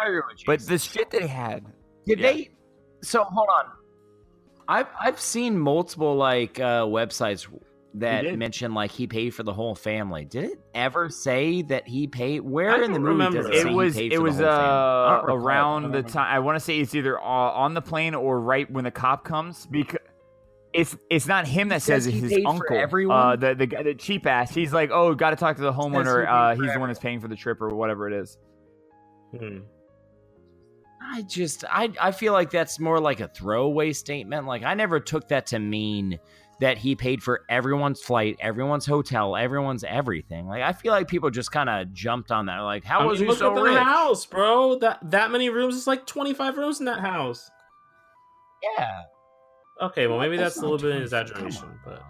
But the shit they had.
Did
Yeah.
they? So hold on. I've I've seen multiple like uh, websites that mentioned like he paid for the whole family. Did it ever say that he paid?
I
Where in the
don't
movie does
remember.
it, say
it
he
was
paid
it
for
was
the whole family? I
uh,
don't recall.
around the time I want to say it's either uh, on the plane or right when the cop comes because it's it's not him that says
says
it's
he
his
paid for
uncle.
everyone?
Uh, the the guy- the cheap ass. He's like, oh, got to talk to the homeowner.
he paid
uh,
for
he's the one that's paying for the trip or whatever it is.
I just I I feel like that's more like a throwaway statement. Like I never took that to mean that he paid for everyone's flight, everyone's hotel, everyone's everything. Like I feel like people just kind of jumped on that. Like how
I
was
mean,
he
look
so
up in
rich?
the house, bro. That that many rooms is like twenty five rooms in that house.
Yeah.
Okay, well maybe
That's
that's, a little bit of an exaggeration, but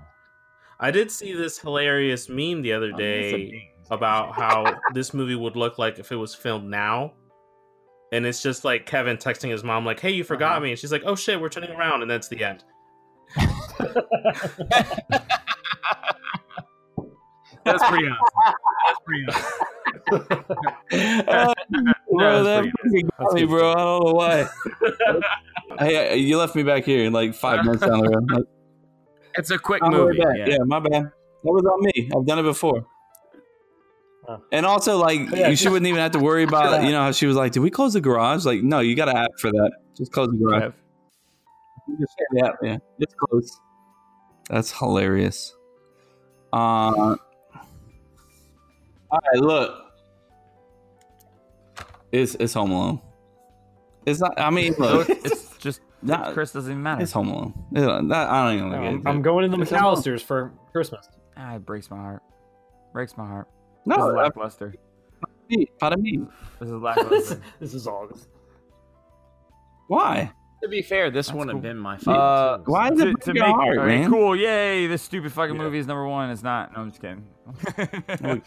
I did see this hilarious meme the other
mean, that's a
day about how this movie would look like if it was filmed now. And it's just like Kevin texting his mom, like, "Hey, you forgot me," and she's like, "Oh shit, we're turning around," and that's the end.
That's pretty awesome.
That's pretty awesome.
Uh, bro,
was
that
pretty
fucking got me, bro. I don't know why. hey, uh, you left me back here in like five minutes down the road.
It's a quick
I'm
movie.
way back.
Yeah.
Yeah. my bad. That was on me. I've done it before. And also, like,
Yeah,
you she wouldn't even have to worry about, you know, how she was like, "Did we close the garage?" Like, no, you got to app for that. Just close the garage. Yeah, yeah, it's close. That's hilarious. Uh, all right, look, it's it's Home Alone. It's not. I mean, look, [laughs]
it's just
not,
Chris doesn't even matter.
It's Home Alone. Yeah, that- I don't even. look
No,
at
I'm,
it.
I'm going to the
It's Home Alone.
McAllisters for Christmas.
Ah, it breaks my heart. Breaks my heart.
No,
this is
I-
lackluster.
Pardon me.
This is lackluster.
this is August.
Why?
To be fair, this wouldn't have been my favorite.
Uh,
too.
Why is it breaking
to, to make
your heart,
all right,
man?
cool, yay! This stupid fucking movie is number one. It's not. No, I'm just kidding.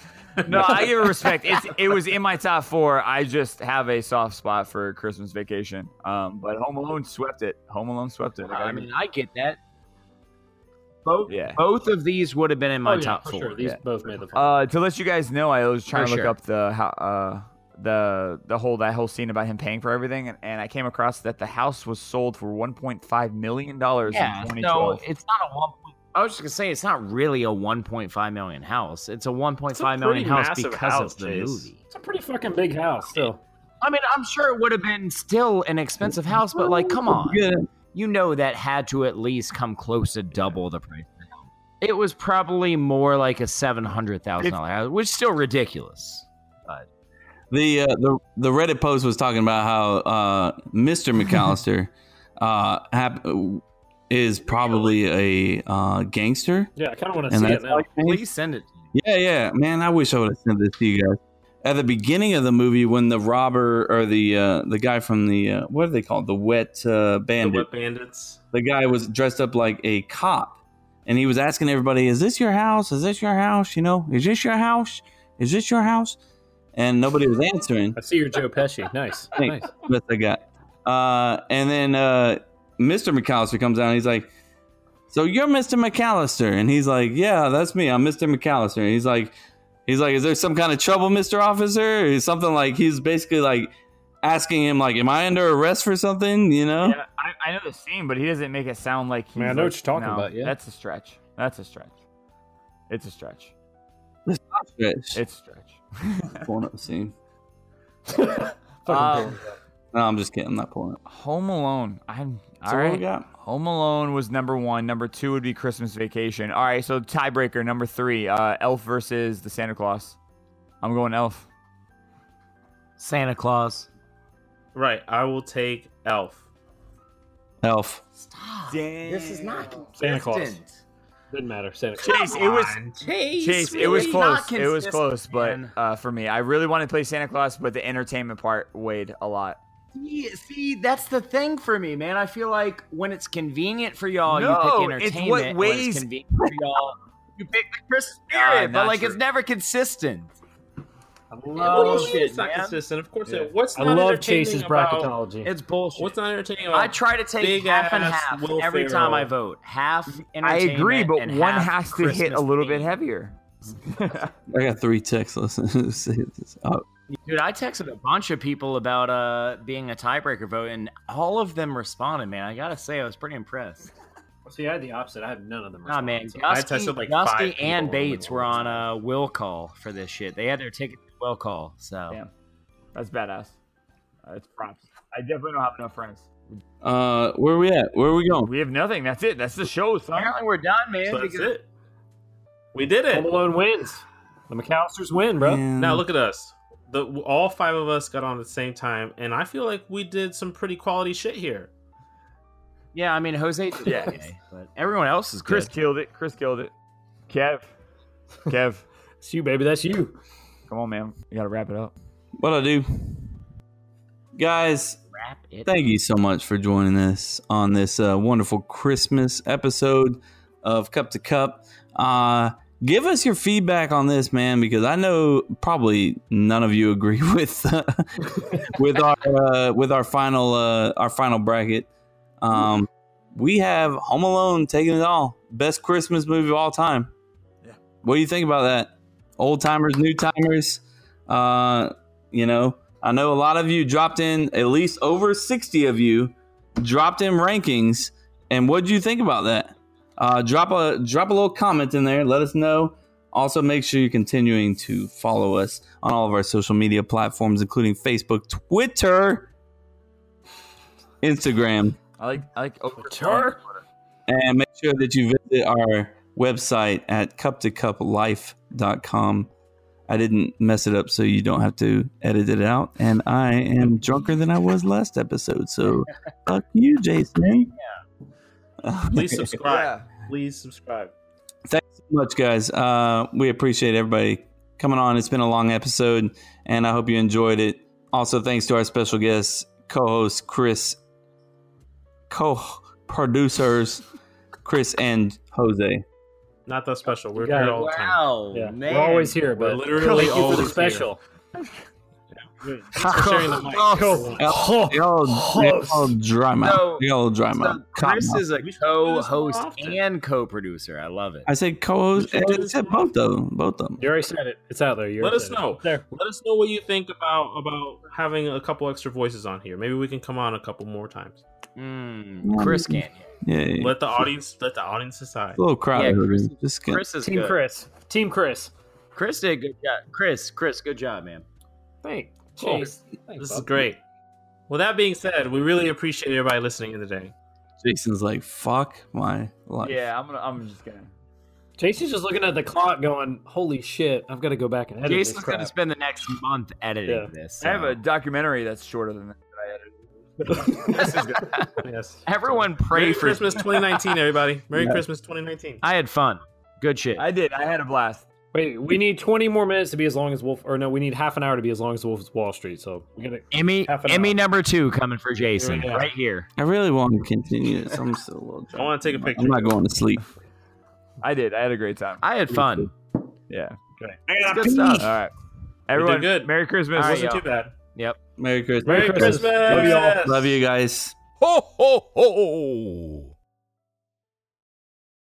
[laughs] no, I give it respect. It's, it was in my top four. I just have a soft spot for Christmas Vacation. Um, but Home Alone swept it. Home Alone swept it.
I mean, I get that. Both, both of these would have been
Oh,
Oh,
in my top four.
Yeah.
both made the
Uh, to let you guys know, I was trying
For
to look
sure.
up the how uh the the whole that whole scene about him paying for everything, and, and I came across that the house was sold for 1.5 million dollars
Yeah,
in
so
2012.
it's not a one. Point, I was just gonna say it's not really a 1.5 million house. It's a 1.5
pretty
million house
massive
because
house,
of the
Chase.
movie.
It's a pretty fucking big house, still.
I mean, I'm sure it would have been still an expensive house, but like, come on, you know that had to at least come close to double the price. of the house. It was probably more like a seven hundred thousand dollar house, which is still ridiculous.
The uh, the the Reddit post was talking about how uh, Mr. McAllister [laughs] uh, hap- is probably a uh, gangster.
Yeah, I kind of want
And
to see it
that's
now.
Please send it.
Yeah, yeah, man. I wish I would have sent this to you guys at the beginning of the movie when the robber or the uh, the guy from the uh, what are they called the wet uh, bandit
What bandits?
the guy was dressed up like a cop and he was asking everybody is this your house is this your house you know is this your house is this your house and nobody was answering
I see you're Joe Pesci. Nice, nice.
Thanks. that's i got uh, and then uh, mr mcallister comes out and he's like so you're mr mcallister and he's like yeah that's me i'm mr mcallister and he's like he's like is there some kind of trouble mr officer or something like he's basically like asking him like am i under arrest for something you know
Yeah, I, I know the scene, but he doesn't make it sound like. He's
Man, I know what
like-
you're talking
no,
about, yeah.
that's a stretch. That's a stretch. It's a stretch.
It's not stretch.
It's stretch.
Pulling up the scene.
Um,
No, I'm just kidding. I'm not pulling up.
Home Alone. I'm
So
all
what we
right.
got?
Home Alone was number one. Number two would be Christmas Vacation. All right, so tiebreaker number three. Uh, Elf versus the Santa Claus. I'm going Elf.
Santa Claus.
Right, I will take Elf.
Elf.
This is
not
Santa Claus. Didn't matter. Santa Claus.
Chase, it was
Chase.
Chase, it was close. It was close, but uh, for me, I really wanted to play Santa Claus, but the entertainment part weighed a lot.
See, see, that's the thing for me, man. I feel like when it's convenient for y'all, you
No,
pick
it's
entertainment.
what
When
weighs-
it's convenient for y'all, you pick the
[laughs]
Christmas spirit. but
not
like,
true.
it's never consistent.
What do you mean
Bullshit,
it's not
man.
consistent? Of course,
Yeah.
it, what's
I
not
love
entertaining
Chase's
about-
bracketology.
It's bullshit.
What's not entertaining? About
I try to take
big
half and
ass
half
Will
every
Ferrell?
time I vote. Half.
I agree,
entertainment
but
and
one
half
has to hit
Christmas
a little bit
theme.
heavier.
I got three texts. [laughs] Let's see if this- oh,
Dude, I texted a bunch of people about uh being a tiebreaker vote, and all of them responded. Man, I gotta say, I was pretty impressed.
See, I had the opposite. I have none of them.
Nah, man.
responded, so-
Gusty, Gusty and Bates were on a will call for this shit. They had their ticket to will call. So
that's badass. That's props. I definitely don't have enough friends.
Uh, where are we at? Where are we going?
We have nothing. That's it. That's the show. Son. Apparently,
we're done, man.
So that's
because-
it. We did it.
Home Alone wins. The McAllisters win, bro.
Now look at us. The all five of us got on at the same time, and I feel like we did some pretty quality shit here.
Yeah, I mean Jose. Did
Yeah.
okay, but everyone else is
Chris
good.
killed it. Chris killed it. Kev. Kev.
[laughs] it's you, baby. That's you.
Come on, man. We gotta wrap it up.
What I do, guys? Thank you so much for joining us on this uh, wonderful Christmas episode of Cup to Cup. Uh, give us your feedback on this, man, because I know probably none of you [laughs] agree with uh, with our uh, with our final uh, our final bracket. Um, we have Home Alone taking it all, best Christmas movie of all time. What do you think about that? Old timers, new timers. Uh, you know, I know a lot of you dropped in, at least over 60 of you dropped in rankings. And what do you think about that? Uh, drop a drop a little comment in there. Let us know. Also, make sure you're continuing to follow us on all of our social media platforms, including Facebook, Twitter, Instagram.
I like I like over
And make sure that you visit our website at cuptocuplife.com. I didn't mess it up so you don't have to edit it out. And I am drunker than I was last episode. So fuck you, Jason. [laughs]
Please subscribe. Please subscribe.
Thanks so much, guys. Uh, we appreciate everybody coming on. It's been a long episode, and I hope you enjoyed it. Also, thanks to our special guests, co host Chris, co producers Chris and Jose.
Not that special. We're
You got
here
it.
all the time.
Wow,
Yeah.
man.
We're always here,
We're
but
literally
thank you for
always
the
here. [laughs]
special.
Thanks for [laughs] sharing the mic.
Y'all, y'all, y'all dry mouth.
So-
y'all dry mouth. Cotton
Chris
mouth.
is a co-host and co-producer. I love it.
I said co-host. and It said both of them. Both of them.
You already said it. It's out there. You
Let
already
us
said it.
know. Let us know what you think about about having a couple extra voices on here. Maybe we can come on a couple more times.
Mm, Chris can.
Yeah.
Let the audience let the audience decide.
It's a little crowded. Just kidding.
Chris is
Team
good.
Chris. Team Chris.
Chris did a good job. Chris, Chris, good job, man.
Thanks.
Cool.
Jeez. Thanks,
This is
bub.
great. Well, that being said, we really appreciate everybody listening in today.
Jason's like, fuck my life.
Yeah, I'm gonna I'm just gonna
Jason's just looking at the clock, going, "Holy shit! I've got to go back and edit this
Jason's going to
crap."
spend the next month editing
Yeah.
this.
I have
so.
a documentary that's shorter than that that I edited. this is good.
Yes.
Everyone pray
Merry
for
Christmas 2019, everybody. Merry
Yeah.
Christmas 2019.
I had fun. Good shit.
I did. I had a blast.
Wait, we need 20 more minutes to be as long as Wolf, or no, we need half an hour to be as long as Wolf's Wall Street. So we gotta.
Emmy,
Half an
Emmy number two coming for Jason
Here we go.
right here.
I really want to continue this. I'm still a little dry.
I want to take a picture.
I'm not going to sleep.
I did. I had a great time.
I had fun.
Yeah.
Okay.
It's good stuff. All right. Everyone,
good.
Merry Christmas.
All right,
Wasn't
y'all.
too bad.
Yep.
Merry Christmas.
Merry Christmas.
Love you guys.
Ho ho ho.